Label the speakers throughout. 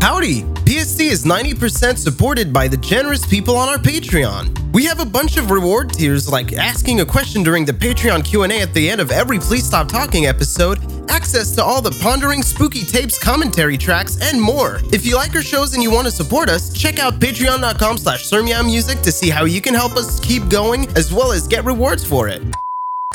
Speaker 1: Howdy! PSD is 90% supported by the generous people on our Patreon. We have a bunch of reward tiers like asking a question during the Patreon Q&A at the end of every Please Stop Talking episode, access to all the pondering, spooky tapes, commentary tracks, and more. If you like our shows and you want to support us, check out patreon.com slash Music to see how you can help us keep going as well as get rewards for it.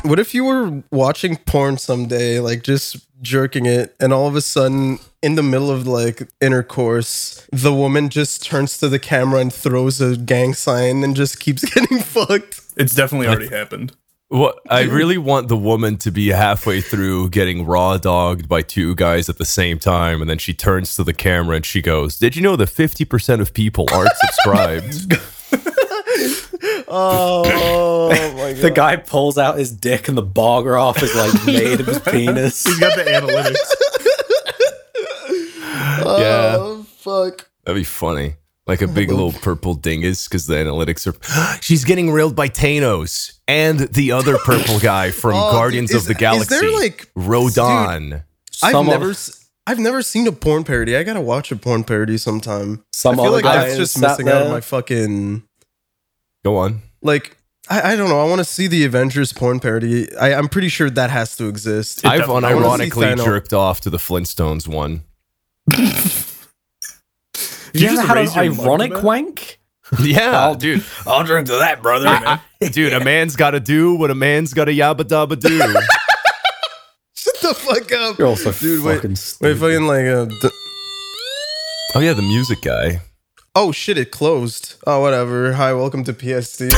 Speaker 1: What if you were watching porn someday, like just jerking it, and all of a sudden, in the middle of like intercourse, the woman just turns to the camera and throws a gang sign and just keeps getting fucked?
Speaker 2: It's definitely already happened.
Speaker 3: Well, I really want the woman to be halfway through getting raw dogged by two guys at the same time, and then she turns to the camera and she goes, "Did you know that fifty percent of people aren't subscribed?"
Speaker 1: Oh my
Speaker 4: The guy pulls out his dick and the bar graph is like made of his penis.
Speaker 2: He's got the analytics.
Speaker 3: yeah,
Speaker 1: Oh, fuck. Oh.
Speaker 3: that'd be funny. Like a big little purple dingus, because the analytics are. She's getting railed by Thanos and the other purple guy from
Speaker 1: Oh,
Speaker 3: Guardians
Speaker 1: is-
Speaker 3: of the
Speaker 1: is there,
Speaker 3: Galaxy,
Speaker 1: like-
Speaker 3: Rodan.
Speaker 1: I've
Speaker 4: Some of-
Speaker 1: never, s- I've never seen a porn parody. I gotta watch a porn parody sometime.
Speaker 4: Some
Speaker 1: I feel
Speaker 4: other
Speaker 1: like
Speaker 4: guy
Speaker 1: that's just
Speaker 4: sat
Speaker 1: missing out on
Speaker 4: there.
Speaker 1: my fucking
Speaker 3: Go on.
Speaker 1: like. I, I don't know. I want to see the Avengers porn parody. I, I'm pretty sure that has to exist.
Speaker 3: I've
Speaker 2: definitely-
Speaker 1: I wanna see
Speaker 3: unironically
Speaker 1: Thanos.
Speaker 3: jerked off to the Flintstones one.
Speaker 2: Did
Speaker 4: You ever
Speaker 2: just
Speaker 4: had an
Speaker 2: raise your mug
Speaker 4: ironic
Speaker 2: about
Speaker 4: wank?
Speaker 3: yeah, dude.
Speaker 4: I'll drink to that, brother.
Speaker 2: Ah,
Speaker 3: Dude, a man's got to do what a man's got to yabba dabba do.
Speaker 1: Shut the fuck up.
Speaker 4: You're also
Speaker 1: Dude, wait.
Speaker 4: fucking
Speaker 1: Wait,
Speaker 4: stupid.
Speaker 1: fucking like. Uh, d-
Speaker 3: oh yeah, the music guy.
Speaker 1: oh shit! It closed. Oh whatever. Hi, welcome to PSD.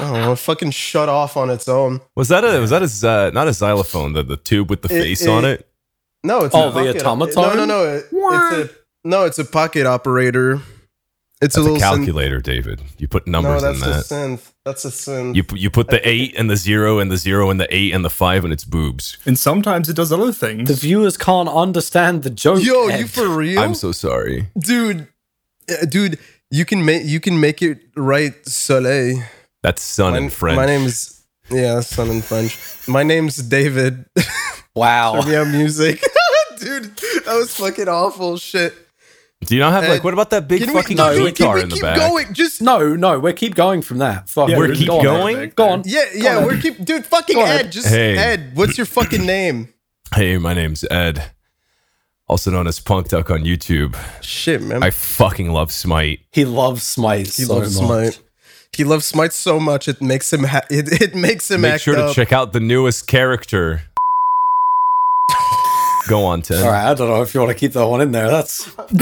Speaker 1: oh, fucking shut off on its own.
Speaker 3: Was that a was that a uh, not a xylophone? The the tube with the
Speaker 1: It-
Speaker 3: face on it.
Speaker 1: No, it's
Speaker 4: Oh,
Speaker 1: a
Speaker 4: the
Speaker 1: pocket op-
Speaker 4: automaton?
Speaker 1: No, no, no. it- it's a no. It's a pocket operator. It's a
Speaker 3: That's a,
Speaker 1: little synth-
Speaker 3: calculator, David. You put numbers
Speaker 1: no,
Speaker 3: in
Speaker 1: that's a
Speaker 3: that.
Speaker 1: synth. That's a synth.
Speaker 3: You pu- you put the eight and the zero and the zero and the eight and the five and its boobs.
Speaker 2: And sometimes it does other
Speaker 4: The
Speaker 2: things.
Speaker 4: viewers can't understand the joke.
Speaker 1: Yo,
Speaker 4: Ed.
Speaker 1: you for real?
Speaker 3: I'm so sorry.
Speaker 1: dude, uh, dude, you can make you can make it right, Soleil.
Speaker 3: That's sun
Speaker 1: My,
Speaker 3: in French.
Speaker 1: my name's yeah, son in French. My name's David.
Speaker 4: Wow.
Speaker 1: yeah, music, dude. That was fucking awful shit.
Speaker 3: Do you not have like
Speaker 1: Uh,
Speaker 3: what about that big
Speaker 1: Can we,
Speaker 3: fucking
Speaker 1: no,
Speaker 4: we-
Speaker 3: guitar
Speaker 1: we
Speaker 3: in the
Speaker 1: keep
Speaker 3: back?
Speaker 1: going? Just
Speaker 4: No, no, we keep going from that. Fuck.
Speaker 2: Yeah,
Speaker 3: We're
Speaker 2: there's
Speaker 3: keep
Speaker 2: an
Speaker 3: going?
Speaker 2: automatic
Speaker 4: Go
Speaker 2: there.
Speaker 4: on.
Speaker 1: yeah, yeah. We're keep dude. Fucking
Speaker 4: Go on,
Speaker 1: Ed. Just
Speaker 3: Hey.
Speaker 1: Ed. What's your fucking name?
Speaker 3: Hey, my name's Ed, also known as Punk Duck on YouTube.
Speaker 1: Shit, man.
Speaker 3: I fucking love Smite.
Speaker 4: He loves Smite
Speaker 1: he
Speaker 4: so
Speaker 1: loves
Speaker 4: much.
Speaker 1: Smite. He loves Smite so much it makes him ha- it, it makes him
Speaker 3: Make
Speaker 1: act
Speaker 3: sure to
Speaker 1: up.
Speaker 3: check out the newest character. Go on, Ted.
Speaker 4: All right, I don't know if you want to keep that one in there. That's
Speaker 1: I'm,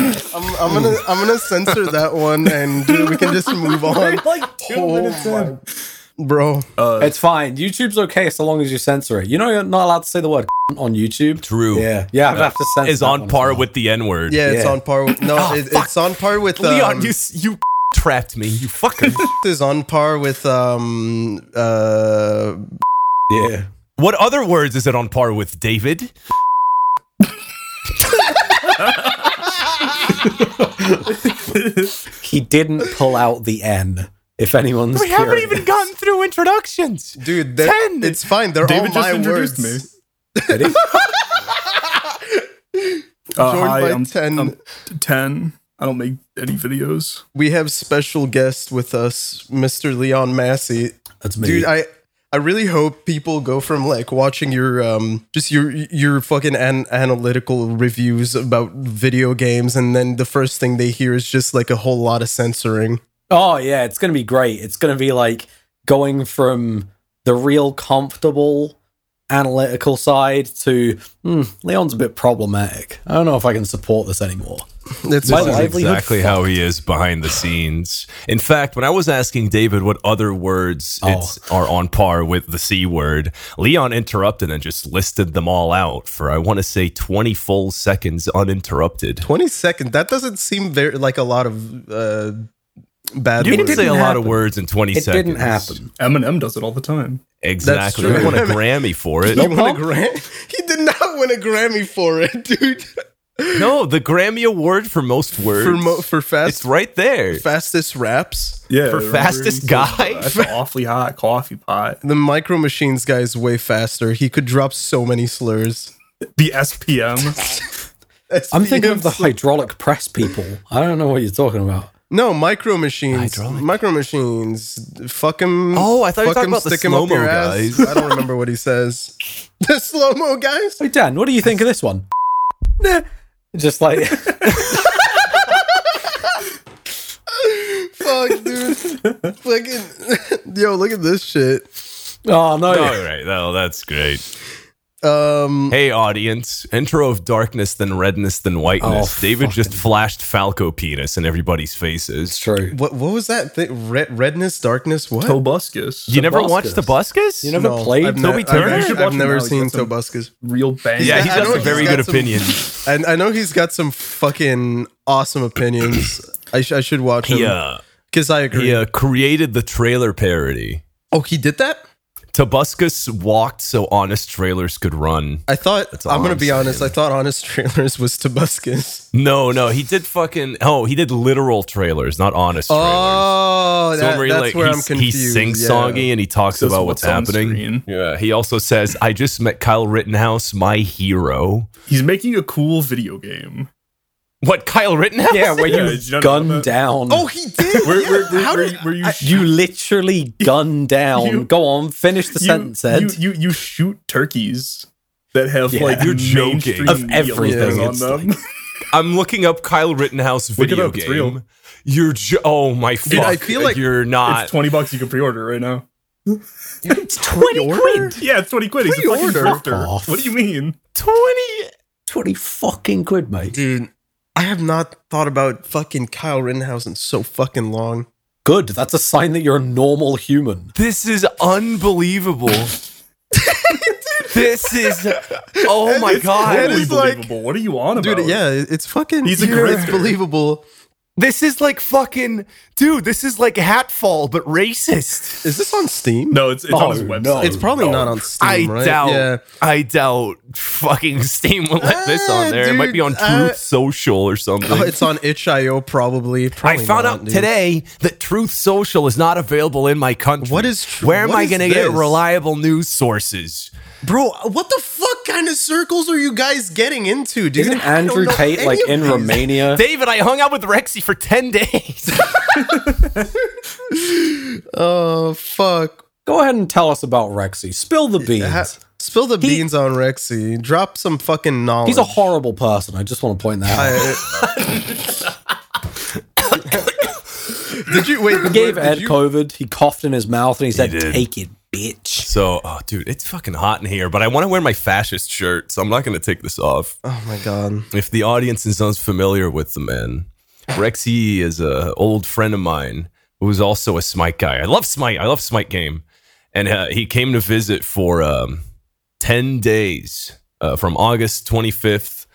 Speaker 1: I'm gonna I'm gonna censor that one and dude, we can just move on.
Speaker 4: like two
Speaker 1: Oh
Speaker 4: minutes
Speaker 1: my-
Speaker 4: in.
Speaker 1: Bro,
Speaker 3: Oh,
Speaker 4: It's fine. YouTube's okay so long as you censor it. You know you're not allowed to say the word on YouTube.
Speaker 3: True.
Speaker 4: Yeah, yeah, I'd have to censor.
Speaker 3: Is
Speaker 4: that
Speaker 3: on
Speaker 4: one as
Speaker 3: par
Speaker 4: well.
Speaker 3: with the N word.
Speaker 1: yeah, it's
Speaker 4: Yeah.
Speaker 1: on par with no, it, it's on par with um,
Speaker 3: Ah, Leon, Oh, you s- you trapped me. You fucker.
Speaker 1: is on par with um uh
Speaker 4: Yeah.
Speaker 3: what other words is it on par with, David?
Speaker 4: He didn't pull out the N. If anyone's
Speaker 3: We haven't
Speaker 4: curious.
Speaker 3: even gotten through introductions.
Speaker 1: dude. they're-
Speaker 3: Ten.
Speaker 1: It's fine. They're
Speaker 2: David
Speaker 1: all
Speaker 2: just
Speaker 1: Oh, my
Speaker 2: introduced
Speaker 1: words.
Speaker 2: me.
Speaker 4: Did he?
Speaker 2: Uh,
Speaker 1: Joined
Speaker 2: hi,
Speaker 1: by
Speaker 2: I'm
Speaker 1: 10.
Speaker 2: I'm t- ten. I don't make any videos.
Speaker 1: We have special guest with us, Mr. Leon Massey.
Speaker 4: That's me.
Speaker 1: Dude, I I really hope people go from like watching your um just your your fucking an- analytical reviews about video games and then the first thing they hear is just like a whole lot of censoring.
Speaker 4: oh yeah, it's gonna be great. It's gonna be like going from the real comfortable analytical side to "Hmm, Leon's a bit problematic. I don't know if I can support this anymore.
Speaker 1: That's
Speaker 4: My
Speaker 1: just-
Speaker 4: life- livelihood
Speaker 3: exactly how he is behind the scenes. In fact, when I was asking David what other words
Speaker 4: Oh.
Speaker 3: it's, are on par with the C word, Leon interrupted and just listed them all out for, I want to say, 20 full seconds uninterrupted.
Speaker 1: 20 seconds. That doesn't seem very like a lot of uh bad
Speaker 3: You
Speaker 1: words.
Speaker 3: can say a
Speaker 4: didn't
Speaker 3: lot
Speaker 4: happen.
Speaker 3: of words in 20
Speaker 4: It
Speaker 3: seconds.
Speaker 4: didn't happen.
Speaker 2: Eminem does it all the time.
Speaker 3: Exactly.
Speaker 1: That's
Speaker 3: You
Speaker 1: true.
Speaker 3: won a Grammy for it.
Speaker 1: He won a Gram- He did not win a Grammy for it, dude.
Speaker 3: No, the Grammy Award for most words.
Speaker 1: For mo- for
Speaker 3: it's
Speaker 1: fast
Speaker 3: right there.
Speaker 1: fastest raps.
Speaker 2: Yeah,
Speaker 3: For
Speaker 2: remember he
Speaker 3: fastest
Speaker 2: said,
Speaker 3: guy?
Speaker 2: "Oh, That's an awfully hot coffee pot.
Speaker 1: The Micro Machines guy is way faster. He could drop so many slurs.
Speaker 2: The SPM.
Speaker 4: I'm thinking of the hydraulic press people. I don't know what you're talking about.
Speaker 1: No, micro machines.
Speaker 3: Hydraulic.
Speaker 1: Micro machines. Fuck him.
Speaker 3: Oh, I thought you were talking about the slow-mo guys.
Speaker 1: I don't remember what he says. The slow mo guys.
Speaker 4: Hey Dan, what do you think of this one? Nah. Just like
Speaker 1: Fuck, dude. Fucking yo, look at this shit.
Speaker 4: oh no,
Speaker 3: All right, well, that's great.
Speaker 1: Um,
Speaker 3: Hey, audience. Enter of darkness, then redness, then whiteness.
Speaker 4: Oh,
Speaker 3: David just flashed Falco penis in everybody's faces.
Speaker 4: it's true.
Speaker 1: what what was that thing? Red, redness, darkness. What?
Speaker 2: Tobuscus.
Speaker 3: You never
Speaker 4: Tobuscus.
Speaker 3: watched the Buscus?
Speaker 4: You never played
Speaker 1: I've
Speaker 3: Toby
Speaker 1: I've
Speaker 3: Turner?
Speaker 1: actually-
Speaker 3: You
Speaker 2: should
Speaker 1: I've
Speaker 2: watch him
Speaker 1: never
Speaker 2: now, he's
Speaker 1: seen
Speaker 2: got some-
Speaker 1: Tobuscus.
Speaker 2: real bang.
Speaker 3: yeah,
Speaker 1: he's got-
Speaker 3: he's
Speaker 1: I
Speaker 3: got
Speaker 1: know
Speaker 3: some
Speaker 1: he's
Speaker 3: very
Speaker 1: got
Speaker 3: good
Speaker 1: some-
Speaker 3: opinions.
Speaker 1: And I know he's got some fucking awesome opinions. I, sh- I should watch him.
Speaker 3: Yeah.
Speaker 1: Because I agree.
Speaker 3: He uh, created the trailer parody.
Speaker 1: Oh, he did that?
Speaker 3: Tobuscus walked so honest trailers could run.
Speaker 1: I thought,
Speaker 3: all
Speaker 1: I'm going to
Speaker 3: I'm
Speaker 1: be
Speaker 3: saying.
Speaker 1: honest, I thought Honest Trailers was Tobuscus.
Speaker 3: No, no, he did fucking. Oh, he did literal trailers, not honest trailers.
Speaker 1: Oh,
Speaker 3: It's the
Speaker 1: that,
Speaker 3: one where he,
Speaker 1: that's
Speaker 3: like,
Speaker 1: where I'm
Speaker 3: he's-
Speaker 1: confused.
Speaker 3: He sings
Speaker 1: yeah.
Speaker 3: songy and he talks
Speaker 2: Says
Speaker 3: about what's,
Speaker 2: what's on
Speaker 3: happening.
Speaker 2: screen.
Speaker 3: Yeah, he also says, "I just met Kyle Rittenhouse, my hero."
Speaker 2: He's making a cool video game.
Speaker 3: What Kyle Rittenhouse?
Speaker 4: Yeah, where
Speaker 2: Yeah,
Speaker 4: you
Speaker 2: did you not know
Speaker 4: gun
Speaker 2: that?
Speaker 4: down.
Speaker 1: Oh, he did.
Speaker 2: Where,
Speaker 1: yeah.
Speaker 2: where, where,
Speaker 1: How
Speaker 2: where,
Speaker 1: did,
Speaker 2: where you, sh-
Speaker 4: you literally gun down.
Speaker 2: You-
Speaker 4: Go on, finish the
Speaker 2: you-
Speaker 4: sentence,
Speaker 2: you,
Speaker 4: Ed.
Speaker 2: you, you shoot turkeys that have
Speaker 4: Yeah.
Speaker 2: like
Speaker 3: You're
Speaker 2: mainstream
Speaker 3: joking.
Speaker 4: Of
Speaker 2: media
Speaker 4: everything,
Speaker 2: logos
Speaker 4: it's
Speaker 2: on them.
Speaker 3: I'm looking up Kyle Rittenhouse
Speaker 2: Look it
Speaker 3: video
Speaker 2: up, it's
Speaker 3: game.
Speaker 2: real.
Speaker 3: You're jo- oh my fuck!
Speaker 1: I feel like
Speaker 3: you're
Speaker 2: it's
Speaker 3: not.
Speaker 2: twenty bucks you can pre-order right now.
Speaker 4: it's twenty quid.
Speaker 2: Yeah, it's twenty quid. He's a fucking
Speaker 1: Pre-order?
Speaker 2: drifter.
Speaker 4: Fuck off.
Speaker 2: What do you mean?
Speaker 3: Twenty.
Speaker 4: Twenty fucking quid, mate.
Speaker 1: dude? I have not thought about fucking Kyle Rittenhouse in so fucking long.
Speaker 4: Good. That's a sign that you're a normal human.
Speaker 3: This is unbelievable. this is oh my
Speaker 1: That
Speaker 3: god.
Speaker 1: is
Speaker 2: Unbelievable. what are you on about?
Speaker 1: Dude, yeah, it's fucking.
Speaker 2: He's a
Speaker 1: you're- It's
Speaker 2: grifter.
Speaker 1: believable.
Speaker 3: This is like fucking dude. This is like Hatfall, but racist.
Speaker 1: Is this on Steam?
Speaker 2: No, it's it's
Speaker 4: Oh,
Speaker 2: on his
Speaker 4: no.
Speaker 2: website.
Speaker 1: it's probably not on Steam.
Speaker 3: I
Speaker 1: right?
Speaker 3: doubt.
Speaker 1: Yeah.
Speaker 3: I doubt. Fucking Steam will let this
Speaker 1: Ah,
Speaker 3: on there. it might be on
Speaker 1: dude,
Speaker 3: Truth
Speaker 1: I-
Speaker 3: Social or something.
Speaker 1: Oh, it's on itch.io probably.
Speaker 3: I
Speaker 1: probably
Speaker 3: found
Speaker 1: not,
Speaker 3: out
Speaker 1: dude.
Speaker 3: today that Truth Social is not available in my country.
Speaker 1: What is tr-
Speaker 3: Where am
Speaker 1: what
Speaker 3: I
Speaker 1: is
Speaker 3: going to get
Speaker 1: this?
Speaker 3: reliable news sources?
Speaker 1: Bro, what the fuck kind of circles are you guys getting into, dude?
Speaker 4: Isn't
Speaker 1: I don't
Speaker 4: Andrew
Speaker 1: know
Speaker 4: Tate
Speaker 1: any
Speaker 4: like
Speaker 1: of
Speaker 4: in
Speaker 1: these.
Speaker 4: Romania?
Speaker 3: David, I hung out with Rexy for 10 days.
Speaker 1: Oh, fuck.
Speaker 4: Go ahead and tell us about Rexy. Spill the beans.
Speaker 1: Ha- Spill the beans on Rexy. Drop some fucking knowledge.
Speaker 4: He's a horrible person. I just want to point that out.
Speaker 1: I- did you wait?
Speaker 4: He gave
Speaker 1: did
Speaker 4: Ed
Speaker 1: you-
Speaker 4: COVID. He coughed in his mouth and he said,
Speaker 3: did.
Speaker 4: "Take it, bitch."
Speaker 3: so, oh, dude, it's fucking hot in here, but I want to wear my fascist shirt, so I'm not going to take this off.
Speaker 1: Oh my god.
Speaker 3: If the audience is unfamiliar with the man, Rexy is a old friend of mine who's also a Smite guy. I love Smite. I love Smite game, and uh, he came to visit for um, ten days uh, from August 25th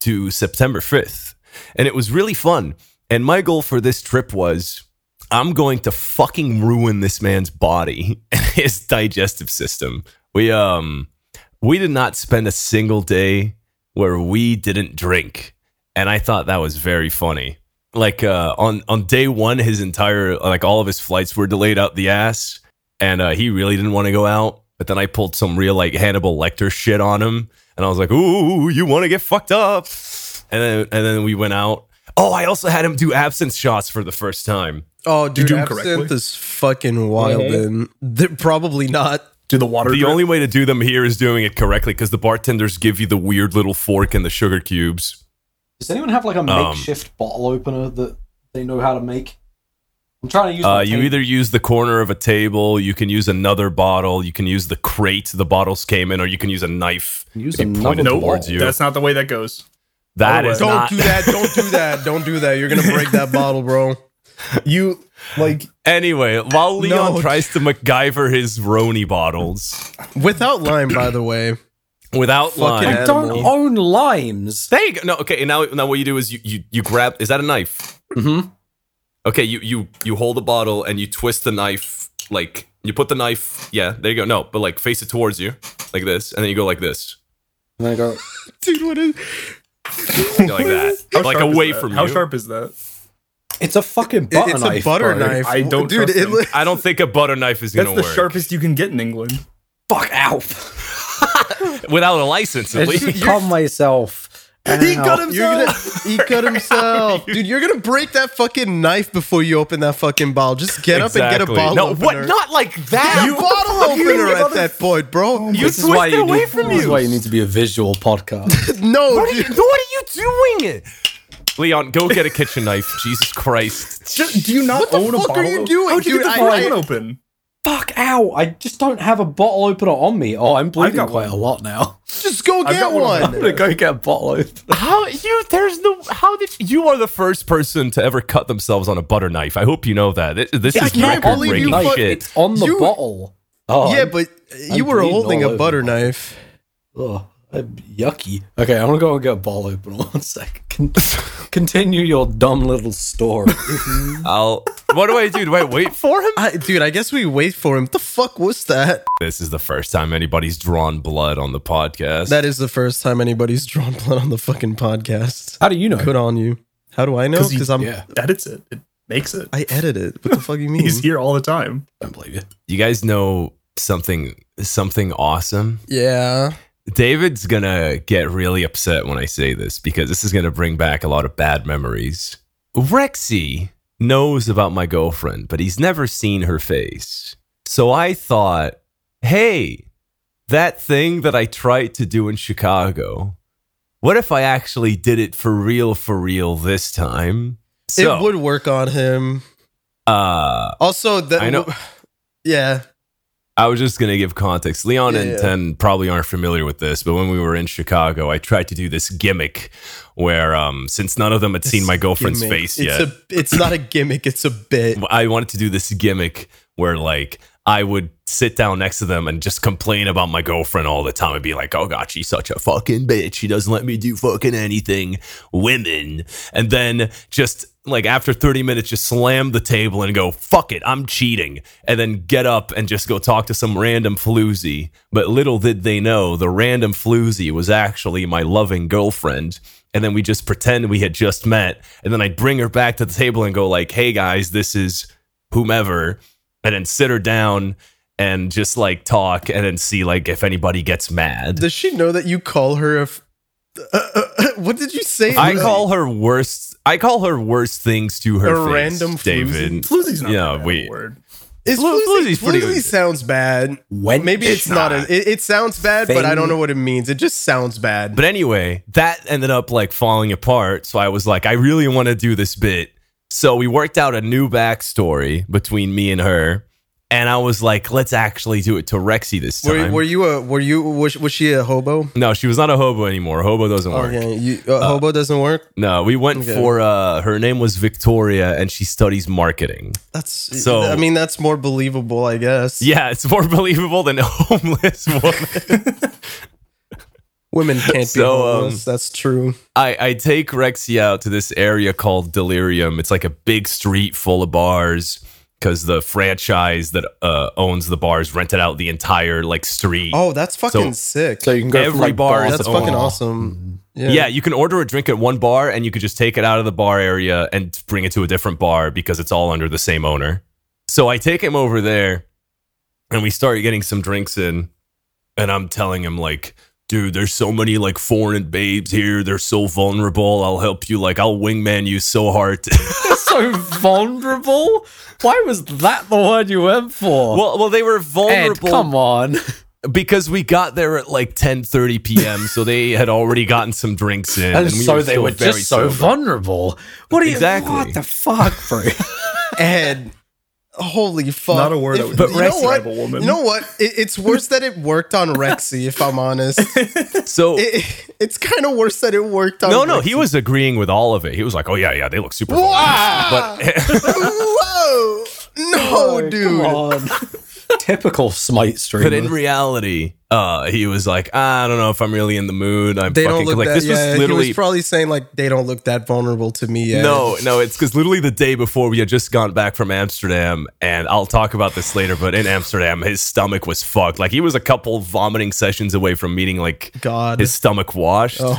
Speaker 3: to September 5th, and it was really fun. And my goal for this trip was. I'm going to fucking ruin this man's body and his digestive system. We um we did not spend a single day where we didn't drink and i thought that was very funny like uh, on on day one his entire like all of his flights were delayed out the ass and uh, he really didn't want to go out but then i pulled some real like hannibal lecter shit on him and i was like ooh you want to get fucked up and then and then we went out oh i also had him do absence shots for the first time
Speaker 1: Oh, dude,
Speaker 2: do 'em
Speaker 1: absinthe
Speaker 2: correctly?
Speaker 1: is fucking wild. And they're probably not.
Speaker 2: Do the water.
Speaker 3: the
Speaker 2: drip?
Speaker 3: only way to do them here is doing it correctly because the bartenders give you the weird little fork and the sugar cubes
Speaker 4: Does anyone have like a
Speaker 3: Um,
Speaker 4: makeshift bottle opener that they know how to make? I'm trying to use.
Speaker 3: Uh,
Speaker 4: my
Speaker 3: you
Speaker 4: tape.
Speaker 3: either use the corner of a table, you can use another bottle, you can use the crate the bottles came in, or you can use a knife.
Speaker 4: Use
Speaker 3: if you
Speaker 4: another
Speaker 3: point it
Speaker 4: bottle.
Speaker 3: towards you.
Speaker 2: That's not the way that goes.
Speaker 3: That
Speaker 2: Otherwise-
Speaker 3: is
Speaker 2: Don't
Speaker 3: not.
Speaker 1: that. Don't do that. Don't do that. You're gonna break that bottle, bro.
Speaker 2: You like
Speaker 3: Anyway, while Leon
Speaker 1: No.
Speaker 3: tries to MacGyver his Roni bottles
Speaker 1: Without lime, by the way.
Speaker 3: without
Speaker 1: Fucking
Speaker 3: lime.
Speaker 4: I don't
Speaker 1: Animal.
Speaker 4: own limes.
Speaker 3: There you go. No, okay. Now, now what you do is you, you you grab. Is that a knife?
Speaker 4: Mm-hmm.
Speaker 3: Okay, you you you hold the bottle and you twist the knife like you put the knife. Yeah, there you go. No, but like face it towards you like this, and then you go like this,
Speaker 4: And I go.
Speaker 1: Dude, what is?
Speaker 3: You go like that, like
Speaker 2: sharp is
Speaker 3: away
Speaker 2: that?
Speaker 3: from
Speaker 2: How
Speaker 3: you.
Speaker 2: sharp is that?
Speaker 4: It's a fucking
Speaker 1: It-
Speaker 4: butter
Speaker 1: it's
Speaker 4: knife.
Speaker 1: a butter
Speaker 4: bro.
Speaker 1: knife.
Speaker 2: I don't
Speaker 1: dude.
Speaker 2: trust
Speaker 1: it
Speaker 2: him.
Speaker 1: li-
Speaker 3: I don't think a butter knife is
Speaker 2: That's
Speaker 3: gonna
Speaker 2: the
Speaker 3: work.
Speaker 2: sharpest you can get in England.
Speaker 4: Fuck out.
Speaker 3: without a license at
Speaker 4: I
Speaker 3: least.
Speaker 4: just calm myself
Speaker 1: He
Speaker 4: Ow.
Speaker 1: cut
Speaker 4: You're
Speaker 1: himself.
Speaker 4: gonna-
Speaker 1: he cut himself, dude. You're gonna break that fucking knife before you open that fucking bottle. Just get up and get a
Speaker 3: Exactly.
Speaker 1: bottle.
Speaker 3: No,
Speaker 1: opener.
Speaker 3: what? Not like that.
Speaker 1: You bottle opener at that point, bro.
Speaker 3: You
Speaker 4: this is why
Speaker 3: switched it
Speaker 4: you
Speaker 3: away
Speaker 4: need,
Speaker 3: from
Speaker 4: this is
Speaker 3: you.
Speaker 4: why you need to be a visual podcast.
Speaker 1: no,
Speaker 3: What are you,
Speaker 1: dude.
Speaker 3: what are you doing? Leon, go get a kitchen knife. Jesus Christ.
Speaker 2: Ju- do you not
Speaker 1: What the
Speaker 2: own a
Speaker 1: fuck
Speaker 2: bottle?
Speaker 1: are you doing,
Speaker 2: How'd you
Speaker 1: dude?
Speaker 2: get the
Speaker 1: I-
Speaker 2: bottle
Speaker 1: I-
Speaker 2: open?
Speaker 4: Fuck, ow. I just don't have a bottle opener on me. Oh, I'm bleeding
Speaker 2: got
Speaker 4: quite
Speaker 2: one.
Speaker 4: a lot now.
Speaker 1: just go
Speaker 2: I've
Speaker 1: get
Speaker 2: got one
Speaker 1: one.
Speaker 2: of
Speaker 4: I'm going to go get a bottle opener.
Speaker 3: How you? There's no. How did you are the first person to ever cut themselves on a butter knife? I hope you know that. It- This
Speaker 1: I
Speaker 3: is
Speaker 1: can't
Speaker 3: record
Speaker 1: believe you
Speaker 3: breaking
Speaker 1: fuck-
Speaker 3: shit.
Speaker 4: It's on the
Speaker 1: You-
Speaker 4: bottle. Oh,
Speaker 1: yeah,
Speaker 4: I'm-
Speaker 1: but you
Speaker 4: I'm
Speaker 1: were
Speaker 4: bleeding
Speaker 1: holding
Speaker 4: all
Speaker 1: a
Speaker 4: over
Speaker 1: butter
Speaker 4: my-
Speaker 1: knife.
Speaker 4: Ugh, I'm yucky. Okay, I'm gonna go and get a ball opener. One second. Con- continue your dumb little story.
Speaker 3: I'll. What do I do? Do I wait for him?
Speaker 1: I, dude, I guess we wait for him. The fuck was that?
Speaker 3: This is the first time anybody's drawn blood on the podcast.
Speaker 1: That is the first time anybody's drawn blood on the fucking podcast.
Speaker 4: How do you know?
Speaker 1: Good on you. How do I know?
Speaker 2: 'Cause you-
Speaker 1: Because I'm
Speaker 4: yeah,
Speaker 2: Edits it. It makes it.
Speaker 1: I edit it. What the fuck you mean?
Speaker 2: He's here all the time.
Speaker 4: don't believe you.
Speaker 3: you guys know something something awesome.
Speaker 1: Yeah.
Speaker 3: David's gonna get really upset when I say this because this is gonna bring back a lot of bad memories. Rexy knows about my girlfriend, but he's never seen her face. So I thought, hey, that thing that I tried to do in Chicago, what if I actually did it for real, for real this time? So,
Speaker 1: it would work on him.
Speaker 3: Uh,
Speaker 1: Also, that
Speaker 3: I know.
Speaker 1: Yeah.
Speaker 3: I was just gonna give context. Leon
Speaker 1: Yeah,
Speaker 3: and
Speaker 1: yeah.
Speaker 3: Ten probably aren't familiar with this, but when we were in Chicago, I tried to do this gimmick where, um, since none of them had seen my girlfriend's
Speaker 1: Gimmick.
Speaker 3: face
Speaker 1: it's
Speaker 3: yet,
Speaker 1: A, it's not a gimmick. It's a bit.
Speaker 3: I wanted to do this gimmick where, like, I would sit down next to them and just complain about my girlfriend all the time and be like, "Oh God, she's such a fucking bitch. She doesn't let me do fucking anything. Women." And then just like after 30 minutes just slam the table and go fuck it i'm cheating and then get up and just go talk to some random floozy but little did they know the random floozy was actually my loving girlfriend and then we just pretend we had just met and then i'd bring her back to the table and go like hey guys this is whomever and then sit her down and just like talk and then see like if anybody gets mad
Speaker 1: Does she know that you call her a? F- uh, uh, uh, what did you say?
Speaker 3: i call her worst i call her worst things to her
Speaker 1: A
Speaker 3: face,
Speaker 1: random floozy?
Speaker 3: david
Speaker 2: Floozy's not
Speaker 3: Yeah,
Speaker 2: yeah,
Speaker 3: wait.
Speaker 2: word.
Speaker 1: Is
Speaker 3: Flu-
Speaker 1: floozy,
Speaker 3: Floozy's pretty
Speaker 1: floozy
Speaker 3: good.
Speaker 1: sounds bad.
Speaker 4: When
Speaker 1: Maybe it's, not. a, it, it sounds bad, but I
Speaker 4: Thing.
Speaker 1: don't know what it means. It just sounds bad.
Speaker 3: But anyway, that ended up like falling apart. So I was like, I really want to do this bit. So we worked out a new backstory between me and her. And I was like, let's actually do it to Rexy this time.
Speaker 1: were, were you a? Were you? Was, was she a hobo?
Speaker 3: no, she was not a hobo anymore. Hobo doesn't work.
Speaker 1: Okay, you, uh, hobo doesn't work.
Speaker 3: No, we went
Speaker 1: Okay.
Speaker 3: for uh, her name was Victoria and she studies marketing.
Speaker 1: That's
Speaker 3: so-
Speaker 1: I mean, that's more believable, I guess.
Speaker 3: Yeah, it's more believable than homeless woman.
Speaker 1: women can't be
Speaker 3: So, um,
Speaker 1: homeless. that's true.
Speaker 3: I, I take Rexy out to this area called Delirium. It's like a big street full of bars because the franchise that uh, owns the bars rented out the entire like street.
Speaker 1: Oh, that's fucking
Speaker 3: so-
Speaker 1: sick.
Speaker 4: So you can go
Speaker 3: Every
Speaker 4: from, like,
Speaker 3: bar
Speaker 4: bars
Speaker 3: is
Speaker 1: that's
Speaker 4: to
Speaker 3: owned.
Speaker 1: fucking
Speaker 4: bar.
Speaker 1: awesome. Yeah.
Speaker 3: Mm-hmm. yeah. you can order a drink at one bar and you could just take it out of the bar area and bring it to a different bar because it's all under the same owner. So I take him over there and we start getting some drinks in and I'm telling him like Dude, there's so many like foreign babes here. They're so vulnerable. I'll help you. Like, I'll wingman you so hard.
Speaker 4: so vulnerable. Why was that the word you went for?
Speaker 3: Well, well, they were
Speaker 4: Ed,
Speaker 3: vulnerable
Speaker 4: come on.
Speaker 3: because we got there at like 10:30 p.m. so they had already gotten some drinks in,
Speaker 4: And,
Speaker 3: we
Speaker 4: so they
Speaker 3: still
Speaker 4: were
Speaker 3: very
Speaker 4: just so
Speaker 3: sober.
Speaker 4: vulnerable. What are you?
Speaker 3: Exactly.
Speaker 4: What the fuck, bro?
Speaker 1: And holy fuck,
Speaker 2: Not a word I
Speaker 1: If,
Speaker 2: would
Speaker 1: but
Speaker 2: but
Speaker 1: you know
Speaker 2: describe
Speaker 1: what?
Speaker 2: a woman.
Speaker 1: You know what? It, it's worse that it worked on Rexy. If I'm honest, it,
Speaker 3: So
Speaker 1: it- it's kind of worse that it worked on.
Speaker 3: no, no, he
Speaker 1: Rexy.
Speaker 3: was agreeing with all of it. He was like, "Oh yeah, yeah, they look super."
Speaker 1: Wow!
Speaker 3: vulnerable." But Oh,
Speaker 1: Whoa! No,
Speaker 4: Come
Speaker 1: dude.
Speaker 4: on. Typical Smite streamer.
Speaker 3: but in reality, uh, he was like, "I don't know if I'm really in the mood." I'm
Speaker 1: They don't
Speaker 3: fucking
Speaker 1: look
Speaker 3: like
Speaker 1: that.
Speaker 3: this
Speaker 1: yeah,
Speaker 3: was
Speaker 1: he
Speaker 3: literally
Speaker 1: was probably saying like they don't look that vulnerable to me. Yet.
Speaker 3: No, no, it's because literally the day before we had just gone back from Amsterdam, and I'll talk about this later. But in Amsterdam, his stomach was fucked. Like he was a couple vomiting sessions away from meeting like
Speaker 1: God.
Speaker 3: his stomach washed.
Speaker 1: Oh.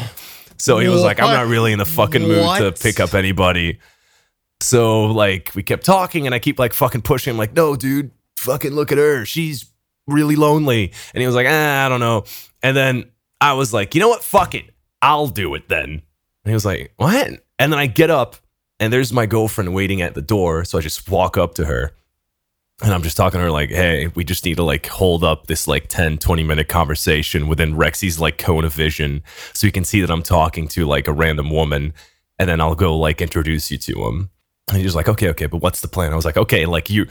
Speaker 3: So he was like, I'm not
Speaker 1: What?
Speaker 3: really in the fucking mood
Speaker 1: What?
Speaker 3: to pick up anybody. So like we kept talking, and I keep like fucking pushing him, like, no, dude, fucking look at her. She's really lonely. And he was like, ah, I don't know. And then I was like, you know what? Fuck it. I'll do it then. And he was like, What? And then I get up and there's my girlfriend waiting at the door. So I just walk up to her and I'm just talking to her like, hey, we just need to like hold up this like 10, 20 minute conversation within Rexy's like cone of vision so you can see that I'm talking to like a random woman and then I'll go like introduce you to him. And he's just like, okay, okay, but what's the plan? I was like, okay, like you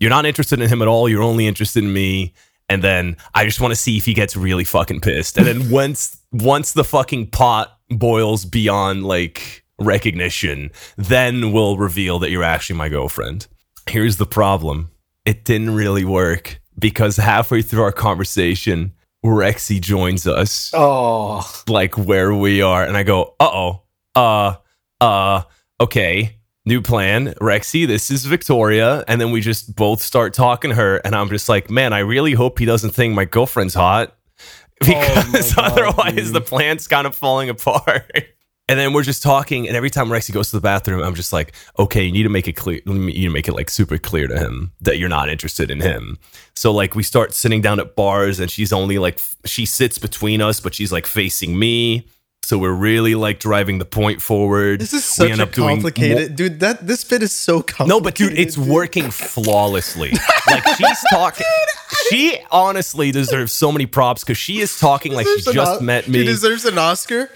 Speaker 3: you're not interested in him at all, you're only interested in me. And then I just want to see if he gets really fucking pissed. And then once once the fucking pot boils beyond like recognition, then we'll reveal that you're actually my girlfriend. Here's the problem it didn't really work because halfway through our conversation, Rexy joins us,
Speaker 4: Oh,
Speaker 3: like where we are, and I go, uh oh, uh, uh, okay, new plan, Rexy, this is Victoria, and then we just both start talking to her, and I'm just like, man, I really hope he doesn't think my girlfriend's hot
Speaker 1: Oh
Speaker 3: because
Speaker 4: God,
Speaker 3: otherwise
Speaker 4: dude.
Speaker 3: the plan's kind of falling apart. And then we're just talking, and every time Rexy goes to the bathroom, I'm just like, okay, you need to make it clear, you need to make it like super clear to him that you're not interested in him. So like we start sitting down at bars, and she's only like f- she sits between us, but she's like facing me. So we're really like driving the point forward.
Speaker 1: This is such a complicated, dude. That this bit is so complicated.
Speaker 3: No, but dude, it's working flawlessly. like she's talking. She honestly deserves so many props because she is talking like she
Speaker 1: Deserves an
Speaker 3: just
Speaker 1: O-
Speaker 3: met
Speaker 1: She
Speaker 3: me.
Speaker 1: deserves an Oscar.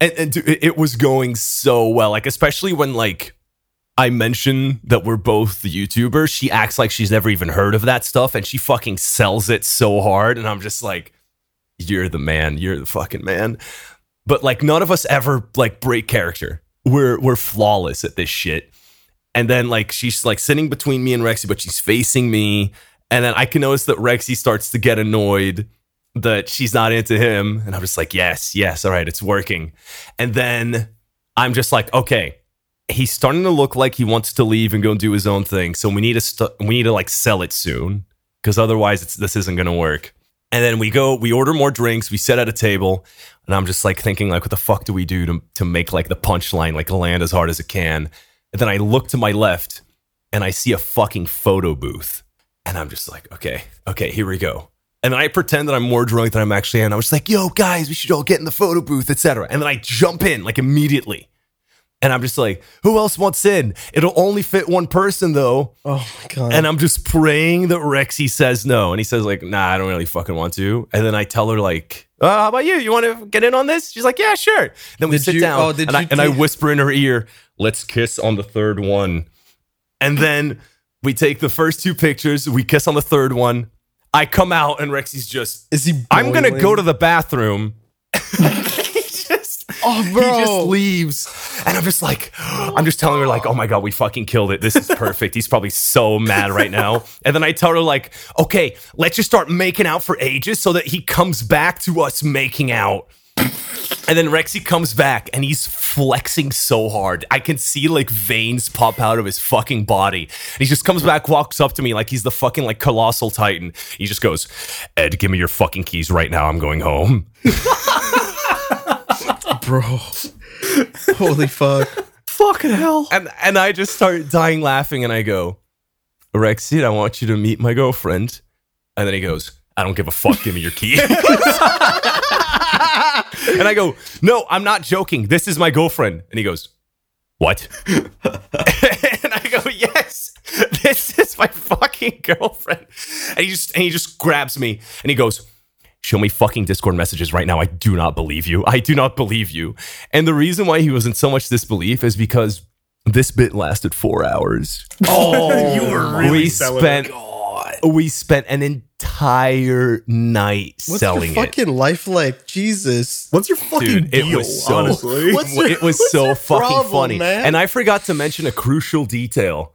Speaker 3: and, and dude, it it was going so well like especially when like i mention that we're both the youtubers she acts like she's never even heard of that stuff and she fucking sells it so hard and i'm just like you're the man you're the fucking man but like none of us ever like break character we're we're flawless at this shit and then like she's like sitting between me and rexy but she's facing me and then i can notice that rexy starts to get annoyed that she's not into him and i'm just like yes yes all right it's working and then I'm just like, okay, he's starting to look like he wants to leave and go do his own thing. So we need to st- we need to like sell it soon because otherwise it's, this isn't going to work. And then we go, we order more drinks, we sit at a table, and I'm just like thinking like, what the fuck do we do to to make like the punchline like land as hard as it can? And then I look to my left and I see a fucking photo booth, and I'm just like, okay, okay, here we go. And then I pretend that I'm more drunk than I'm actually am. I was just like, yo, guys, we should all get in the photo booth, etc. And then I jump in like immediately. And I'm just like, who else wants in? It'll only fit one person though.
Speaker 1: Oh my god.
Speaker 3: And I'm just praying that Rexy says no. And he says, like, nah, I don't really fucking want to. And then I tell her, like, uh, how about you? You want to get in on this? She's like, yeah, sure. Then we
Speaker 1: Did
Speaker 3: sit
Speaker 1: you-
Speaker 3: down
Speaker 1: oh, did
Speaker 3: and, I,
Speaker 1: you
Speaker 3: and I
Speaker 1: take-
Speaker 3: whisper in her ear, let's kiss on the third one. And then we take the first two pictures, we kiss on the third one. I come out and Rexy's just,
Speaker 1: is he?
Speaker 3: I'm going to
Speaker 1: boiling?
Speaker 3: go to the bathroom. he just
Speaker 1: Oh,
Speaker 3: he just
Speaker 1: bro.
Speaker 3: leaves. And I'm just like, I'm just telling her, like, oh my God, we fucking killed it. This is perfect. He's probably so mad right now. And then I tell her, like, okay, let's just start making out for ages so that he comes back to us making out. And then Rexy comes back and he's flexing so hard. I can see like veins pop out of his fucking body. And he just comes back, walks up to me like he's the fucking like colossal titan. He just goes, Ed, give me your fucking keys right now. I'm going home.
Speaker 1: bro. Holy fuck.
Speaker 4: fucking hell.
Speaker 3: and and I just start dying laughing, and I go, Rexy, I want you to meet my girlfriend. And then he goes, I don't give a fuck. Give me your key. and I go, No, I'm not joking. This is my girlfriend. And he goes, What? and I go, Yes, this is my fucking girlfriend. And he just and he just grabs me and he goes, Show me fucking Discord messages right now. I do not believe you. I do not believe you. And the reason why he was in so much disbelief is because this bit lasted four hours.
Speaker 4: Oh,
Speaker 2: You were really
Speaker 3: we
Speaker 2: selling
Speaker 3: spent
Speaker 2: it.
Speaker 3: we spent an entire night
Speaker 1: What's
Speaker 3: selling
Speaker 1: your
Speaker 3: it.
Speaker 1: fucking life like? Jesus.
Speaker 2: What's your fucking
Speaker 3: Dude, it
Speaker 2: deal?
Speaker 3: was so-
Speaker 2: honestly,
Speaker 1: What's your-
Speaker 3: it was
Speaker 1: what's
Speaker 3: so
Speaker 1: your
Speaker 3: fucking
Speaker 1: problem,
Speaker 3: funny.
Speaker 1: man?
Speaker 3: And I forgot to mention a crucial detail.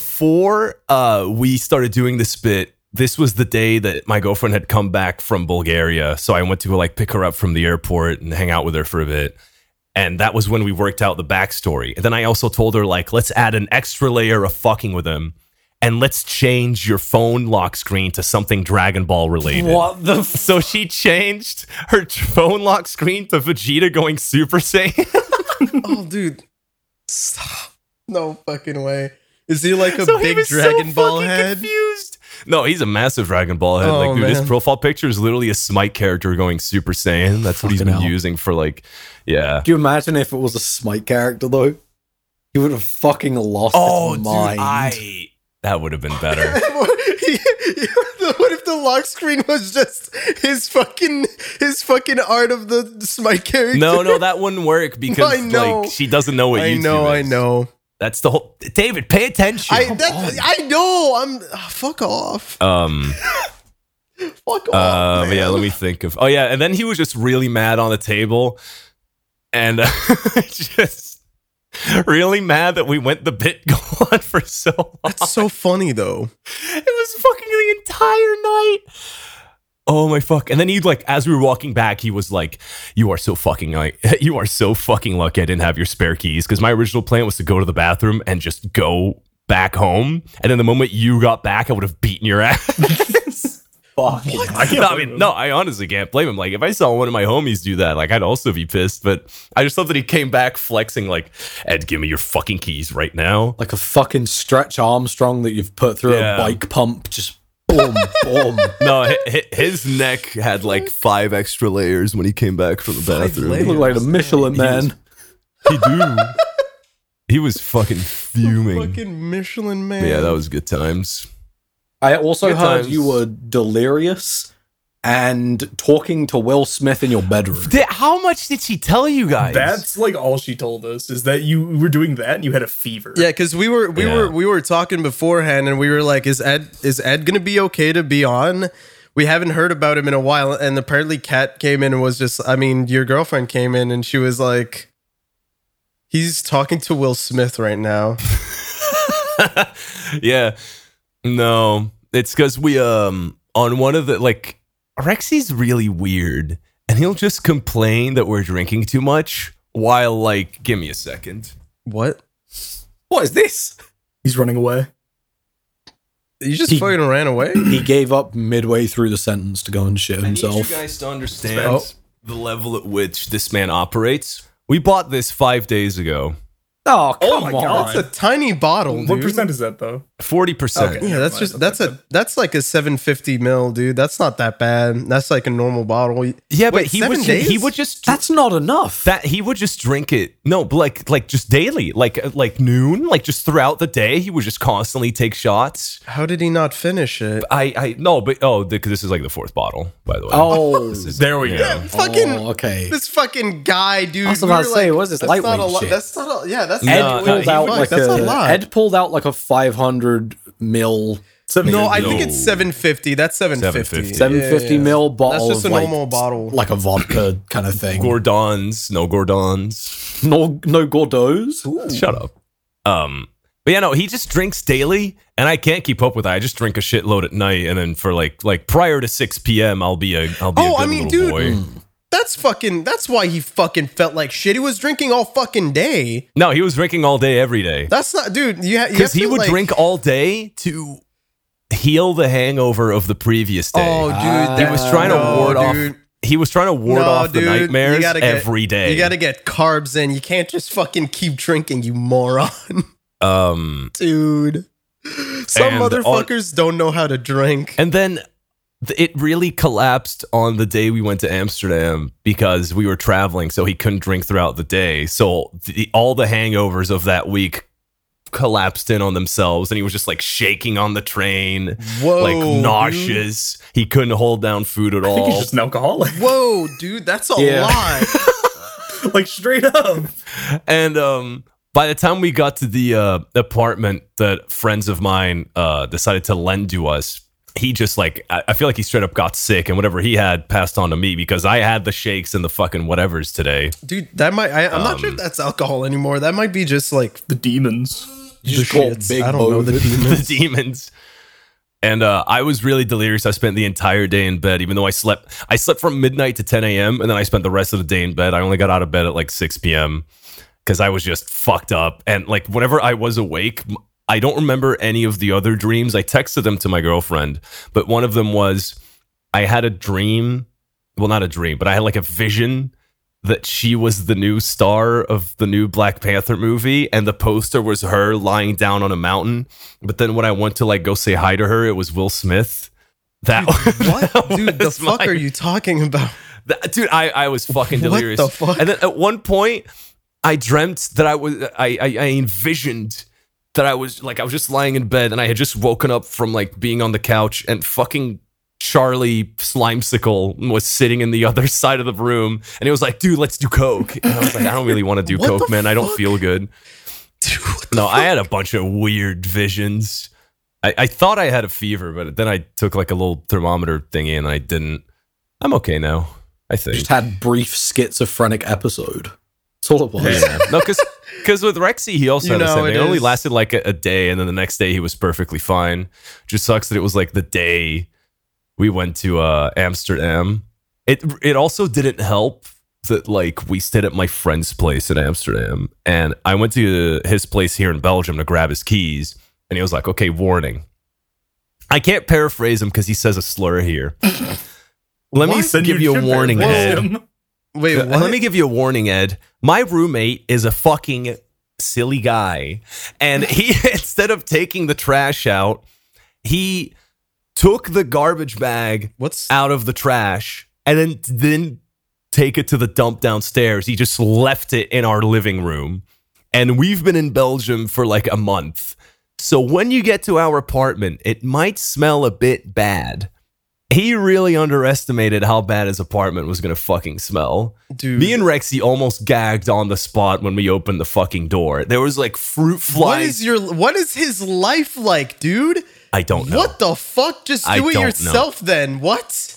Speaker 3: Before uh, we started doing this bit, this was the day that my girlfriend had come back from Bulgaria. So I went to like pick her up from the airport and hang out with her for a bit. And that was when we worked out the backstory. And then I also told her, like, let's add an extra layer of fucking with him and let's change your phone lock screen to something Dragon Ball related.
Speaker 4: What the f-
Speaker 3: So she changed her phone lock screen to Vegeta going Super Saiyan.
Speaker 1: Oh, dude. Stop. No fucking way. Is he like a
Speaker 3: So he
Speaker 1: big
Speaker 3: was so
Speaker 1: Dragon Ball
Speaker 3: fucking
Speaker 1: head?
Speaker 3: Confused. No, he's a massive Dragon Ball head.
Speaker 1: Oh,
Speaker 3: like, dude, his
Speaker 1: man.
Speaker 3: profile picture is literally a Smite character going Super Saiyan. That's what he's
Speaker 4: Fucking
Speaker 3: been
Speaker 4: hell.
Speaker 3: using for like, yeah.
Speaker 4: Do you imagine if it was a Smite character though? He would have fucking lost
Speaker 3: Oh,
Speaker 1: Oh,
Speaker 4: his mind.
Speaker 3: that would have been better.
Speaker 1: what if the lock screen was just his fucking his fucking art of the Smite character?
Speaker 3: no, no, that wouldn't work because
Speaker 1: I know.
Speaker 3: like she doesn't know what
Speaker 1: I
Speaker 3: YouTube
Speaker 1: know, I
Speaker 3: is.
Speaker 1: know.
Speaker 3: That's the whole. David, pay attention.
Speaker 1: I that, I know. I'm ah, fuck off.
Speaker 3: um.
Speaker 1: Fuck off.
Speaker 3: Uh, but yeah,
Speaker 1: man.
Speaker 3: let me think of. Oh yeah, and then he was just really mad on the table, and uh, just really mad that we went the bit go on for so long.
Speaker 1: That's so funny though.
Speaker 3: It was fucking the entire night. Oh my fuck! And then he like, as we were walking back, he was like, "You are so fucking like, you are so fucking lucky I didn't have your spare keys because my original plan was to go to the bathroom and just go back home. And then the moment you got back, I would have beaten your ass."
Speaker 4: Fucking
Speaker 2: I can't
Speaker 3: No, I
Speaker 2: blame
Speaker 3: mean,
Speaker 2: him.
Speaker 3: no, I honestly can't blame him. Like, if I saw one of my homies do that, like, I'd also be pissed. But I just love that he came back flexing, like, Ed, give me your fucking keys right now.
Speaker 4: like a fucking stretch Armstrong that you've put through
Speaker 3: Yeah.
Speaker 4: a bike pump, just boom, boom.
Speaker 3: No, hi- hi- his neck had like five extra layers when he came back from the
Speaker 4: You
Speaker 3: bathroom.
Speaker 4: look like the Michelin man.
Speaker 3: He do. He was fucking fuming.
Speaker 1: Fucking Michelin man.
Speaker 3: Yeah, that was good times.
Speaker 4: I also
Speaker 3: Good
Speaker 4: heard
Speaker 3: times.
Speaker 4: you were delirious and talking to Will Smith in your bedroom.
Speaker 3: how much did she tell you guys?
Speaker 2: That's like all she told us is that you were doing that and you had a fever.
Speaker 1: Yeah, because we were we
Speaker 3: Yeah.
Speaker 1: were we were talking beforehand, and we were like, "Is Ed is Ed gonna be okay to be on?" We haven't heard about him in a while, and apparently, Kat came in and was just. I mean, your girlfriend came in and she was like, "He's talking to Will Smith right now."
Speaker 3: yeah. No, it's because we um on one of the like Rexy's really weird, and he'll just complain that we're drinking too much while like, give me a second.
Speaker 1: What?
Speaker 4: What is this?
Speaker 2: He's running away.
Speaker 1: You just
Speaker 4: He-
Speaker 1: fucking ran away.
Speaker 4: He gave up midway through the sentence to go and shit
Speaker 3: I need
Speaker 4: himself.
Speaker 3: you guys to understand
Speaker 1: Oh.
Speaker 3: the level at which this man operates. We bought this five days ago.
Speaker 4: Oh, come
Speaker 2: my
Speaker 4: on.
Speaker 2: God.
Speaker 1: That's a tiny bottle.
Speaker 2: What
Speaker 1: dude.
Speaker 2: percent is that though?
Speaker 3: Forty percent.
Speaker 2: Okay.
Speaker 1: Yeah, that's just that's a that's like a seven fifty mil, dude. That's not that bad. That's like a normal bottle.
Speaker 3: Yeah, but
Speaker 1: Wait,
Speaker 3: he
Speaker 1: seven
Speaker 3: was
Speaker 1: days?
Speaker 3: he would just
Speaker 4: That's not enough.
Speaker 3: that he would just drink it no but like like just daily like uh, like noon like just throughout the day he would just constantly take shots
Speaker 1: How did he not finish it?
Speaker 3: i i no but oh th- this is like the fourth bottle by the way
Speaker 4: oh,
Speaker 2: There we
Speaker 3: Yeah.
Speaker 1: Fucking
Speaker 4: oh, okay.
Speaker 1: this fucking guy, dude.
Speaker 4: I was
Speaker 1: we
Speaker 4: about
Speaker 1: were
Speaker 4: to say,
Speaker 1: like,
Speaker 4: what is this
Speaker 1: that's not a
Speaker 4: lightweight
Speaker 1: lot.
Speaker 4: shit?
Speaker 1: That's not a yeah. That's
Speaker 3: Ed
Speaker 1: not
Speaker 3: Uh,
Speaker 4: Ed
Speaker 3: no,
Speaker 4: pulled
Speaker 3: he
Speaker 4: out
Speaker 1: fuck,
Speaker 4: like
Speaker 1: that's
Speaker 4: a,
Speaker 1: a lot.
Speaker 4: Ed pulled out like a 500 mil,
Speaker 2: Seven
Speaker 1: no,
Speaker 2: no,
Speaker 1: I think it's
Speaker 3: No.
Speaker 1: seven fifty. That's seven
Speaker 3: 750.
Speaker 1: fifty.
Speaker 4: 750 mil bottle.
Speaker 1: That's just a
Speaker 4: of, like,
Speaker 1: normal bottle.
Speaker 4: like a vodka kind of thing.
Speaker 3: gordons no gordons
Speaker 4: no, no Gordos.
Speaker 3: shut up um but yeah no he just drinks daily and i can't keep up with that i just drink a shitload at night and then for like like prior to 6 p.m i'll be a i'll be
Speaker 1: Oh,
Speaker 3: a good
Speaker 1: I mean,
Speaker 3: little
Speaker 1: dude.
Speaker 3: boy
Speaker 1: That's fucking. That's why he fucking felt like shit. He was drinking all fucking day.
Speaker 3: no he was drinking all day every day
Speaker 1: That's not, dude. You because
Speaker 3: because he would drink all day to heal the hangover of the previous day
Speaker 1: Oh, dude,
Speaker 4: Ah.
Speaker 1: that-
Speaker 3: he was trying
Speaker 1: no,
Speaker 3: to ward
Speaker 1: dude.
Speaker 3: off he was trying to ward
Speaker 1: No,
Speaker 3: off the
Speaker 1: dude, you
Speaker 3: nightmares
Speaker 1: gotta get-
Speaker 3: every day
Speaker 1: You got to get carbs in. You can't just fucking keep drinking, you moron,
Speaker 3: um
Speaker 1: dude. Some
Speaker 3: And on-
Speaker 1: motherfuckers don't know how to drink.
Speaker 3: And then th- it really collapsed on the day we went to Amsterdam because we were traveling, so he couldn't drink throughout the day. So the, all the hangovers of that week collapsed in on themselves, and he was just like shaking on the train,
Speaker 1: Whoa,
Speaker 3: like
Speaker 1: dude.
Speaker 3: nauseous. He couldn't hold down food at
Speaker 2: Oh, I think he's
Speaker 3: all.
Speaker 2: just an alcoholic.
Speaker 1: Whoa, dude, that's a
Speaker 4: Yeah.
Speaker 1: lot.
Speaker 2: like straight up.
Speaker 3: and um, by the time we got to the uh, apartment that friends of mine uh, decided to lend to us, he just like I, I feel like he straight up got sick, and whatever he had passed on to me because I had the shakes and the fucking whatevers today.
Speaker 1: Dude, that might. I, I'm not
Speaker 3: Um,
Speaker 1: sure if that's alcohol anymore. That might be just like
Speaker 2: The demons.
Speaker 4: You
Speaker 1: the
Speaker 4: just call
Speaker 1: shits.
Speaker 4: it Big
Speaker 1: I don't
Speaker 4: Bo
Speaker 1: know the
Speaker 4: the-
Speaker 1: demons.
Speaker 3: the demons. And uh, I was really delirious. I spent the entire day in bed, even though I slept. I slept from midnight to 10 a.m. and then I spent the rest of the day in bed. I only got out of bed at like 6 p.m. because I was just fucked up. And like whenever I was awake, m- I don't remember any of the other dreams. I texted them to my girlfriend, but one of them was I had a dream. Well, not a dream, but I had like a vision that she was the new star of the new Black Panther movie and the poster was her lying down on a mountain. But then when I went to like go say hi to her, it was Will Smith. That
Speaker 1: What, dude? The
Speaker 3: was
Speaker 1: fuck
Speaker 3: my-
Speaker 1: are you talking about?
Speaker 3: That- dude, I, I was fucking
Speaker 1: What
Speaker 3: delirious.
Speaker 1: the fuck?
Speaker 3: And then at one point, I dreamt that I was I, I I envisioned that I was like I was just lying in bed and I had just woken up from like being on the couch and fucking Charlie Slimesicle was sitting in the other side of the room and he was like, dude, let's do coke. And I was like, I don't really want to do
Speaker 1: What
Speaker 3: coke,
Speaker 1: the
Speaker 3: man. I don't
Speaker 1: fuck?
Speaker 3: feel good.
Speaker 1: Dude, what the
Speaker 3: No, I
Speaker 1: fuck?
Speaker 3: had a bunch of weird visions. I, I thought I had a fever, but then I took like a little thermometer thingy and I didn't. I'm okay now. I think.
Speaker 4: Just had brief schizophrenic episode. That's all it was.
Speaker 3: Yeah. no, because with Rexy, he also
Speaker 1: You
Speaker 3: had the
Speaker 1: know,
Speaker 3: same thing.
Speaker 1: it
Speaker 3: It only
Speaker 1: is-
Speaker 3: lasted like a, a day, and then the next day he was perfectly fine. Just sucks that it was like the day we went to uh, Amsterdam. It it also didn't help that like we stayed at my friend's place in Amsterdam, and I went to his place here in Belgium to grab his keys, and he was like, "Okay, warning." I can't paraphrase him because he says a slur here. Let me
Speaker 2: Why?
Speaker 3: give you a
Speaker 2: should
Speaker 3: warning,
Speaker 2: paraphrase
Speaker 3: Ed.
Speaker 2: him.
Speaker 1: Wait,
Speaker 3: Uh,
Speaker 1: what?
Speaker 3: Let me give you a warning, Ed. My roommate is a fucking silly guy. And he, instead of taking the trash out, he took the garbage bag
Speaker 1: What's
Speaker 3: out of the trash and then then take it to the dump downstairs. He just left it in our living room. And we've been in Belgium for like a month. So when you get to our apartment, it might smell a bit bad. He really underestimated how bad his apartment was going to fucking smell.
Speaker 1: dude?
Speaker 3: Me and Rexy almost gagged on the spot when we opened the fucking door. There was like fruit flies.
Speaker 1: what is your what is his life like, dude?
Speaker 3: I don't know.
Speaker 1: What the fuck? Just do
Speaker 3: I
Speaker 1: it
Speaker 3: don't know.
Speaker 1: yourself then. What?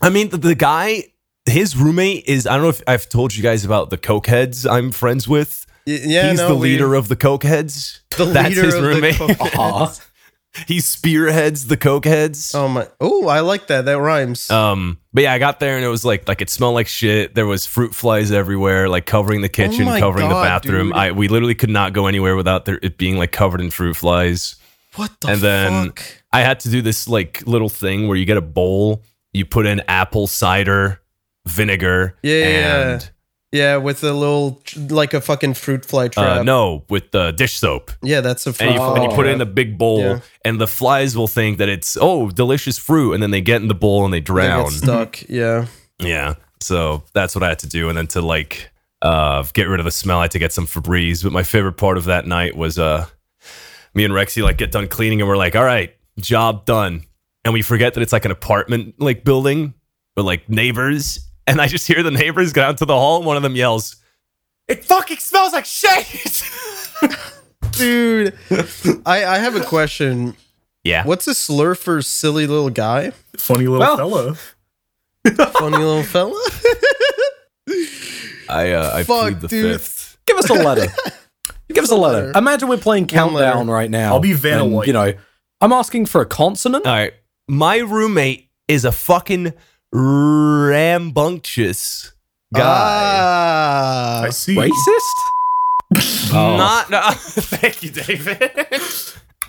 Speaker 3: I mean, the, the guy, his roommate is, I don't know if I've told you guys about the Cokeheads I'm friends with.
Speaker 1: Y- yeah,
Speaker 3: He's
Speaker 1: no,
Speaker 3: the
Speaker 1: we-
Speaker 3: leader of the Cokeheads.
Speaker 1: the
Speaker 3: That's
Speaker 1: leader
Speaker 3: his
Speaker 1: of the
Speaker 3: roommate.
Speaker 1: Coke-
Speaker 4: Aw.
Speaker 3: he spearheads the Cokeheads.
Speaker 1: Oh my! Oh, I like that. That rhymes.
Speaker 3: Um, but yeah, I got there and it was like like it smelled like shit. There was fruit flies everywhere, like covering the kitchen,
Speaker 1: Oh my
Speaker 3: covering the
Speaker 1: God,
Speaker 3: bathroom.
Speaker 1: dude.
Speaker 3: I we literally could not go anywhere without there, it being like covered in fruit flies.
Speaker 1: what the
Speaker 3: and then-
Speaker 1: fuck?
Speaker 3: I had to do this like little thing where you get a bowl, you put in apple cider vinegar,
Speaker 1: Yeah, yeah, yeah.
Speaker 3: and
Speaker 1: Yeah, with a little tr- like a fucking fruit fly trap.
Speaker 3: uh, no with the dish soap.
Speaker 1: Yeah, that's a Oh. fruit
Speaker 3: and you,
Speaker 1: fly
Speaker 3: and you put it
Speaker 1: trap.
Speaker 3: in a big bowl,
Speaker 1: Yeah.
Speaker 3: and the flies will think that it's oh delicious fruit, and then they get in the bowl and they
Speaker 1: They get
Speaker 3: drown.
Speaker 1: stuck. Yeah.
Speaker 3: yeah, so that's what I had to do, and then to like uh, get rid of the smell, I had to get some Febreze. But my favorite part of that night was uh, me and Rexy like get done cleaning, and we're like, all right, job done, and we forget that it's like an apartment like building, but like neighbors, and I just hear the neighbors go out to the hall, and one of them yells, "It fucking smells like shit."
Speaker 1: Dude, I I have a question.
Speaker 3: yeah.
Speaker 1: What's a slur for silly little guy?
Speaker 2: Funny little
Speaker 4: Well-
Speaker 2: fella.
Speaker 1: Funny little fella.
Speaker 3: I uh, I
Speaker 1: Fuck,
Speaker 3: plead the
Speaker 1: dude.
Speaker 3: fifth.
Speaker 4: Give us a letter. Give us a letter.
Speaker 1: letter.
Speaker 4: Imagine we're playing Countdown right now.
Speaker 2: I'll be Vanna
Speaker 4: and,
Speaker 2: White.
Speaker 4: You know, I'm asking for a consonant.
Speaker 3: All right, my roommate is a fucking rambunctious guy.
Speaker 1: Ah.
Speaker 2: I see.
Speaker 4: Racist?
Speaker 3: Not. no, thank you, David.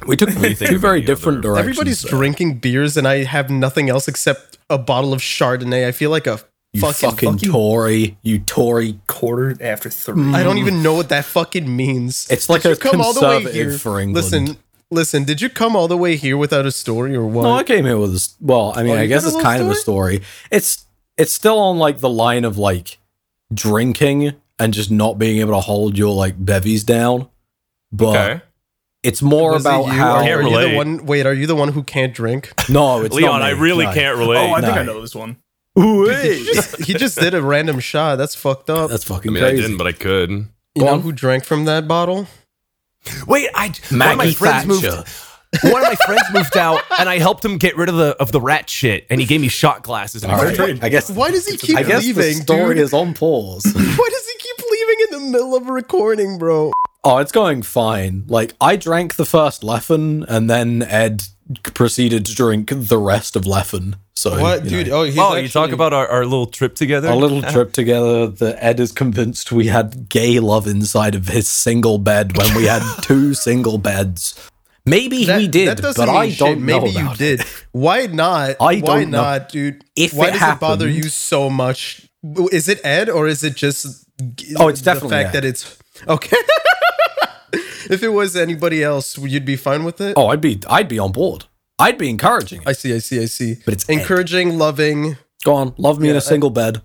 Speaker 4: We took
Speaker 3: do you think
Speaker 4: two
Speaker 3: of
Speaker 4: very
Speaker 3: any
Speaker 4: different
Speaker 3: other-
Speaker 4: directions.
Speaker 1: Everybody's
Speaker 4: there.
Speaker 1: drinking beers and I have nothing else except a bottle of Chardonnay. I feel like a
Speaker 4: You
Speaker 1: fucking,
Speaker 4: fucking, Tory. You Tory.
Speaker 2: Quarter after three.
Speaker 1: I don't even know what that fucking means.
Speaker 4: Mm. It's like
Speaker 1: Did
Speaker 4: a conservative for England.
Speaker 1: Listen, listen. Did you come all the way here without a story or what?
Speaker 4: No, I came here with a s- well. I mean,
Speaker 1: Oh,
Speaker 4: I
Speaker 1: you
Speaker 4: guess
Speaker 1: got a
Speaker 4: it's
Speaker 1: little
Speaker 4: kind of a story. It's it's still on like the line of like drinking and just not being able to hold your like bevies down, but it's more
Speaker 1: Was it
Speaker 4: about
Speaker 1: you?
Speaker 4: how.
Speaker 1: Are,
Speaker 3: Can't
Speaker 1: are you the
Speaker 3: relate.
Speaker 1: one? Wait, are you the one who can't drink?
Speaker 4: No, it's
Speaker 3: Leon,
Speaker 4: not me.
Speaker 3: I really
Speaker 4: No.
Speaker 3: can't
Speaker 2: Oh,
Speaker 3: relate.
Speaker 2: I think
Speaker 4: No.
Speaker 2: I know this one.
Speaker 1: He just, he just did a random shot. That's fucked up.
Speaker 4: That's fucking
Speaker 3: I mean, I
Speaker 4: crazy.
Speaker 3: didn't, but I could.
Speaker 1: you
Speaker 4: go
Speaker 1: know
Speaker 4: on.
Speaker 1: who drank from that bottle?
Speaker 3: Wait, I one of my
Speaker 4: Maggie
Speaker 3: friends
Speaker 4: Thatcher.
Speaker 3: moved. One of my friends moved out, and I helped him get rid of the of the rat shit, and he gave me shot glasses. And
Speaker 4: All
Speaker 3: I
Speaker 4: right.
Speaker 2: trade.
Speaker 4: I guess.
Speaker 1: Why does he keep
Speaker 4: I guess the
Speaker 1: leaving,
Speaker 4: story
Speaker 1: dude?
Speaker 4: is on pause.
Speaker 1: Why does he keep leaving in the middle of a recording, bro?
Speaker 4: oh, it's going fine. Like I drank the first leffen, and then Ed proceeded to drink the rest of leffen. So
Speaker 1: What,
Speaker 4: you know.
Speaker 1: dude? Oh, he's
Speaker 3: oh, you
Speaker 1: actually-
Speaker 3: talk about our, our little trip together.
Speaker 4: Our little trip together that Ed is convinced we had gay love inside of his single bed when we had two single beds. Maybe
Speaker 1: That-
Speaker 4: he did,
Speaker 1: that doesn't
Speaker 4: but I
Speaker 1: mean
Speaker 4: don't
Speaker 1: shit.
Speaker 4: know
Speaker 1: Maybe you
Speaker 4: about it.
Speaker 1: did. Why not?
Speaker 4: I
Speaker 1: Why
Speaker 4: don't know.
Speaker 1: not, dude?
Speaker 4: If
Speaker 1: Why
Speaker 4: it
Speaker 1: does it bother
Speaker 4: happened-
Speaker 1: you so much? Is it Ed or is it just g-
Speaker 4: Oh, it's
Speaker 1: the
Speaker 4: definitely
Speaker 1: fact
Speaker 4: Ed.
Speaker 1: that it's okay? if it was anybody else, you'd be fine with it.
Speaker 4: Oh, I'd be I'd be on board. I'd be encouraging it.
Speaker 1: I see, I see, I see.
Speaker 4: But it's Ed.
Speaker 1: encouraging, loving.
Speaker 4: Go on, love me in
Speaker 1: Yeah,
Speaker 4: a single bed.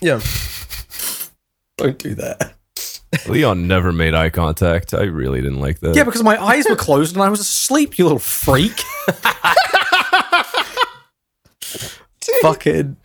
Speaker 1: Yeah.
Speaker 4: Don't do that.
Speaker 3: Leon never made eye contact. I really didn't like that.
Speaker 4: Yeah, because my eyes were closed and I was asleep, you little freak. Fucking.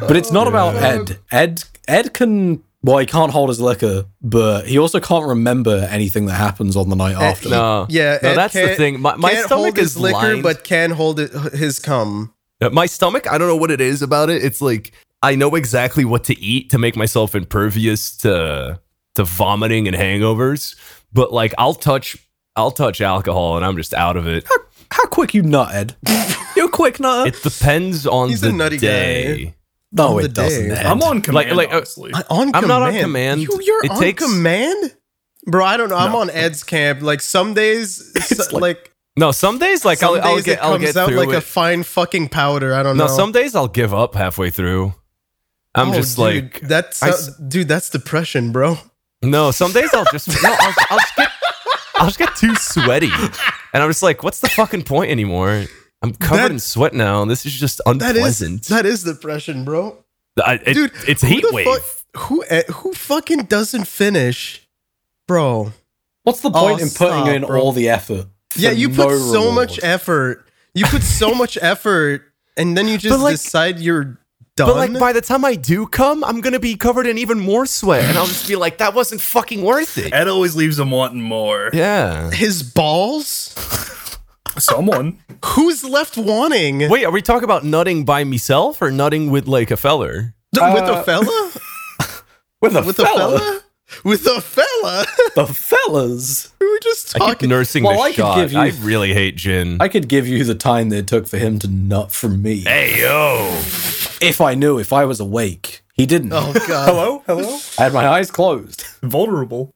Speaker 4: But it's not about Ed. Ed Ed can well, he can't hold his liquor, but he also can't remember anything that happens on the night
Speaker 1: Eh,
Speaker 4: after.
Speaker 3: no,
Speaker 1: Yeah,
Speaker 3: no,
Speaker 1: Ed
Speaker 3: that's the
Speaker 1: can't-
Speaker 3: thing. My, my
Speaker 1: can't
Speaker 3: stomach
Speaker 1: hold his
Speaker 3: is
Speaker 1: liquor,
Speaker 3: lined.
Speaker 1: but can hold it, his cum.
Speaker 3: Uh, My stomach, I don't know what it is about it. It's like I know exactly what to eat to make myself impervious to to vomiting and hangovers, but like I'll touch I'll touch alcohol and I'm just out of it.
Speaker 4: How quick you nut, Ed? you quick nutter?
Speaker 3: It depends on
Speaker 1: He's a
Speaker 3: the
Speaker 1: nutty guy.
Speaker 3: day.
Speaker 4: no,
Speaker 1: on
Speaker 4: it
Speaker 1: the
Speaker 4: doesn't.
Speaker 1: day.
Speaker 4: Ed.
Speaker 2: I'm on command.
Speaker 3: like, uh,
Speaker 2: honestly.
Speaker 1: I- On
Speaker 3: I'm not on command.
Speaker 1: You, you're
Speaker 3: It
Speaker 1: on
Speaker 3: takes-
Speaker 1: command, bro. I don't know. I'm on Ed's camp. Like some days, so-
Speaker 4: like-
Speaker 1: like,
Speaker 3: No, some days like
Speaker 1: some
Speaker 3: I'll, I'll
Speaker 1: days
Speaker 3: get
Speaker 1: it
Speaker 3: I'll
Speaker 1: comes
Speaker 3: get
Speaker 1: out
Speaker 3: through
Speaker 1: like
Speaker 3: it.
Speaker 1: a fine fucking powder. I don't
Speaker 3: no,
Speaker 1: know.
Speaker 3: some days I'll give up halfway through. I'm
Speaker 1: Oh,
Speaker 3: just
Speaker 1: dude,
Speaker 3: like
Speaker 1: that's
Speaker 3: I s-
Speaker 1: dude. That's depression, bro.
Speaker 3: no. Some days I'll just no, I'll, I'll just get I'll just get too sweaty, and I'm just like, what's the fucking point anymore? I'm covered
Speaker 1: That-
Speaker 3: in sweat now. and This is just
Speaker 1: That is
Speaker 3: unpleasant.
Speaker 1: that is depression, bro.
Speaker 3: I, it,
Speaker 1: Dude,
Speaker 3: it's
Speaker 1: who
Speaker 3: heat
Speaker 1: the
Speaker 3: wave.
Speaker 1: fuck- who eh, who fucking doesn't finish, bro?
Speaker 4: What's the
Speaker 1: Oh,
Speaker 4: point in putting
Speaker 1: stop,
Speaker 4: in
Speaker 1: bro.
Speaker 4: all the effort? for
Speaker 1: Yeah, you put
Speaker 4: no
Speaker 1: so
Speaker 4: reward?
Speaker 1: much effort. You put so much effort, and then you just
Speaker 3: like-
Speaker 1: decide you're done.
Speaker 3: But like by the time I do come, I'm gonna be covered in even more sweat, and I'll just be like, that wasn't fucking worth it.
Speaker 2: Ed always leaves him wanting more.
Speaker 3: Yeah.
Speaker 1: his balls.
Speaker 2: Someone.
Speaker 1: Who's left wanting
Speaker 3: Wait, are we talking about nutting by myself or nutting with like a feller?
Speaker 1: D- with
Speaker 4: Uh,
Speaker 1: a fella?
Speaker 4: With a
Speaker 1: With a
Speaker 4: fella.
Speaker 1: fella? With a fella?
Speaker 4: The fellas.
Speaker 1: we were just
Speaker 3: I keep
Speaker 1: talking.
Speaker 3: nursing
Speaker 4: Well,
Speaker 3: the
Speaker 4: I could
Speaker 3: shot.
Speaker 4: give you-
Speaker 3: I really hate gin.
Speaker 4: I could give you the time that it took for him to nut from me.
Speaker 3: hey yo,
Speaker 4: If I knew, if I was awake. He didn't.
Speaker 1: Oh god.
Speaker 2: Hello? Hello?
Speaker 4: I had my eyes closed.
Speaker 2: Vulnerable.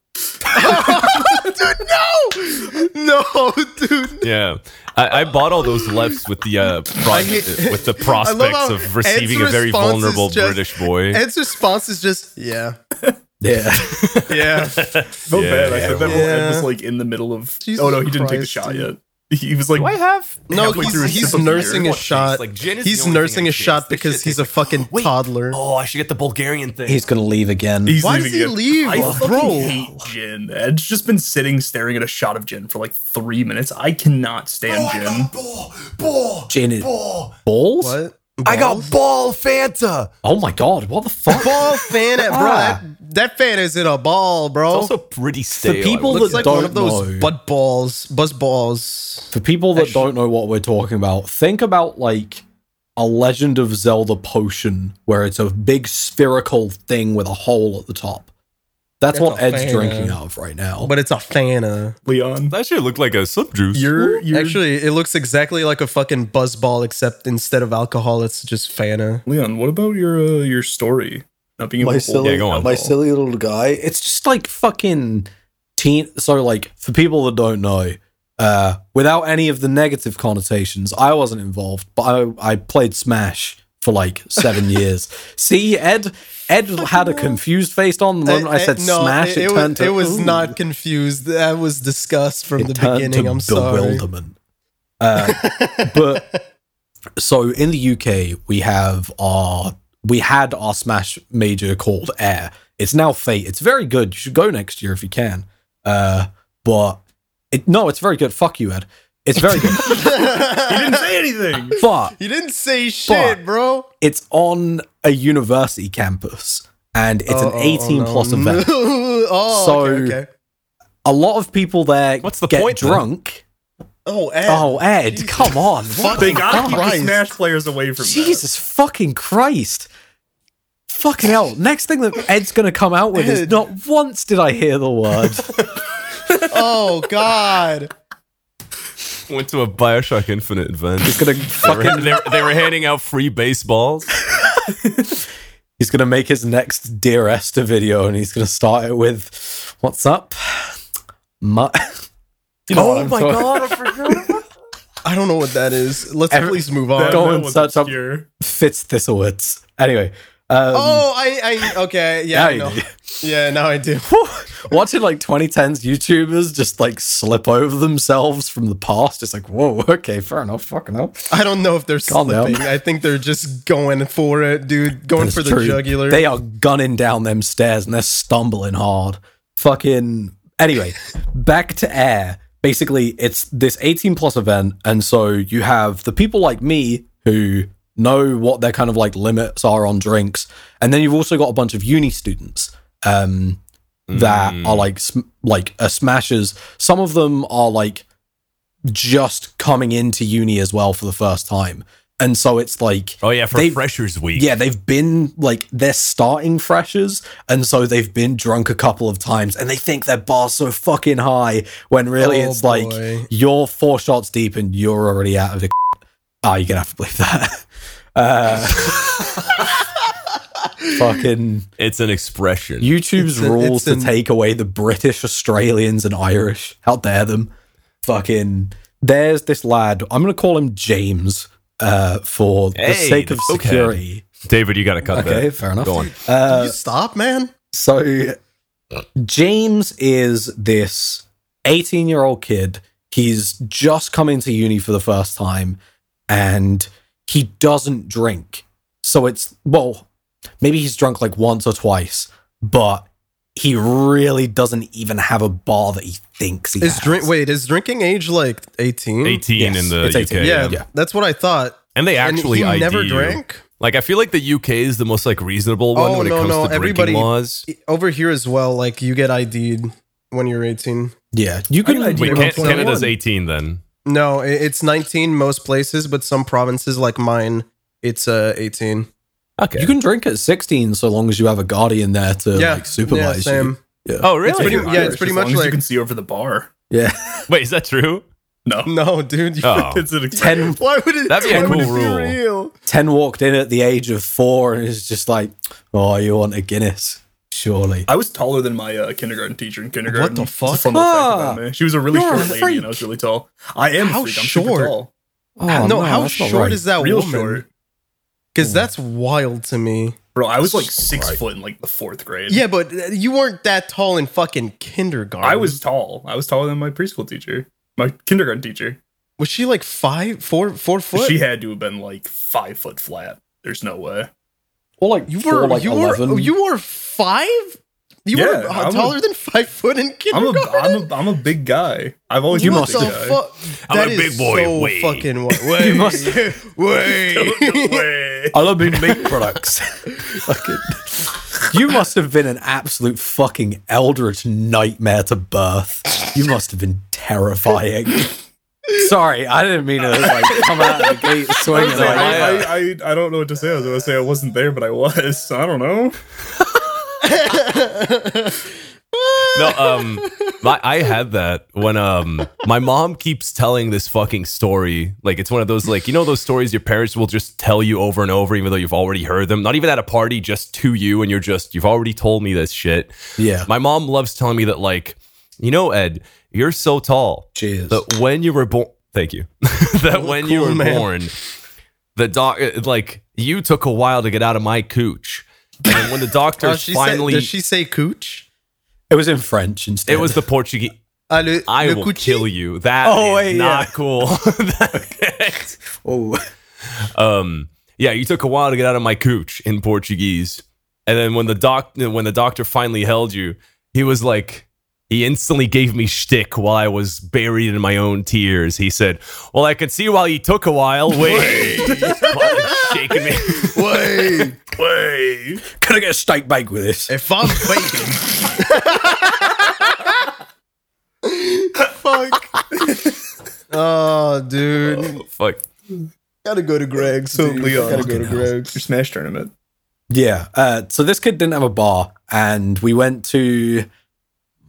Speaker 1: dude, no, no, dude.
Speaker 3: yeah. I, I bought all those lefts with the uh, pro-
Speaker 1: hate-
Speaker 3: with the
Speaker 1: I love
Speaker 3: prospects
Speaker 1: how
Speaker 3: of receiving
Speaker 1: Ed's
Speaker 3: a very
Speaker 1: response is
Speaker 3: vulnerable
Speaker 1: just-
Speaker 3: British boy.
Speaker 1: Ed's response is just yeah,
Speaker 4: Yeah.
Speaker 1: yeah.
Speaker 2: Felt
Speaker 3: Yeah,
Speaker 2: bad. Oh, I
Speaker 3: yeah,
Speaker 2: said that
Speaker 1: well-
Speaker 2: while Ed was
Speaker 1: Yeah.
Speaker 2: like in the middle of.
Speaker 1: Jesus
Speaker 2: oh no, he didn't take the
Speaker 1: Christ,
Speaker 2: shot
Speaker 1: dude.
Speaker 2: yet. He was like,
Speaker 3: Do I have?
Speaker 1: No,
Speaker 2: Halfway through a
Speaker 1: he's, he's
Speaker 2: sip of
Speaker 1: nursing
Speaker 2: beer.
Speaker 1: a shot.
Speaker 3: Like, gin is the
Speaker 1: he's
Speaker 3: only thing
Speaker 1: nursing
Speaker 3: I
Speaker 1: a
Speaker 3: taste.
Speaker 1: shot
Speaker 3: This
Speaker 1: because
Speaker 3: shit
Speaker 1: he's
Speaker 3: tastes
Speaker 1: a
Speaker 3: like-
Speaker 1: fucking
Speaker 3: Wait.
Speaker 1: toddler.
Speaker 3: Oh, I should get the Bulgarian thing.
Speaker 4: He's going to leave again.
Speaker 2: He's
Speaker 1: Why does
Speaker 2: leaving
Speaker 1: he
Speaker 2: again.
Speaker 1: leave,
Speaker 2: I fucking
Speaker 1: bro?
Speaker 2: hate gin. Ed's just been sitting staring at a shot of gin for like three minutes. I cannot stand gin.
Speaker 3: ball, ball,
Speaker 4: Gin is-
Speaker 3: ball.
Speaker 4: Balls?
Speaker 1: What?
Speaker 3: I
Speaker 1: Balls?
Speaker 3: got ball Fanta.
Speaker 4: Oh my god, what the fuck?
Speaker 1: ball fan, bro.
Speaker 4: Ah.
Speaker 1: That, that fan is in a ball, bro.
Speaker 3: Also pretty stale. I
Speaker 4: people
Speaker 3: would
Speaker 4: that
Speaker 1: Looks
Speaker 3: say.
Speaker 1: like one of
Speaker 4: don't
Speaker 1: those
Speaker 4: know.
Speaker 1: butt balls, buzz balls.
Speaker 4: For people that don't know what we're talking about, think about like a Legend of Zelda potion where it's a big spherical thing with a hole at the top. That's,
Speaker 1: That's
Speaker 4: what
Speaker 1: a
Speaker 4: Ed's
Speaker 1: fan.
Speaker 4: drinking out of right now.
Speaker 1: But it's a fana.
Speaker 2: Leon,
Speaker 3: That shit looked like a sub juice.
Speaker 2: you're you're
Speaker 1: Actually, it looks exactly like a fucking buzzball, except instead of alcohol, it's just Fanta.
Speaker 2: Leon. What about your uh, your story? Not being able
Speaker 4: my
Speaker 2: to hold
Speaker 4: silly,
Speaker 3: Yeah, go on.
Speaker 4: my
Speaker 2: alcohol.
Speaker 4: silly little guy. It's just like fucking teen. So like for people that don't know, uh, without any of the negative connotations, I wasn't involved, but I I played Smash for like seven years. See, Ed Ed had a confused face on the moment I,
Speaker 1: Eh, eh,
Speaker 4: said
Speaker 1: no,
Speaker 4: Smash. It,
Speaker 1: It,
Speaker 4: turned
Speaker 1: was,
Speaker 4: to
Speaker 1: it was
Speaker 4: "Ooh."
Speaker 1: not confused. That was discussed from
Speaker 4: It
Speaker 1: the
Speaker 4: turned
Speaker 1: beginning.
Speaker 4: to
Speaker 1: I'm sorry.
Speaker 4: bewilderment. Uh, but so in the UK, we have our we had our Smash major called Air. It's now Fate. It's very good. You should go next year if you can. Uh, but it, no, it's very good. Fuck you, Ed. It's very good.
Speaker 2: He didn't say anything.
Speaker 4: but
Speaker 1: you didn't say shit,
Speaker 4: But-
Speaker 1: bro.
Speaker 4: it's on a university campus, and it's
Speaker 1: Oh,
Speaker 4: an
Speaker 1: oh, oh,
Speaker 4: eighteen
Speaker 1: no.
Speaker 4: plus event.
Speaker 1: oh,
Speaker 4: So-
Speaker 1: okay, okay.
Speaker 4: A lot of people there
Speaker 3: What's the
Speaker 4: get
Speaker 3: point, then?
Speaker 4: drunk.
Speaker 1: Oh, Ed.
Speaker 4: Oh, Ed,
Speaker 1: Jesus.
Speaker 4: come on!
Speaker 1: Fuck,
Speaker 4: What
Speaker 2: They
Speaker 4: the
Speaker 2: gotta keep
Speaker 1: Christ.
Speaker 2: the Smash players away from that.
Speaker 4: Jesus fucking Christ. Fucking hell. Next thing that Ed's going to come out with is
Speaker 1: Ed.
Speaker 4: not once did I hear the word.
Speaker 1: oh God.
Speaker 3: Went to a Bioshock Infinite event.
Speaker 4: He's going to
Speaker 3: They were,
Speaker 4: fucking
Speaker 3: they were- they were handing out free baseballs.
Speaker 4: he's going to make his next Dear Esther video and he's going to start it with what's up? My You know what
Speaker 3: oh
Speaker 4: I'm
Speaker 3: my
Speaker 4: talking-
Speaker 3: god, I forgot.
Speaker 1: I don't know what that is. Let's
Speaker 4: Every-
Speaker 1: please move
Speaker 2: That-
Speaker 1: on.
Speaker 4: Go
Speaker 2: that
Speaker 4: and
Speaker 2: was
Speaker 4: search up-
Speaker 2: obscure.
Speaker 4: Fitz Thistlewoods. Anyway, Um,
Speaker 1: oh, I, I okay, yeah,
Speaker 4: now
Speaker 1: I
Speaker 4: you
Speaker 1: know.
Speaker 4: do.
Speaker 1: yeah, now I do.
Speaker 4: watching like 2010s YouTubers just like slip over themselves from the past. It's like, whoa, okay, fair enough, fucking hell.
Speaker 1: I don't know if they're
Speaker 4: Calm down.
Speaker 1: slipping. I think they're just going for it, dude. Going
Speaker 4: That's
Speaker 1: for the
Speaker 4: true.
Speaker 1: jugular.
Speaker 4: They are gunning down them stairs and they're stumbling hard. Fucking anyway, back to air. Basically, it's this 18 plus event, and so you have the people like me who know what their kind of like limits are on drinks, and then you've also got a bunch of uni students. Um, that
Speaker 1: Hmm.
Speaker 4: are like sm- like uh, smashes. Some of them are like just coming into uni as well for the first time, and so it's like
Speaker 3: Oh yeah, for
Speaker 4: They-
Speaker 3: freshers week.
Speaker 4: yeah, they've been like they're starting freshers, and so they've been drunk a couple of times, and they think their bar's so fucking high when really
Speaker 1: Oh,
Speaker 4: it's
Speaker 1: boy.
Speaker 4: like you're four shots deep and you're already out of the. Ah, you're gonna have to believe that. Uh, fucking
Speaker 3: it's an expression.
Speaker 4: YouTube's
Speaker 1: It's a-
Speaker 4: rules
Speaker 1: it's
Speaker 4: to
Speaker 1: an-
Speaker 4: take away the British, Australians, and Irish. How dare them? Fucking. There's this lad. I'm going to call him James uh, for the
Speaker 3: Hey,
Speaker 4: sake of
Speaker 3: the cokehead.
Speaker 4: security.
Speaker 3: David, you got to cut
Speaker 4: Okay,
Speaker 3: that.
Speaker 4: fair enough.
Speaker 3: Go on.
Speaker 1: Can
Speaker 4: Uh,
Speaker 1: you stop, man.
Speaker 4: so James is this 18 year old kid. He's just come into uni for the first time and he doesn't drink. So it's, well, maybe he's drunk like once or twice, but he really doesn't even have a bar that he thinks he
Speaker 1: Is
Speaker 4: has.
Speaker 1: drink? Wait, is drinking age like 18?
Speaker 3: 18 in
Speaker 4: Yes,
Speaker 3: the
Speaker 4: it's 18.
Speaker 3: UK.
Speaker 1: Yeah,
Speaker 3: yeah.
Speaker 4: yeah.
Speaker 1: that's what I thought.
Speaker 3: And they actually
Speaker 1: and he
Speaker 3: ID
Speaker 1: never
Speaker 3: you.
Speaker 1: drank.
Speaker 3: Like I feel like the UK is the most like reasonable one
Speaker 1: Oh,
Speaker 3: when it
Speaker 1: no,
Speaker 3: comes
Speaker 1: no,
Speaker 3: to drinking
Speaker 1: everybody-
Speaker 3: laws.
Speaker 1: Over here as well, like you get ID'd when you're 18.
Speaker 4: Yeah. You can.
Speaker 1: I-
Speaker 3: Wait,
Speaker 1: We're
Speaker 3: Can-
Speaker 1: on 21.
Speaker 3: Canada's 18 then.
Speaker 1: No, i- it's 19 most places, but some provinces like mine, it's uh 18.
Speaker 3: Okay.
Speaker 4: You can drink at 16 so long as you have a guardian there to
Speaker 1: yeah,
Speaker 4: like supervise
Speaker 1: yeah,
Speaker 4: you.
Speaker 1: same.
Speaker 3: oh really?
Speaker 1: pretty- yeah, it's
Speaker 2: Irish,
Speaker 1: pretty
Speaker 2: as
Speaker 1: much
Speaker 2: long as
Speaker 1: like-
Speaker 2: you can see over the bar.
Speaker 4: Yeah.
Speaker 3: Wait, is that true?
Speaker 2: No,
Speaker 1: No, dude. You,
Speaker 3: Oh.
Speaker 2: it's an expression.
Speaker 4: 10
Speaker 1: Why would it?
Speaker 3: That'd be a
Speaker 1: why would
Speaker 3: cool
Speaker 1: it
Speaker 3: rule.
Speaker 1: Be real?
Speaker 4: 10 walked in at the age of four and is just like, oh, you want a Guinness? Surely.
Speaker 2: I was taller than my uh, kindergarten teacher in kindergarten.
Speaker 1: the
Speaker 2: It's a
Speaker 1: fuck?
Speaker 2: fun little fact about
Speaker 4: Ah,
Speaker 2: me. she was a really
Speaker 4: you're a
Speaker 2: short lady, and I was
Speaker 4: freak.
Speaker 2: really tall. I am a
Speaker 1: How
Speaker 2: freak. I'm super
Speaker 1: short?
Speaker 2: tall.
Speaker 1: Oh,
Speaker 4: Oh,
Speaker 1: no, how short is that
Speaker 2: Real
Speaker 1: woman?
Speaker 2: short,
Speaker 1: Because that's wild to me.
Speaker 2: bro. I was like six
Speaker 4: Right.
Speaker 2: foot in like the fourth grade.
Speaker 1: Yeah, but uh, you weren't that tall in fucking kindergarten.
Speaker 2: I was tall. I was taller than my preschool teacher, my kindergarten teacher.
Speaker 1: Was she like five, four, four foot?
Speaker 2: She had to have been like five foot flat. There's no way.
Speaker 4: Or like
Speaker 1: you were,
Speaker 4: like
Speaker 1: you
Speaker 4: 11.
Speaker 1: were, you were five. You
Speaker 2: Yeah,
Speaker 1: were uh,
Speaker 2: I'm a-
Speaker 1: taller than five foot in
Speaker 2: I'm a,
Speaker 1: kindergarten.
Speaker 2: I'm a, I'm a big guy. I've always
Speaker 4: You
Speaker 2: been a
Speaker 4: must
Speaker 2: big
Speaker 4: have
Speaker 2: guy.
Speaker 1: fuck.
Speaker 3: I'm
Speaker 1: That
Speaker 3: a
Speaker 1: is
Speaker 3: big boy,
Speaker 1: So
Speaker 3: way.
Speaker 1: fucking wa- way.
Speaker 4: You must-
Speaker 1: way.
Speaker 2: Way.
Speaker 4: I love being meat products. Fucking. You must have been an absolute fucking eldritch nightmare to birth. You must have been terrifying. Sorry, I didn't mean to like come out of the gate swinging.
Speaker 2: I,
Speaker 4: Like,
Speaker 2: I, I, I don't know what to say. I was gonna say I wasn't there, but I was. I don't know.
Speaker 3: no, um, my, I had that when um, my mom keeps telling this fucking story. Like it's one of those like you know those stories your parents will just tell you over and over, even though you've already heard them. Not even at a party, just to you, and you're just you've already told me this shit.
Speaker 4: yeah.
Speaker 3: My mom loves telling me that like you know Ed, you're so tall
Speaker 4: Cheers.
Speaker 3: that when you were born, thank you, that when you
Speaker 1: Cool,
Speaker 3: were
Speaker 1: man.
Speaker 3: born, the doc like you took a while to get out of my cooch. And when the doctor
Speaker 1: Oh, she
Speaker 3: finally,
Speaker 1: said, does she say cooch?
Speaker 4: it was in French instead.
Speaker 3: it was the Portuguese.
Speaker 1: Uh, le-
Speaker 3: I
Speaker 1: le
Speaker 3: will
Speaker 1: coochie?
Speaker 3: kill you. That
Speaker 4: Oh,
Speaker 3: is
Speaker 4: wait,
Speaker 3: not
Speaker 4: yeah.
Speaker 3: cool. That-
Speaker 4: Oh.
Speaker 3: um, yeah, you took a while to get out of my cooch in Portuguese, and then when the doc when the doctor finally held you, he was like. He instantly gave me shtick while I was buried in my own tears. He said, "Well, I could see why you took a while. Wait, Fucking shaking me.
Speaker 1: Way.
Speaker 2: Way.
Speaker 4: Can I get a steak bake with this?
Speaker 1: If I'm bacon. Fuck. oh, dude.
Speaker 3: Fuck.
Speaker 1: Gotta go to Greg's.
Speaker 2: So
Speaker 1: dude.
Speaker 2: Leon-
Speaker 1: Gotta go to Greg's.
Speaker 2: Your Smash tournament.
Speaker 4: Yeah. Uh, so this kid didn't have a bar, and we went to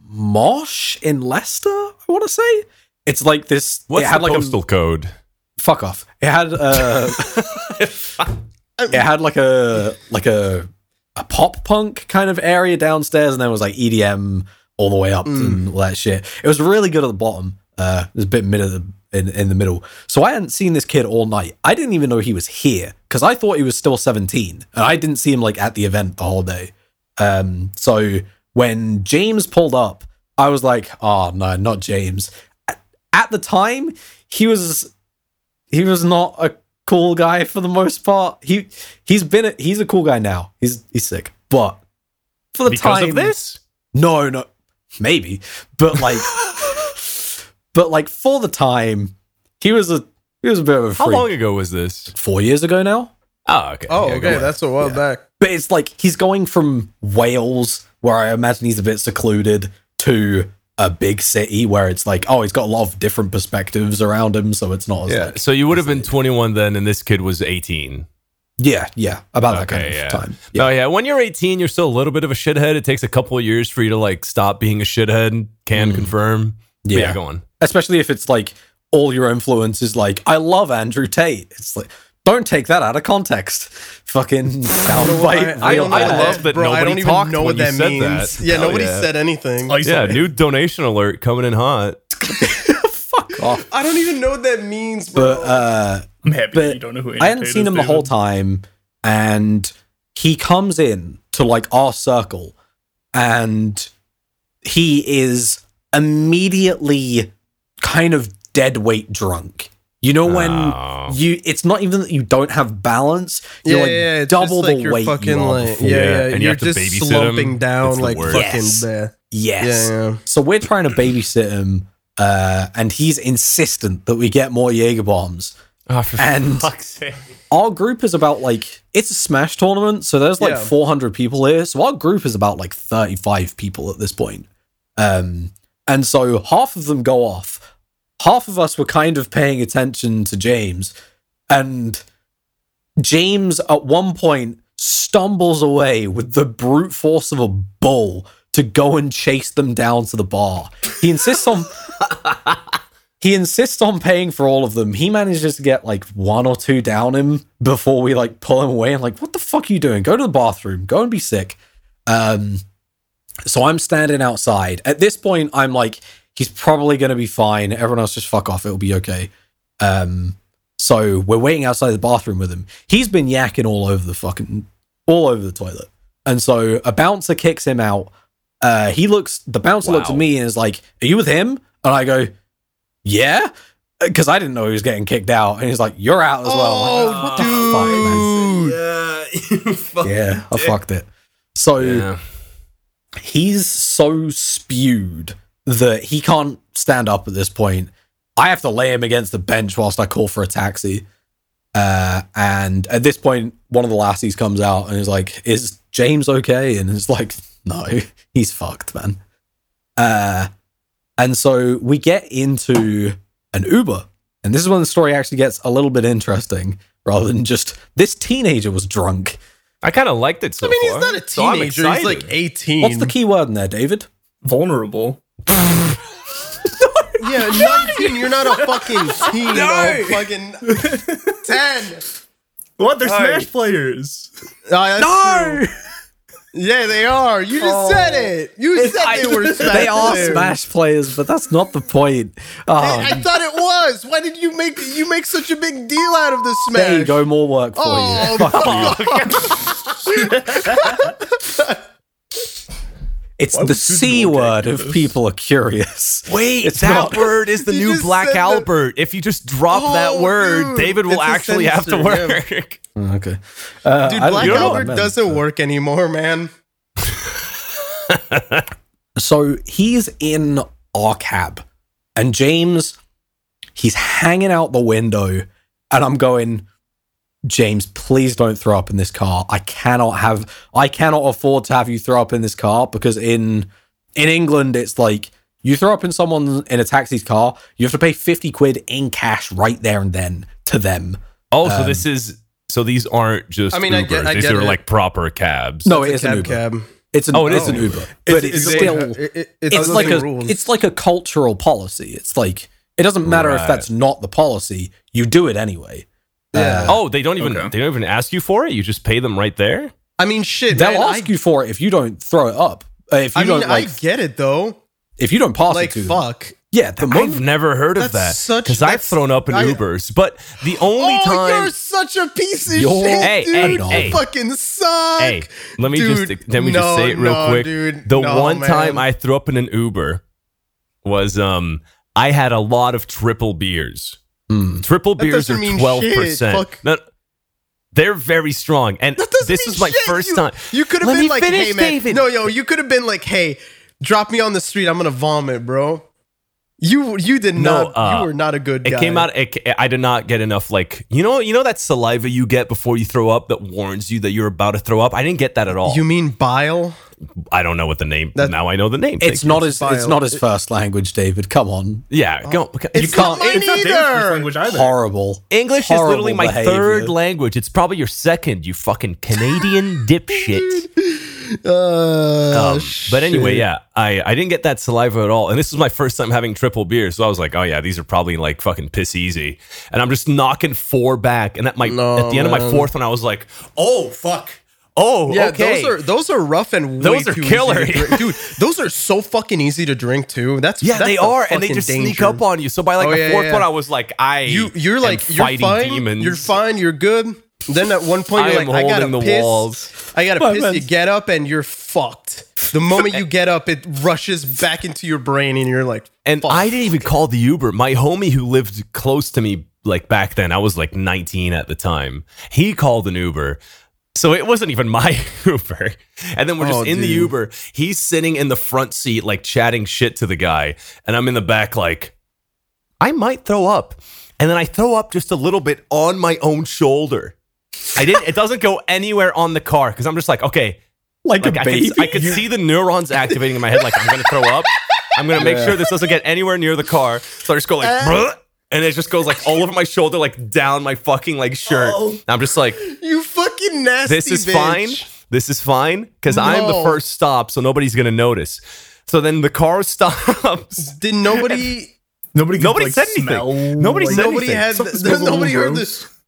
Speaker 4: Mosh in Leicester. I want to say it's like this.
Speaker 3: What's
Speaker 4: it had
Speaker 3: the
Speaker 4: like
Speaker 3: postal code?
Speaker 4: a fuck off. It had uh, it had like a like a a pop punk kind of area downstairs, and there was like EDM all the way up
Speaker 1: Mm.
Speaker 4: and all that shit. It was really good at the bottom. Uh, it was a bit mid at the in, in the middle. So I hadn't seen this kid all night. I didn't even know he was here because I thought he was still 17 and I didn't see him like at the event the whole day. Um, so when James pulled up, I was like, oh no, not James. At the time, he was he was not a cool guy for the most part. He he's been a, he's a cool guy now. He's he's sick, but for the
Speaker 3: because
Speaker 4: time
Speaker 3: of this.
Speaker 4: no, no, maybe, but like, but like for the time, he was a he was a bit of a
Speaker 3: How
Speaker 4: freak.
Speaker 3: long ago was this?
Speaker 4: Four years ago now,
Speaker 3: Oh, okay.
Speaker 1: Oh,
Speaker 3: Yeah, go
Speaker 1: okay,
Speaker 3: on.
Speaker 1: that's a while back.
Speaker 4: but it's like he's going from Wales, where I imagine he's a bit secluded, to a big city where it's like, oh, he's got a lot of different perspectives around him, so it's not as
Speaker 1: Yeah.
Speaker 4: like,
Speaker 3: So you would have been 21 then, and this kid was 18.
Speaker 4: yeah, yeah, about that kind
Speaker 3: Okay,
Speaker 4: of
Speaker 3: yeah.
Speaker 4: time.
Speaker 3: Oh yeah, when you're 18, you're still a little bit of a shithead. It takes a couple of years for you to like stop being a shithead. Can
Speaker 4: Mm.
Speaker 3: confirm. But
Speaker 4: yeah,
Speaker 3: yeah, go on.
Speaker 4: especially if it's like all your influence is like I love Andrew Tate. It's like don't take that out of context. Fucking soundbite.
Speaker 3: I-
Speaker 4: real
Speaker 3: I
Speaker 4: bad.
Speaker 3: love that nobody talked when you said that.
Speaker 1: Yeah,
Speaker 3: Hell
Speaker 1: nobody
Speaker 3: yeah.
Speaker 1: said anything.
Speaker 3: Yeah,
Speaker 2: Isolate.
Speaker 3: new donation alert coming in hot.
Speaker 4: Fuck off.
Speaker 1: I don't even know what that means, bro.
Speaker 4: But uh,
Speaker 2: I'm happy
Speaker 4: But
Speaker 2: that you don't know who
Speaker 4: I hadn't seen him the whole time, and he comes in to like our circle, and he is immediately kind of dead weight drunk. You know when
Speaker 1: Ah.
Speaker 3: Oh.
Speaker 4: you it's not even that you don't have balance. You're
Speaker 1: yeah,
Speaker 4: like
Speaker 1: yeah, it's
Speaker 4: double
Speaker 1: just like
Speaker 4: the
Speaker 1: you're
Speaker 4: weight.
Speaker 1: fucking
Speaker 4: you were
Speaker 1: like,
Speaker 4: before.
Speaker 1: yeah,
Speaker 3: Yeah,
Speaker 1: yeah,
Speaker 3: and you
Speaker 1: you're
Speaker 3: have to
Speaker 1: just
Speaker 3: babysit
Speaker 1: slumping
Speaker 3: him.
Speaker 1: down
Speaker 3: It's the
Speaker 1: like
Speaker 3: worst.
Speaker 1: fucking
Speaker 4: Yes.
Speaker 1: there. Yeah,
Speaker 4: Yes.
Speaker 1: yeah.
Speaker 4: So we're trying to babysit him, uh, and he's insistent that we get more Jaeger bombs.
Speaker 3: Oh, for
Speaker 4: And-
Speaker 3: fuck's sake.
Speaker 4: Our group is about like it's a smash tournament, so there's like
Speaker 1: Yeah.
Speaker 4: 400 people here. So our group is about like 35 people at this point. Um, and so half of them go off. Half of us were kind of paying attention to James, and James at one point stumbles away with the brute force of a bull to go and chase them down to the bar. He insists on he insists on paying for all of them. He manages to get like one or two down him before we like pull him away and like, what the fuck are you doing? Go to the bathroom, go and be sick. Um so I'm standing outside. At this point, I'm like, he's probably gonna be fine. Everyone else just fuck off, it'll be okay. Um so we're waiting outside the bathroom with him. He's been yakking all over the fucking all over the toilet. And so a bouncer kicks him out. Uh he looks the bouncer looks at
Speaker 3: Wow.
Speaker 4: me and is like, Are you with him? And I go, Yeah. Because I didn't know he was getting kicked out. And he's like, You're out as well. I'm like,
Speaker 1: Oh,
Speaker 4: "What the fuck, man?"
Speaker 1: dude.
Speaker 4: Yeah, I fucked it. So
Speaker 3: Yeah.
Speaker 4: he's so spewed that he can't stand up at this point. I have to lay him against the bench whilst I call for a taxi. Uh, and at this point, one of the lassies comes out and is like, Is James okay? And it's like, No, he's fucked, man. Uh, and so we get into an Uber. And this is when the story actually gets a little bit interesting rather than just this teenager was drunk.
Speaker 3: I kind of liked it so
Speaker 1: I mean, he's
Speaker 3: far,
Speaker 1: not a
Speaker 3: so I'm
Speaker 1: teenager. he's like
Speaker 3: excited.
Speaker 1: 18.
Speaker 4: What's the key word in there, David?
Speaker 2: vulnerable.
Speaker 1: Yeah, 19. You're not a fucking teen, bro. Fucking 10.
Speaker 2: What? They're
Speaker 3: Sorry.
Speaker 2: Smash players.
Speaker 1: Ah, no. Yeah, they are. You just said it. You said
Speaker 4: I-
Speaker 1: they were Smash.
Speaker 4: Oh. They are
Speaker 1: players.
Speaker 4: Smash players, but that's not the point.
Speaker 1: I,
Speaker 4: Oh,
Speaker 1: I thought it was. Why did you make you make such a big deal out of the Smash?
Speaker 4: there you go, more work for
Speaker 1: Oh,
Speaker 4: you. Fuck
Speaker 1: come
Speaker 4: you. It's
Speaker 2: Why
Speaker 4: the
Speaker 2: would Susan
Speaker 4: C
Speaker 2: Ortega
Speaker 4: word
Speaker 2: do
Speaker 4: if
Speaker 2: this?
Speaker 4: people are curious.
Speaker 3: Wait,
Speaker 4: It's
Speaker 3: that
Speaker 4: not-
Speaker 3: word is the
Speaker 1: You
Speaker 3: new
Speaker 1: just
Speaker 3: Black
Speaker 1: said that-
Speaker 3: Albert. If you just drop that
Speaker 1: Oh,
Speaker 3: word,
Speaker 1: dude,
Speaker 3: David
Speaker 1: it's
Speaker 3: will
Speaker 1: a
Speaker 3: actually have to
Speaker 1: censor,
Speaker 3: work.
Speaker 4: Mm, Okay. Uh,
Speaker 1: Dude,
Speaker 4: I don't
Speaker 1: Black
Speaker 4: know what
Speaker 1: Albert
Speaker 4: that meant.
Speaker 1: doesn't work anymore, man.
Speaker 4: So he's in our cab, and James, he's hanging out the window, and I'm going, James, please don't throw up in this car. I cannot have, I cannot afford to have you throw up in this car because in in England it's like you throw up in someone in a taxi's car, you have to pay fifty quid in cash right there and then to them.
Speaker 3: Oh, so this is so these aren't just.
Speaker 1: I mean, I
Speaker 3: Uber.
Speaker 1: get- I
Speaker 3: these
Speaker 1: get
Speaker 3: are
Speaker 1: it.
Speaker 3: like proper cabs.
Speaker 4: No,
Speaker 1: It's
Speaker 4: it's
Speaker 1: a
Speaker 4: an
Speaker 1: cab
Speaker 4: Uber.
Speaker 1: cab.
Speaker 4: It's an
Speaker 3: Oh, it
Speaker 4: it's
Speaker 3: is
Speaker 4: an
Speaker 3: an
Speaker 4: Uber, but it's,
Speaker 1: they-
Speaker 4: still
Speaker 1: it- it-
Speaker 4: it's
Speaker 1: the
Speaker 4: like
Speaker 1: same
Speaker 4: a
Speaker 1: rules.
Speaker 4: it's like a cultural policy. It's like it doesn't matter if
Speaker 3: Right.
Speaker 4: that's not the policy. You do it anyway.
Speaker 1: yeah.
Speaker 3: Oh, they don't even
Speaker 2: Okay.
Speaker 3: they don't even ask you for it. You just pay them right there.
Speaker 1: I mean, shit.
Speaker 4: They'll
Speaker 1: man, I-
Speaker 4: ask you for it if you don't throw it up. Uh, If you
Speaker 1: I mean,
Speaker 4: don't like,
Speaker 1: I get it though.
Speaker 4: if you don't pass
Speaker 1: Like,
Speaker 4: it to them.
Speaker 1: fuck.
Speaker 4: Yeah, the
Speaker 3: I've never heard of that
Speaker 1: That's such-
Speaker 3: because I've
Speaker 1: that's-
Speaker 3: thrown up in
Speaker 1: I-
Speaker 3: Ubers. But the only
Speaker 1: oh,
Speaker 3: time Oh,
Speaker 1: you're such a piece of
Speaker 4: You're-
Speaker 1: shit,
Speaker 3: Hey,
Speaker 1: dude.
Speaker 3: hey,
Speaker 1: You
Speaker 3: hey.
Speaker 1: fucking suck.
Speaker 3: Hey, let me
Speaker 1: Dude,
Speaker 3: just let me
Speaker 1: no,
Speaker 3: just say it real
Speaker 1: no,
Speaker 3: quick.
Speaker 1: dude,
Speaker 3: the
Speaker 1: no,
Speaker 3: one time
Speaker 1: man.
Speaker 3: I threw up in an Uber was um I had a lot of triple beers. Triple
Speaker 1: Hmm. That
Speaker 3: beers
Speaker 1: doesn't
Speaker 3: are
Speaker 1: mean
Speaker 3: twelve
Speaker 1: shit,
Speaker 3: percent.
Speaker 1: fuck.
Speaker 3: They're very strong, and
Speaker 1: That doesn't
Speaker 3: this
Speaker 1: mean
Speaker 3: is my
Speaker 1: shit.
Speaker 3: first
Speaker 1: You-
Speaker 3: time.
Speaker 1: You could have
Speaker 3: Let
Speaker 1: been
Speaker 3: me
Speaker 1: like,
Speaker 3: finish,
Speaker 1: "Hey, man,
Speaker 3: David.
Speaker 1: no, yo." You could have been like, "Hey, drop me on the street. I'm gonna vomit, bro." You you did
Speaker 3: No,
Speaker 1: not.
Speaker 3: uh,
Speaker 1: you were not a good
Speaker 3: It
Speaker 1: guy.
Speaker 3: came out. It, I did not get enough. Like you know, you know that saliva you get before you throw up that warns you that you're about to throw up. I didn't get that at all.
Speaker 1: You mean bile?
Speaker 3: I don't know what the name.
Speaker 1: That-
Speaker 3: now I know the name.
Speaker 4: It's
Speaker 3: Thank
Speaker 4: not
Speaker 3: you.
Speaker 4: his. It's not his first language, David. Come on,
Speaker 3: Yeah, go.
Speaker 1: It's
Speaker 3: you
Speaker 1: not
Speaker 3: can't.
Speaker 1: mine
Speaker 2: It's not David's
Speaker 1: either.
Speaker 2: first language either.
Speaker 4: horrible.
Speaker 3: English is
Speaker 4: Horrible
Speaker 3: literally my
Speaker 4: behavior.
Speaker 3: third language. It's probably your second, you fucking Canadian dipshit.
Speaker 1: Uh,
Speaker 3: Um, but anyway, yeah, I, I didn't get that saliva at all. And this was my first time having triple beer. So I was like, oh, yeah, these are probably like fucking piss easy. And I'm just knocking four back. And at, my,
Speaker 1: No,
Speaker 3: at the end of my
Speaker 1: man.
Speaker 3: fourth one, I was like, oh, fuck. Oh,
Speaker 1: Yeah,
Speaker 3: okay.
Speaker 1: those are those are rough and way
Speaker 3: Those are
Speaker 1: too easy
Speaker 3: killer.
Speaker 1: to drink. dude. Those are so fucking easy to drink too. That's
Speaker 3: yeah,
Speaker 1: that's
Speaker 3: they
Speaker 1: the
Speaker 3: are. And they
Speaker 1: fucking
Speaker 3: just sneak
Speaker 1: danger.
Speaker 3: up on you. So by like
Speaker 1: Oh,
Speaker 3: the
Speaker 1: yeah,
Speaker 3: fourth
Speaker 1: yeah.
Speaker 3: one, I was like, I.
Speaker 1: you. You're
Speaker 3: am
Speaker 1: like you're
Speaker 3: fighting
Speaker 1: fine.
Speaker 3: demons.
Speaker 1: You're fine. You're good. Then at one point
Speaker 3: I
Speaker 1: you're
Speaker 3: am
Speaker 1: like, I gotta
Speaker 3: holding the
Speaker 1: piss.
Speaker 3: walls.
Speaker 1: I gotta
Speaker 4: My
Speaker 1: piss. You
Speaker 4: man's-
Speaker 1: get up and you're fucked. The moment you get up, it rushes back into your brain and you're like,
Speaker 3: And
Speaker 1: fuck.
Speaker 3: I didn't even call the Uber. My homie who lived close to me, like back then, I was like 19 at the time, he called an Uber. So it wasn't even my Uber. And then we're just
Speaker 1: Oh,
Speaker 3: in the
Speaker 1: dude.
Speaker 3: Uber. He's sitting in the front seat, like chatting shit to the guy. And I'm in the back, like, I might throw up. And then I throw up just a little bit on my own shoulder. I didn't, it doesn't go anywhere on the car because I'm just like, okay,
Speaker 4: Like,
Speaker 3: like
Speaker 4: a
Speaker 3: I
Speaker 4: baby.
Speaker 3: could, I could see the neurons activating in my head. Like I'm gonna throw up. I'm gonna make
Speaker 4: Yeah.
Speaker 3: sure this doesn't get anywhere near the car. So I just go
Speaker 1: Uh.
Speaker 3: like, "Bruh," and it just goes like all over my shoulder, like down my fucking like shirt. And I'm just like,
Speaker 1: you fucking nasty.
Speaker 3: this is
Speaker 1: Oh. bitch.
Speaker 3: fine. This is fine because I'm the
Speaker 1: No.
Speaker 3: first stop, so nobody's gonna notice. So then the car stops.
Speaker 1: Did nobody?
Speaker 2: Nobody, could,
Speaker 3: Nobody
Speaker 2: like,
Speaker 3: said anything.
Speaker 2: smell,
Speaker 3: Nobody
Speaker 2: like,
Speaker 3: said
Speaker 1: nobody
Speaker 3: anything.
Speaker 1: had.
Speaker 2: Something smells a little
Speaker 1: nobody heard
Speaker 2: gross.
Speaker 1: this.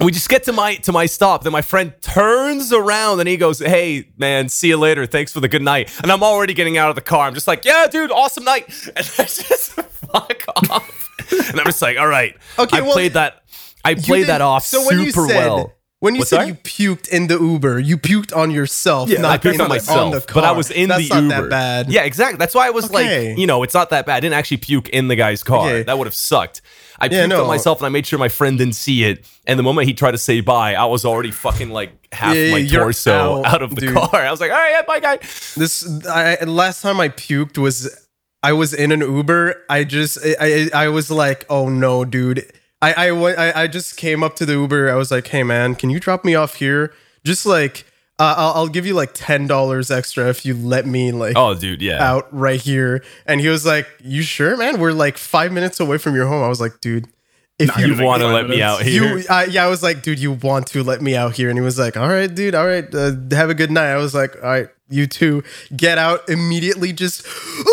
Speaker 3: We just get to my to my stop. Then my friend turns around and he goes, "Hey man, see you later. Thanks for the good night." And I'm already getting out of the car. I'm just like, "Yeah, dude, awesome night." And I just fuck off. And I'm just like, "All right,
Speaker 1: Okay,
Speaker 3: I
Speaker 1: well,
Speaker 3: played that. I
Speaker 1: You
Speaker 3: played
Speaker 1: did-
Speaker 3: that off
Speaker 1: so
Speaker 3: super
Speaker 1: when you said,
Speaker 3: well.
Speaker 1: When you
Speaker 3: What's
Speaker 1: said
Speaker 3: that?
Speaker 1: you puked in the Uber, you puked on yourself.
Speaker 2: Yeah,
Speaker 1: not
Speaker 3: I picked
Speaker 1: in
Speaker 3: on
Speaker 1: the-
Speaker 3: myself,
Speaker 1: the
Speaker 3: but I
Speaker 1: car.
Speaker 3: was in
Speaker 1: That's
Speaker 3: the
Speaker 1: not
Speaker 3: Uber.
Speaker 1: That bad.
Speaker 3: Yeah, exactly. That's why I was
Speaker 1: Okay.
Speaker 3: like, you know, it's not that bad. I didn't actually puke in the guy's car.
Speaker 1: Okay.
Speaker 3: That would have sucked. I
Speaker 1: Yeah,
Speaker 3: puked
Speaker 1: no.
Speaker 3: on myself, and I made sure my friend didn't see it. And the moment he tried to say bye, I was already fucking like half
Speaker 1: Yeah,
Speaker 3: my
Speaker 1: you're
Speaker 3: torso
Speaker 1: out,
Speaker 3: out, of the
Speaker 1: dude.
Speaker 3: car. I was like, all right, yeah, bye, guy.
Speaker 1: This I, last time I puked was I was in an Uber. I just I I, I was like, oh no, dude. I I, went, I I just came up to the Uber. I was like, hey man, can you drop me off here? Just like uh, I'll, I'll give you like ten dollars extra if you let me like
Speaker 3: Oh, dude, yeah.
Speaker 1: out right here. And he was like, you sure, man? We're like five minutes away from your home. I was like, dude, if
Speaker 2: Not
Speaker 1: you
Speaker 3: You
Speaker 2: gonna
Speaker 3: want to
Speaker 2: Five
Speaker 3: let me
Speaker 2: minutes.
Speaker 3: out here?
Speaker 1: you, I, yeah, I was like, dude, you want to let me out here? And he was like, all right, dude, all right, uh, have a good night. I was like, all right, you too. Get out immediately, just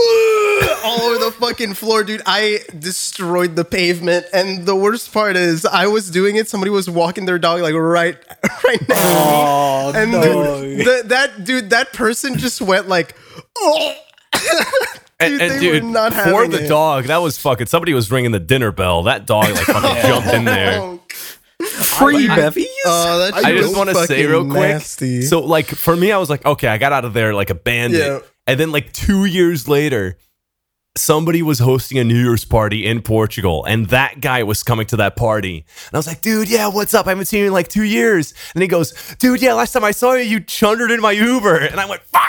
Speaker 1: all over the fucking floor, dude. I destroyed the pavement, and the worst part is, I was doing it. Somebody was walking their dog like right, right next to me.
Speaker 4: Oh,
Speaker 1: And
Speaker 4: no.
Speaker 1: the- the- that dude, that person just went like, oh.
Speaker 3: and, and
Speaker 1: they were
Speaker 3: dude,
Speaker 1: not
Speaker 3: for
Speaker 1: having
Speaker 3: the
Speaker 1: it.
Speaker 3: dog, that was fucking. Somebody was ringing the dinner bell. That dog like fucking jumped in there.
Speaker 1: Oh,
Speaker 4: free bevies.
Speaker 1: oh, that
Speaker 3: I
Speaker 1: shit
Speaker 3: just
Speaker 1: was
Speaker 3: want to say
Speaker 1: fucking
Speaker 3: real quick.
Speaker 1: nasty.
Speaker 3: So, like for me, I was like, okay, I got out of there like a bandit.
Speaker 1: Yeah.
Speaker 3: And then, like two years later, somebody was hosting a New Year's party in Portugal, and that guy was coming to that party. And I was like, dude, yeah, what's up? I haven't seen you in like two years. And he goes, dude, yeah, last time I saw you, you chundered in my Uber, and I went, fuck.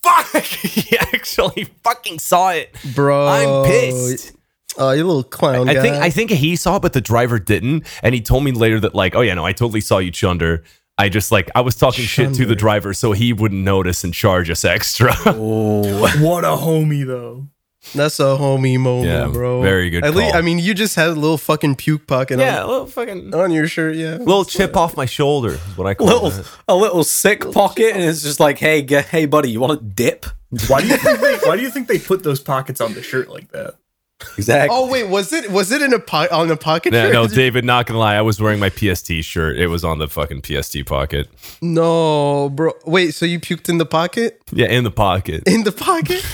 Speaker 3: Fuck! He actually fucking saw it.
Speaker 1: bro,
Speaker 3: I'm pissed.
Speaker 1: Oh, you little clown.
Speaker 3: I
Speaker 1: guy.
Speaker 3: think I think he saw it, but the driver didn't, and he told me later that like, oh yeah, no, I totally saw you chunder. I just like I was talking shit to the
Speaker 1: Chunder.
Speaker 3: driver so he wouldn't notice and charge us extra.
Speaker 4: Oh,
Speaker 2: What a homie, though.
Speaker 1: That's a homie moment,
Speaker 3: Yeah,
Speaker 1: bro.
Speaker 3: very good
Speaker 1: At least,
Speaker 3: call.
Speaker 1: I mean, you just had a little fucking puke pocket
Speaker 3: yeah, a little fucking
Speaker 1: on, on your shirt, yeah.
Speaker 3: little chip off my shoulder is what I call
Speaker 4: little
Speaker 3: it.
Speaker 4: a little sick pocket, and it's just like, hey, g- hey, buddy, you want a dip?
Speaker 2: Why do you think they, why do you think they put those pockets on the shirt like that?
Speaker 4: Exactly.
Speaker 1: Oh wait, was it was it in a po- on the pocket?
Speaker 3: Yeah,
Speaker 1: shirt?
Speaker 3: no, David, not gonna lie, I was wearing my PST shirt. It was on the fucking PST pocket.
Speaker 1: no, bro. Wait, so you puked in the pocket?
Speaker 3: Yeah, in the pocket.
Speaker 1: In the pocket?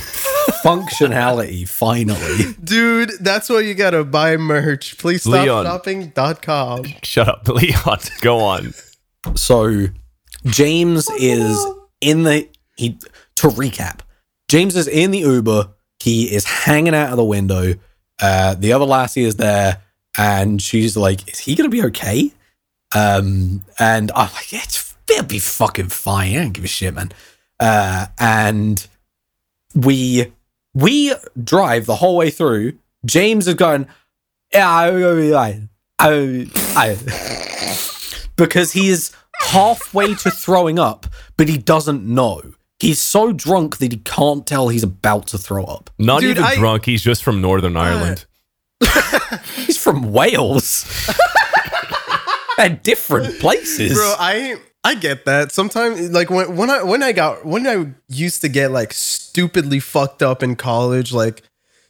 Speaker 4: functionality finally.
Speaker 1: Dude, that's why you gotta buy merch. Please stop
Speaker 3: Leon.
Speaker 1: shopping.com.
Speaker 3: Shut up, Leon. Go on.
Speaker 4: So James is in the he to recap. James is in the Uber. He is hanging out of the window. Uh, the other lassie is there, and she's like, "Is he gonna be okay?" Um, and I'm like, "It's it'll be fucking fine. I don't give a shit, man." Uh, and we we drive the whole way through. James is going, "Yeah, I'm gonna be fine. I, I, because he is halfway to throwing up, but he doesn't know. He's so drunk that he can't tell he's about to throw up.
Speaker 3: Not
Speaker 1: Dude,
Speaker 3: even
Speaker 1: I-
Speaker 3: drunk. He's just from Northern Ireland.
Speaker 4: He's from Wales. and different places.
Speaker 1: Bro, I I get that. Sometimes like when when I when I got when I used to get like stupidly fucked up in college, like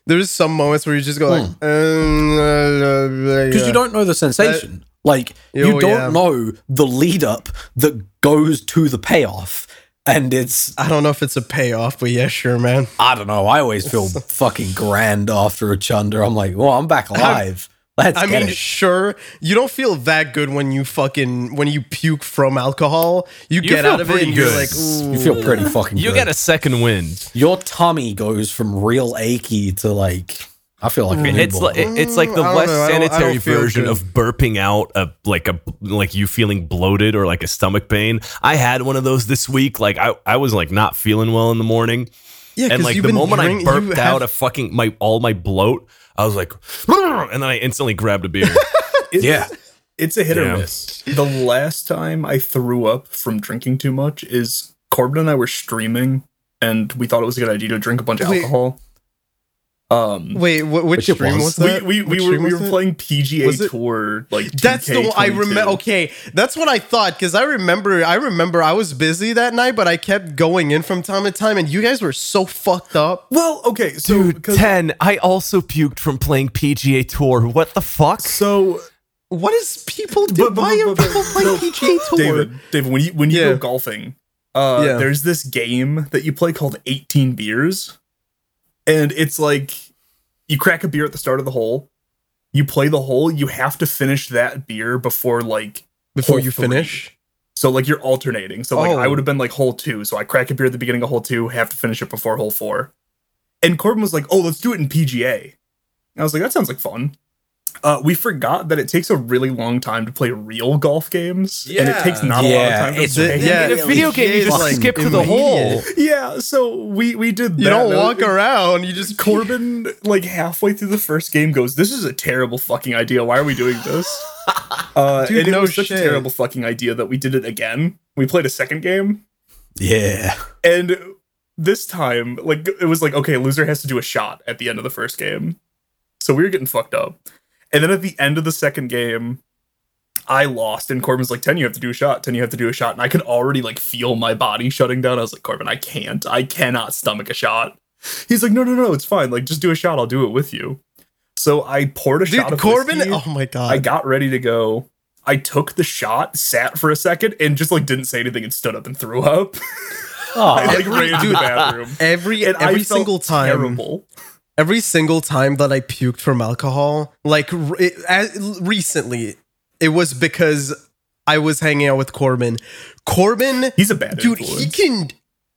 Speaker 1: there's some moments where you just go like
Speaker 3: Hmm.
Speaker 1: "Um, uh,
Speaker 4: Because you don't know the sensation. like, you
Speaker 1: Oh,
Speaker 4: don't
Speaker 1: yeah.
Speaker 4: know the lead up that goes to the payoff. And it's,
Speaker 1: I don't know if it's a payoff, but yeah, sure, man.
Speaker 4: I don't know, I always feel fucking grand after a chunder. I'm like, well, I'm back alive. Let's
Speaker 1: I
Speaker 4: get
Speaker 1: mean,
Speaker 4: it.
Speaker 1: sure, you don't feel that good when you fucking when you puke from alcohol. You, get
Speaker 3: feel
Speaker 1: out of it
Speaker 3: pretty
Speaker 1: and you're
Speaker 3: good.
Speaker 1: like, ooh.
Speaker 4: You feel pretty fucking
Speaker 3: You
Speaker 4: good.
Speaker 3: get a second wind.
Speaker 4: your tummy goes from real achy to like I feel like a newborn.
Speaker 3: It's like it's like
Speaker 1: Mm,
Speaker 3: the
Speaker 1: I don't
Speaker 3: less
Speaker 1: know. I don't- I don't
Speaker 3: sanitary
Speaker 1: feel
Speaker 3: version
Speaker 1: good.
Speaker 3: of burping out a like a like you feeling bloated or like a stomach pain. I had one of those this week. Like I, I was like not feeling well in the morning,
Speaker 1: yeah,
Speaker 3: and
Speaker 1: 'cause
Speaker 3: like
Speaker 1: you've
Speaker 3: the
Speaker 1: been
Speaker 3: moment
Speaker 1: drink-
Speaker 3: I
Speaker 1: you
Speaker 3: burped
Speaker 1: have-
Speaker 3: out a fucking my all my bloat, I was like, and then I instantly grabbed a beer.
Speaker 4: yeah,
Speaker 2: It's a hit
Speaker 3: Yeah.
Speaker 2: or miss. The last time I threw up from drinking too much is Corbin and I were streaming, and we thought it was a good idea to drink a bunch of
Speaker 1: Wait.
Speaker 2: alcohol. Um,
Speaker 1: Wait, wh- which
Speaker 4: Which it
Speaker 1: stream was
Speaker 4: was.
Speaker 2: we
Speaker 1: that?
Speaker 2: we,
Speaker 1: Which
Speaker 2: we were
Speaker 1: stream
Speaker 2: we
Speaker 1: was
Speaker 2: were
Speaker 1: it?
Speaker 2: playing
Speaker 1: Was
Speaker 2: PGA
Speaker 1: it-
Speaker 2: Tour like
Speaker 1: That's the one I remember.
Speaker 2: Okay.
Speaker 1: Okay, that's what I thought because I remember. I remember I was busy that night, but I kept going in from time to time, and you guys were so fucked up.
Speaker 2: Well, okay, so
Speaker 3: Dude,
Speaker 2: 'cause-
Speaker 3: ten. I also puked from playing PGA Tour. What the fuck?
Speaker 2: so
Speaker 1: What is people do?
Speaker 2: But- but-
Speaker 1: Why are
Speaker 2: but- but-
Speaker 1: people
Speaker 2: but-
Speaker 1: playing
Speaker 2: no,
Speaker 1: PGA Tour?
Speaker 2: David, David, when you when you
Speaker 1: Yeah.
Speaker 2: go golfing, uh,
Speaker 1: Yeah.
Speaker 2: there's this game that you play called 18 beers, and it's like you crack a beer at the start of the hole, you play the hole, you have to finish that beer before like
Speaker 1: Before
Speaker 2: hole
Speaker 1: you
Speaker 2: three.
Speaker 1: finish,
Speaker 2: So like you're alternating. So like I
Speaker 1: Oh.
Speaker 2: would have been like hole two. So I crack a beer at the beginning of hole two, have to finish it before hole four. And Corbin was like, "Oh, let's do it in PGA." And I was like, "That sounds like fun." Uh, we forgot that it takes a really long time to play real golf games, and it takes not a lot of
Speaker 4: Yeah,
Speaker 2: time to
Speaker 4: it's-
Speaker 2: play.
Speaker 1: yeah,
Speaker 3: in a video game, you
Speaker 1: PGA is,
Speaker 3: just
Speaker 1: like,
Speaker 3: skip to the
Speaker 1: immediate.
Speaker 3: hole.
Speaker 2: Yeah, so we we did.
Speaker 1: You
Speaker 2: that.
Speaker 1: don't
Speaker 2: That
Speaker 1: walk
Speaker 2: was-
Speaker 1: around. You just
Speaker 2: Corbin, like halfway through the first game, goes, "This is a terrible fucking idea. Why are we doing this?" Uh,
Speaker 1: Dude,
Speaker 2: and it
Speaker 1: no
Speaker 2: was such
Speaker 1: shit.
Speaker 2: a terrible fucking idea that we did it again. We played a second game,
Speaker 4: yeah.
Speaker 2: and this time, like it was like, okay, loser has to do a shot at the end of the first game. So we were getting fucked up. And then at the end of the second game, I lost, and Corbin's like, Ten, you have to do a shot. Ten, you have to do a shot. And I could already like feel my body shutting down. I was like, Corbin, I can't. I cannot stomach a shot. He's like, No, no, no, it's fine. Like, just do a shot. I'll do it with you. So I poured a shot
Speaker 1: dude
Speaker 2: of
Speaker 1: Corbin.
Speaker 2: whiskey.
Speaker 1: Oh my god!
Speaker 2: I got ready to go. I took the shot, sat for a second, and just like didn't say anything and stood up and threw up. I
Speaker 1: Uh,
Speaker 4: Oh,
Speaker 2: like ran to the bathroom.
Speaker 1: every
Speaker 2: And
Speaker 1: every
Speaker 2: I felt
Speaker 1: single time.
Speaker 2: terrible.
Speaker 1: every single time that I puked from alcohol, like r- it, as, recently, it was because I was hanging out with Corbin. Corbin,
Speaker 2: He's a bad
Speaker 1: dude,
Speaker 2: influence.
Speaker 1: he can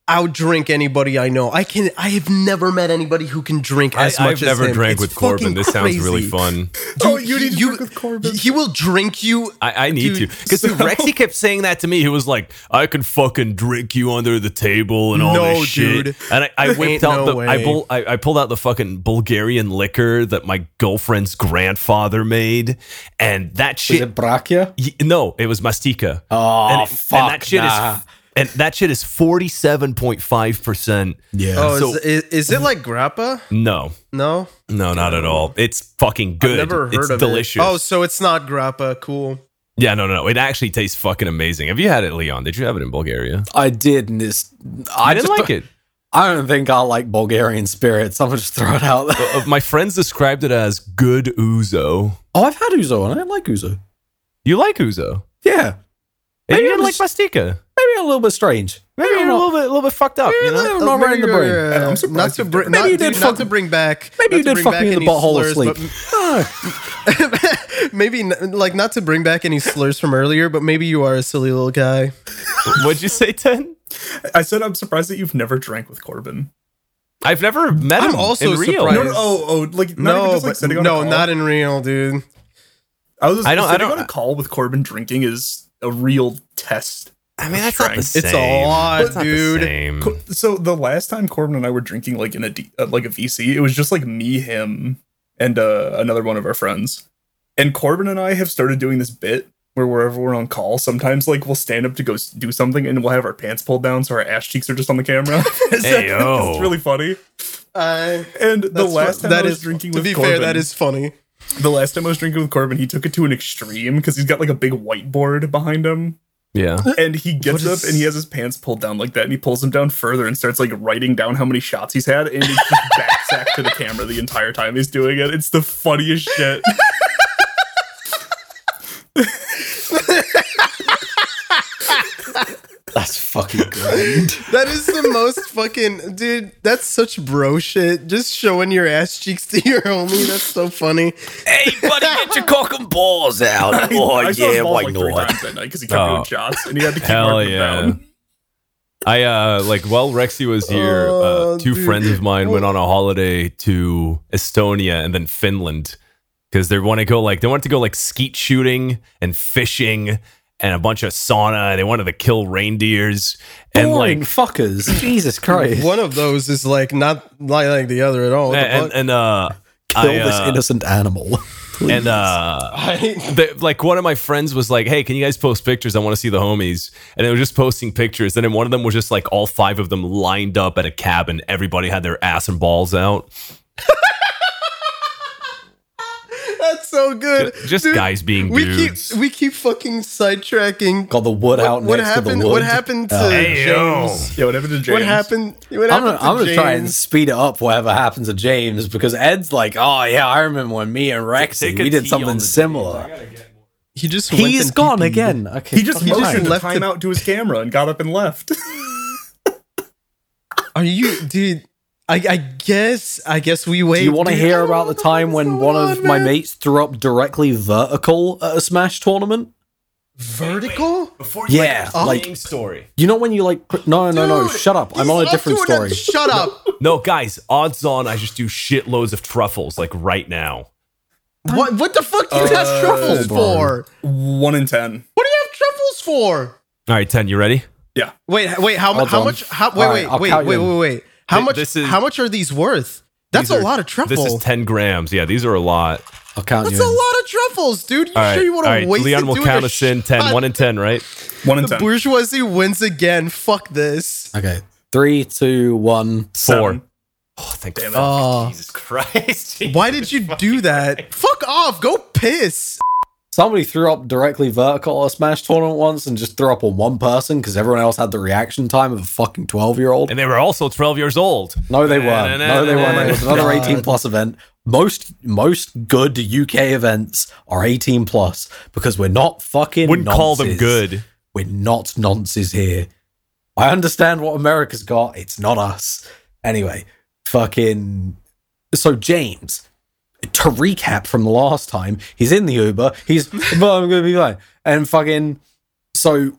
Speaker 1: outdrink anybody I know. I can. I have never met anybody who can drink
Speaker 3: I,
Speaker 1: as much
Speaker 3: I've
Speaker 1: as
Speaker 3: never
Speaker 1: him.
Speaker 3: drank
Speaker 1: It's
Speaker 3: with Corbin.
Speaker 1: fucking
Speaker 3: This sounds
Speaker 1: crazy.
Speaker 3: really fun.
Speaker 2: oh,
Speaker 1: Dude,
Speaker 2: you
Speaker 1: he-
Speaker 2: need to
Speaker 1: you-
Speaker 2: work with Corbin.
Speaker 1: He will drink you.
Speaker 3: I, I need
Speaker 1: Dude,
Speaker 3: to because dude,
Speaker 2: so-
Speaker 3: Rexy kept saying that to me. He was like, "I can fucking drink you under the table and all
Speaker 1: No,
Speaker 3: this shit."
Speaker 1: dude.
Speaker 3: And I, I whipped
Speaker 1: Ain't no
Speaker 3: out the I,
Speaker 1: way.
Speaker 3: bull, I I pulled out the fucking Bulgarian liquor that my girlfriend's grandfather made, and that
Speaker 4: is
Speaker 3: shit.
Speaker 4: it Brachia?
Speaker 3: y- no, it was mastika.
Speaker 4: Oh,
Speaker 3: and, it- and
Speaker 4: fuck.
Speaker 3: that shit
Speaker 4: nah.
Speaker 3: is and that shit is forty seven point five percent.
Speaker 4: yeah.
Speaker 1: Oh,
Speaker 3: So-
Speaker 1: is, is, is it like grappa?
Speaker 3: No,
Speaker 1: No,
Speaker 3: no, not at all. It's fucking good.
Speaker 1: I've never heard
Speaker 3: it's
Speaker 1: of
Speaker 3: delicious.
Speaker 1: it. Oh, so it's not grappa. Cool.
Speaker 3: Yeah, no, no, no. It actually tastes fucking amazing. Have you had it, Leon? Did you have it in Bulgaria?
Speaker 4: I did, and it's I,
Speaker 3: I didn't
Speaker 4: just
Speaker 3: like
Speaker 4: don't-
Speaker 3: it.
Speaker 4: I don't think I like Bulgarian spirits. I'm gonna just throw it out there.
Speaker 3: Uh, My friends described it as good ouzo.
Speaker 4: Oh, I've had uzo, and I like uzo.
Speaker 3: You like ouzo?
Speaker 4: Yeah,
Speaker 3: And
Speaker 4: Maybe
Speaker 3: you didn't
Speaker 4: I'm
Speaker 3: like
Speaker 4: just-
Speaker 3: mastika.
Speaker 4: maybe a little bit strange. Maybe
Speaker 3: Maybe
Speaker 4: I'm
Speaker 3: you're a
Speaker 4: not-
Speaker 3: little bit, a little bit fucked up. You
Speaker 4: maybe
Speaker 3: know?
Speaker 4: I'm not right in the brain.
Speaker 1: Uh,
Speaker 2: And I'm
Speaker 1: not
Speaker 2: surprised
Speaker 1: to
Speaker 2: you
Speaker 1: bring,
Speaker 2: didn't.
Speaker 1: not,
Speaker 4: Maybe you
Speaker 1: to-
Speaker 4: did
Speaker 1: not
Speaker 4: fuck-
Speaker 1: to bring back.
Speaker 4: Maybe
Speaker 1: not
Speaker 4: you
Speaker 1: to
Speaker 4: did
Speaker 1: bring
Speaker 4: fuck
Speaker 1: back
Speaker 4: me in
Speaker 1: any
Speaker 4: the butthole
Speaker 1: slurs,
Speaker 4: asleep.
Speaker 1: but-
Speaker 4: Ah.
Speaker 1: maybe n- like not to bring back any slurs from earlier, but maybe you are a silly little guy.
Speaker 3: What'd you say, Ten?
Speaker 2: I said I'm surprised that you've never drank with Corbin.
Speaker 3: I've never met
Speaker 1: I'm
Speaker 3: him
Speaker 1: also
Speaker 3: in real.
Speaker 1: surprised.
Speaker 2: No, no, oh, oh, like not even
Speaker 1: No,
Speaker 2: just like
Speaker 1: but
Speaker 2: sitting on a
Speaker 1: no,
Speaker 2: call.
Speaker 1: not in real, dude.
Speaker 2: I was just,
Speaker 3: I don't- I
Speaker 2: sitting
Speaker 3: don't-
Speaker 2: on a call with Corbin drinking is a real test.
Speaker 3: I mean, that's not the
Speaker 2: It's
Speaker 3: same.
Speaker 1: a lot,
Speaker 3: That's not the
Speaker 1: dude.
Speaker 3: same.
Speaker 2: Co- So the last time Corbin and I were drinking like in a D, uh, like a VC, it was just like me, him, and uh, another one of our friends. And Corbin and I have started doing this bit where wherever we're on call, sometimes like we'll stand up to go s- do something, and we'll have our pants pulled down so our ass cheeks are just on the camera. It's-
Speaker 3: Hey, yo.
Speaker 2: it's really funny.
Speaker 1: Uh,
Speaker 2: And the
Speaker 1: that's
Speaker 2: last
Speaker 1: fu-
Speaker 2: time I
Speaker 1: that
Speaker 2: was
Speaker 1: is-
Speaker 2: drinking
Speaker 1: to
Speaker 2: with
Speaker 1: be
Speaker 2: Corbin,
Speaker 1: fair, that is funny.
Speaker 2: the last time I was drinking with Corbin, he took it to an extreme because he's got like a big whiteboard behind him
Speaker 3: Yeah.
Speaker 2: and he gets
Speaker 1: What is-
Speaker 2: up and he has his pants pulled down like that and he pulls them down further and starts like writing down how many shots he's had and he's just backsack to the camera the entire time he's doing it it's the funniest shit
Speaker 4: That's fucking great.
Speaker 1: That is the most fucking dude. That's such bro shit. Just showing your ass cheeks to your homie. That's so funny.
Speaker 5: Hey, buddy, get your cock and balls out.
Speaker 2: I-
Speaker 5: Oh,
Speaker 2: I saw his
Speaker 5: yeah,
Speaker 2: balls,
Speaker 5: why
Speaker 2: like three
Speaker 5: not?
Speaker 2: times that night because he kept
Speaker 3: Oh.
Speaker 2: doing shots and he had to keep
Speaker 3: Hell
Speaker 2: marking
Speaker 3: yeah.
Speaker 2: them down
Speaker 3: I uh like while Rexy was here,
Speaker 1: Oh,
Speaker 3: uh, two
Speaker 1: dude.
Speaker 3: friends of mine went on a holiday to Estonia and then Finland because they want to go like they wanted to go like skeet shooting and fishing and a bunch of sauna. And they wanted to kill reindeers and
Speaker 4: Boring
Speaker 3: like
Speaker 4: fuckers. Jesus Christ.
Speaker 1: One of those is like not like, like the other at all. What the
Speaker 3: and,
Speaker 1: fuck?
Speaker 3: and uh
Speaker 4: Kill
Speaker 3: I,
Speaker 4: this
Speaker 3: uh,
Speaker 4: innocent animal.
Speaker 3: and uh
Speaker 1: I-
Speaker 3: the, like one of my friends was like, "Hey, can you guys post pictures? I want to see the homies." And they were just posting pictures. And then one of them was just like all five of them lined up at a cabin. Everybody had their ass and balls out.
Speaker 1: that's so good.
Speaker 3: Just
Speaker 1: Dude,
Speaker 3: guys being
Speaker 1: We
Speaker 3: dudes.
Speaker 1: keep we keep fucking sidetracking.
Speaker 4: Got the wood out
Speaker 1: What, what
Speaker 4: next to
Speaker 1: happened?
Speaker 4: the wood. Uh,
Speaker 1: What happened to
Speaker 3: Hey, yo.
Speaker 1: James?
Speaker 2: yeah whatever to James
Speaker 1: What happened? What
Speaker 4: I'm
Speaker 1: happened
Speaker 4: gonna,
Speaker 1: to
Speaker 4: I'm gonna try and
Speaker 1: James?
Speaker 4: speed it up. Whatever happens to James, because Ed's like, oh yeah, I remember when me and Rexy
Speaker 3: Take a
Speaker 4: we did
Speaker 3: tea
Speaker 4: something
Speaker 3: on the
Speaker 4: similar.
Speaker 1: He just went
Speaker 4: He's
Speaker 1: and
Speaker 4: gone
Speaker 1: pee-peed.
Speaker 4: again. Okay,
Speaker 2: he just
Speaker 4: fucking
Speaker 2: he
Speaker 1: Alright.
Speaker 2: just took
Speaker 4: fine.
Speaker 2: the
Speaker 1: Left
Speaker 2: time
Speaker 1: the-
Speaker 2: out to his camera and got up and left
Speaker 1: Are you, dude? I, I guess I guess we wait.
Speaker 4: Do you want to
Speaker 1: dude.
Speaker 4: hear
Speaker 1: I
Speaker 4: about
Speaker 1: don't
Speaker 4: the
Speaker 1: know
Speaker 4: time
Speaker 1: what's
Speaker 4: when
Speaker 1: going
Speaker 4: one of
Speaker 1: on,
Speaker 4: my
Speaker 1: man.
Speaker 4: mates threw up directly vertical at a Smash tournament?
Speaker 1: vertical?
Speaker 3: Before
Speaker 4: you, like, Yeah, like-
Speaker 3: playing story.
Speaker 4: You know when you like, put- no, no, no,
Speaker 1: Dude,
Speaker 4: shut up. I'm
Speaker 1: he's
Speaker 4: on a
Speaker 1: not
Speaker 4: different
Speaker 1: doing
Speaker 4: story.
Speaker 1: that. Shut up!
Speaker 3: No, guys, odds on I just do shitloads of truffles like right now.
Speaker 1: What what the fuck do you have
Speaker 2: Uh,
Speaker 1: truffles
Speaker 4: bro.
Speaker 1: for?
Speaker 2: one in ten
Speaker 1: What do you have truffles for?
Speaker 3: All right, ten, you ready?
Speaker 1: Wait, h- wait, how, mu-
Speaker 4: Hold
Speaker 1: how
Speaker 4: on.
Speaker 1: much? How, wait,
Speaker 4: All right,
Speaker 1: wait,
Speaker 4: I'll
Speaker 1: wait,
Speaker 4: count
Speaker 1: wait,
Speaker 4: you
Speaker 1: wait,
Speaker 4: in.
Speaker 1: wait, How
Speaker 3: Th-
Speaker 1: much?
Speaker 3: this is-
Speaker 1: how much are these worth? That's
Speaker 3: These
Speaker 1: a
Speaker 3: are-
Speaker 1: lot of truffles.
Speaker 3: This is ten grams. Yeah, these are a lot.
Speaker 4: I'll count
Speaker 1: That's
Speaker 4: you.
Speaker 1: a
Speaker 4: in.
Speaker 1: lot of truffles, dude. You
Speaker 3: All right,
Speaker 1: sure you want
Speaker 3: all
Speaker 1: to
Speaker 3: right,
Speaker 1: waste
Speaker 3: Leon
Speaker 1: it
Speaker 3: will
Speaker 1: doing
Speaker 3: count
Speaker 1: a
Speaker 3: us in 10,
Speaker 1: shot?
Speaker 3: 1 in ten, right?
Speaker 2: one in
Speaker 1: The
Speaker 2: ten
Speaker 1: bourgeoisie wins again. Fuck this.
Speaker 4: Okay, three, two, one.
Speaker 3: Four.
Speaker 2: Seven.
Speaker 3: Oh, thank
Speaker 2: Damn it.
Speaker 3: fuck.
Speaker 1: Oh.
Speaker 3: Jesus Christ.
Speaker 1: Why did you do that? Fuck off. Go piss.
Speaker 4: Somebody threw up directly vertical at a Smash tournament once and just threw up on one person because everyone else had the reaction time of a fucking 12 year old.
Speaker 3: And they were also 12 years old.
Speaker 4: No, they weren't. No, they weren't. It was another
Speaker 1: God.
Speaker 4: 18 plus event. Most most good UK events are 18 plus because we're not fucking.
Speaker 3: Wouldn't call them
Speaker 4: nonces.
Speaker 3: good.
Speaker 4: We're not nonces here. I understand what America's got. It's not us. Anyway, fucking. So James, to recap from the last time, he's in the Uber. He's, but I'm gonna be fine. And fucking, so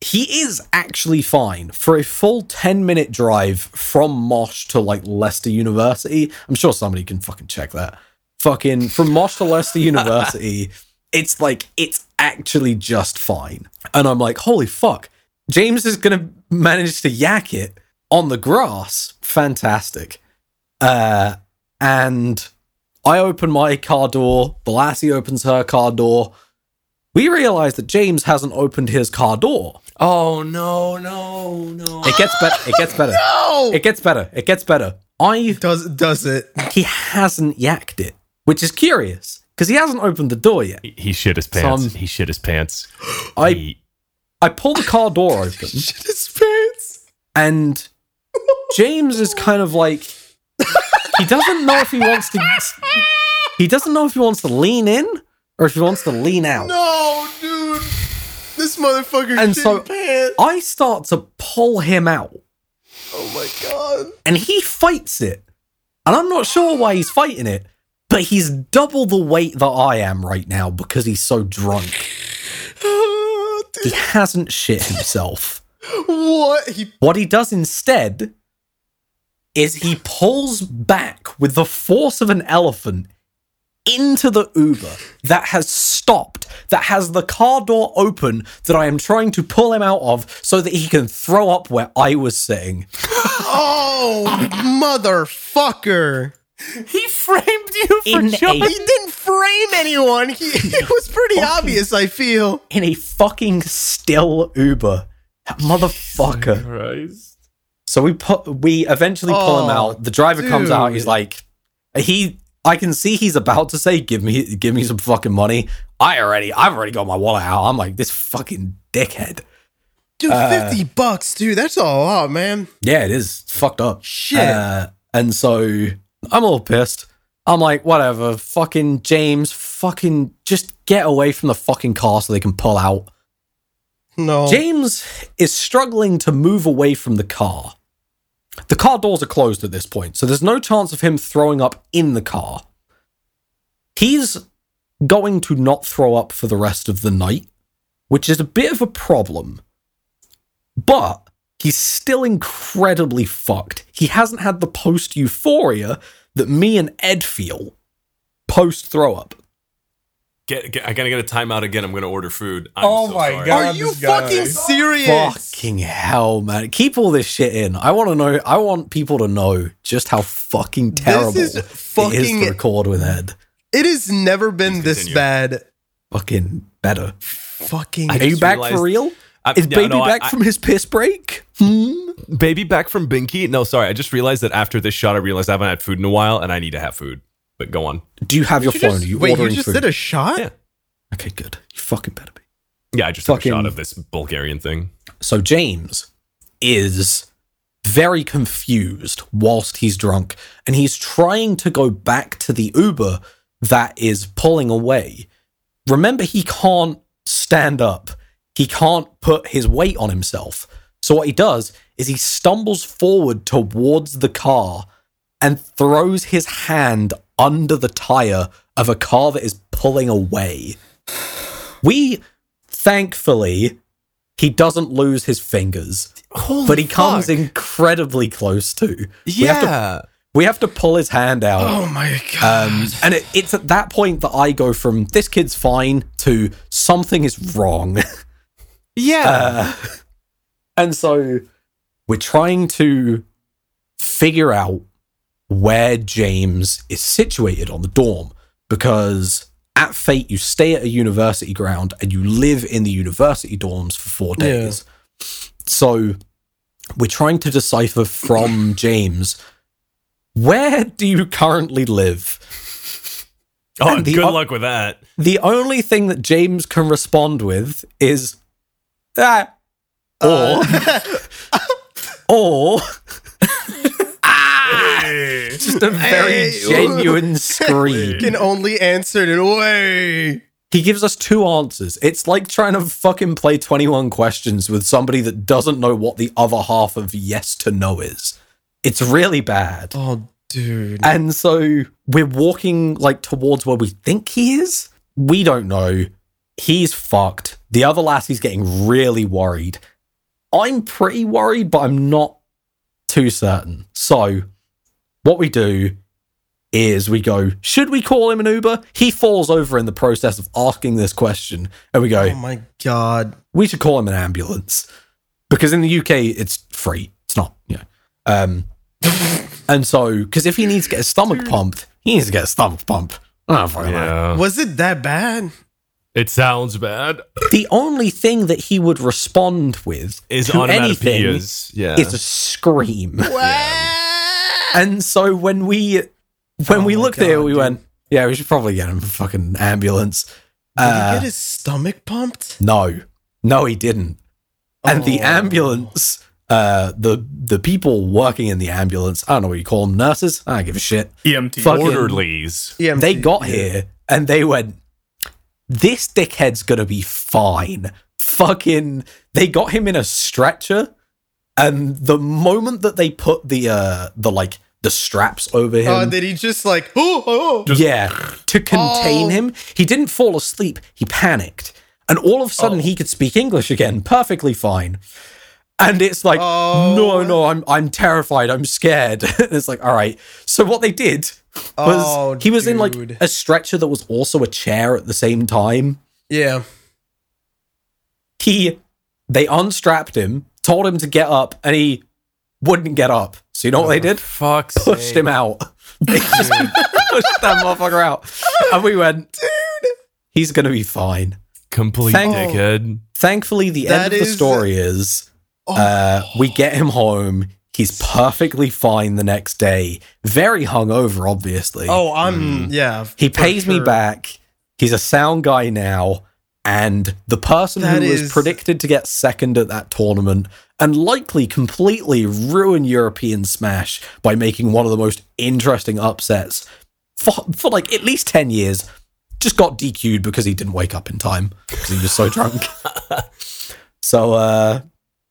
Speaker 4: he is actually fine for a full 10 minute drive from Mosh to like Leicester University. I'm sure somebody can fucking check that. Fucking from Mosh to Leicester University, it's like it's actually just fine. And I'm like, holy fuck, James is gonna manage to yak it on the grass. Fantastic. Uh, and I open my car door, the lassie opens her car door. We realize that James hasn't opened his car door.
Speaker 3: Oh, no, no, no.
Speaker 4: It gets better. It gets better.
Speaker 1: No.
Speaker 4: It gets better. It gets better. I
Speaker 1: does does it?
Speaker 4: he hasn't yacked it, which is curious because he hasn't opened the door yet.
Speaker 3: He, he shit his pants.
Speaker 4: Some-
Speaker 3: he shit his pants.
Speaker 4: I
Speaker 3: He-
Speaker 4: I pull the car door open
Speaker 1: Shit his pants.
Speaker 4: and James is kind of like he doesn't know if he wants to he doesn't know if he wants to lean in or if he wants to lean out.
Speaker 1: No, Oh, dude. This motherfucker
Speaker 4: And
Speaker 1: shit
Speaker 4: so-
Speaker 1: pants.
Speaker 4: I start to pull him out,
Speaker 1: Oh my god.
Speaker 4: and he fights it. And I'm not sure why he's fighting it, but he's double the weight that I am right now because he's so drunk.
Speaker 1: Ah,
Speaker 4: He
Speaker 1: dude,
Speaker 4: hasn't shit himself.
Speaker 1: what? He
Speaker 4: What he does instead is he pulls back with the force of an elephant into the Uber that has stopped, that has the car door open that I am trying to pull him out of so that he can throw up where I was sitting.
Speaker 1: Oh motherfucker.
Speaker 3: He framed you for
Speaker 4: In
Speaker 3: jumping.
Speaker 1: He didn't frame anyone. He, it was pretty obvious, I feel.
Speaker 4: in a fucking still Uber. That motherfucker.
Speaker 2: Christ.
Speaker 4: So we put we eventually pull him
Speaker 1: Oh,
Speaker 4: out. The driver comes out, he's
Speaker 1: dude.
Speaker 4: like he I can see he's about to say, give me give me some fucking money. I already I've already got my wallet out. I'm like, this fucking dickhead.
Speaker 1: Dude,
Speaker 4: Uh,
Speaker 1: 50 bucks, dude. That's a lot, man.
Speaker 4: Yeah, it is. It's fucked up.
Speaker 1: Shit.
Speaker 4: Uh, and so I'm all pissed. I'm like, whatever, fucking James, fucking just get away from the fucking car so they can pull out.
Speaker 1: no.
Speaker 4: James is struggling to move away from the car. The car doors are closed at this point, so there's no chance of him throwing up in the car. He's going to not throw up for the rest of the night, which is a bit of a problem. But he's still incredibly fucked. He hasn't had the post euphoria that me and Ed feel post throw up.
Speaker 3: Get, get, I gotta get a timeout again. I'm gonna order food. I'm
Speaker 2: Oh
Speaker 3: so
Speaker 2: my
Speaker 3: sorry.
Speaker 2: God.
Speaker 1: Are you
Speaker 2: this guy.
Speaker 1: fucking serious?
Speaker 4: Fucking hell, man. Keep all this shit in. I want to know, I want people to know just how fucking terrible
Speaker 1: is
Speaker 4: it is
Speaker 1: fucking-
Speaker 4: to record with Ed.
Speaker 1: It has never been this
Speaker 3: continue.
Speaker 1: bad.
Speaker 4: Fucking better.
Speaker 1: Fucking
Speaker 4: Are you
Speaker 3: just
Speaker 4: back
Speaker 3: realized-
Speaker 4: for real?
Speaker 3: I-
Speaker 4: Is
Speaker 3: no,
Speaker 4: baby
Speaker 3: no, I-
Speaker 4: back
Speaker 3: I-
Speaker 4: from his piss break? Hmm?
Speaker 3: baby back from Binky. No, sorry. I just realized that after this shot, I realized I haven't had food in a while, and I need to have food. But go on.
Speaker 4: Do you have your
Speaker 1: You
Speaker 4: phone?
Speaker 1: just-
Speaker 4: Are you
Speaker 1: wait,
Speaker 4: ordering
Speaker 1: you just
Speaker 4: food?
Speaker 1: did a shot?
Speaker 3: Yeah.
Speaker 4: okay, good. You fucking better be.
Speaker 3: Yeah, I just
Speaker 4: Fucking-
Speaker 3: took a shot of this Bulgarian thing.
Speaker 4: So James is very confused whilst he's drunk and he's trying to go back to the Uber that is pulling away. Remember, he can't stand up, he can't put his weight on himself. So, what he does is he stumbles forward towards the car and throws his hand under the tire of a car that is pulling away. We thankfully he doesn't lose his fingers, but he comes incredibly close to. We have to,
Speaker 3: Yeah.
Speaker 4: we have to pull his hand out.
Speaker 1: Oh my god.
Speaker 4: Um, and it, it's at that point that I go from this kid's fine to something is wrong.
Speaker 3: Yeah.
Speaker 4: Uh, and so we're trying to figure out where James is situated on the dorm because at Fate, you stay at a university ground and you live in the university dorms for four
Speaker 1: Yeah.
Speaker 4: days. So we're trying to decipher from James where do you currently live?
Speaker 3: oh,
Speaker 4: and the
Speaker 3: good
Speaker 4: o-
Speaker 3: luck with that.
Speaker 4: The only thing that James can respond with is, ah, or. or
Speaker 2: Hey.
Speaker 4: just a very
Speaker 1: Hey.
Speaker 4: genuine scream.
Speaker 1: can only answer it away.
Speaker 4: He gives us two answers. It's like trying to fucking play 21 questions with somebody that doesn't know what the other half of yes to no is. It's really bad.
Speaker 1: Oh, dude.
Speaker 4: And so we're walking like towards where we think he is. We don't know. He's fucked. The other lassie's getting really worried. I'm pretty worried, but I'm not too certain. So what we do is we go, should we call him an Uber? He falls over in the process of asking this question. And we go,
Speaker 1: Oh my god.
Speaker 4: we should call him an ambulance because in the UK it's free. It's not, you know. Um, and so, because if he needs to get his stomach pumped, he needs to get a stomach Oh, pump. I don't fucking know.
Speaker 3: Yeah.
Speaker 1: Was it that bad?
Speaker 3: It sounds bad.
Speaker 4: The only thing that he would respond with
Speaker 3: Is
Speaker 4: to anything
Speaker 3: onomatopoeias. Yeah.
Speaker 4: is a scream.
Speaker 1: What?
Speaker 4: And so when we when
Speaker 1: Oh
Speaker 4: we
Speaker 1: my
Speaker 4: looked at it,
Speaker 1: God,
Speaker 4: we
Speaker 1: dude.
Speaker 4: went, yeah, we should probably get him a fucking ambulance.
Speaker 1: Did
Speaker 4: Uh,
Speaker 1: he get his stomach pumped?
Speaker 4: No, no, he didn't. And the
Speaker 1: Oh.
Speaker 4: ambulance, uh, the the people working in the ambulance, I don't know what you call them, nurses. I don't give a shit.
Speaker 2: EMT.
Speaker 4: Fuck.
Speaker 3: Orderlies.
Speaker 1: EMT.
Speaker 4: They got here and they went, "This dickhead's gonna be fine. fucking they got him in a stretcher and the moment that they put the uh the like the straps over him
Speaker 1: Oh, did he just like, oh, oh.
Speaker 2: Just-
Speaker 4: yeah to contain
Speaker 1: Oh.
Speaker 4: him he didn't fall asleep he panicked and all of a sudden he could speak english again perfectly fine and it's like
Speaker 1: Oh.
Speaker 4: no no i'm i'm terrified i'm scared and it's like all right so what they did was
Speaker 1: Oh,
Speaker 4: he was in
Speaker 1: dude.
Speaker 4: like a stretcher that was also a chair at the same time
Speaker 1: yeah.
Speaker 4: he they unstrapped him, told him to get up, and he wouldn't get up. So you know what they did?
Speaker 3: Fuck's
Speaker 4: Pushed him out. They just pushed that motherfucker out. And we went, dude, he's gonna be fine.
Speaker 3: Complete
Speaker 4: Thank-
Speaker 3: dickhead.
Speaker 4: Thankfully, the
Speaker 1: That
Speaker 4: end of the
Speaker 1: is-
Speaker 4: story is
Speaker 1: Oh.
Speaker 4: uh, we get him home. He's perfectly fine the next day. Very hungover, obviously.
Speaker 1: Oh, I'm yeah.
Speaker 4: Mm. He
Speaker 1: for
Speaker 4: pays me
Speaker 1: sure.
Speaker 4: back. He's a sound guy now. And the person
Speaker 1: That
Speaker 4: who was
Speaker 1: is-
Speaker 4: predicted to get second at that tournament and likely completely ruin European Smash by making one of the most interesting upsets for, for like at least 10 years just got DQ'd because he didn't wake up in time because he was so drunk. so, uh,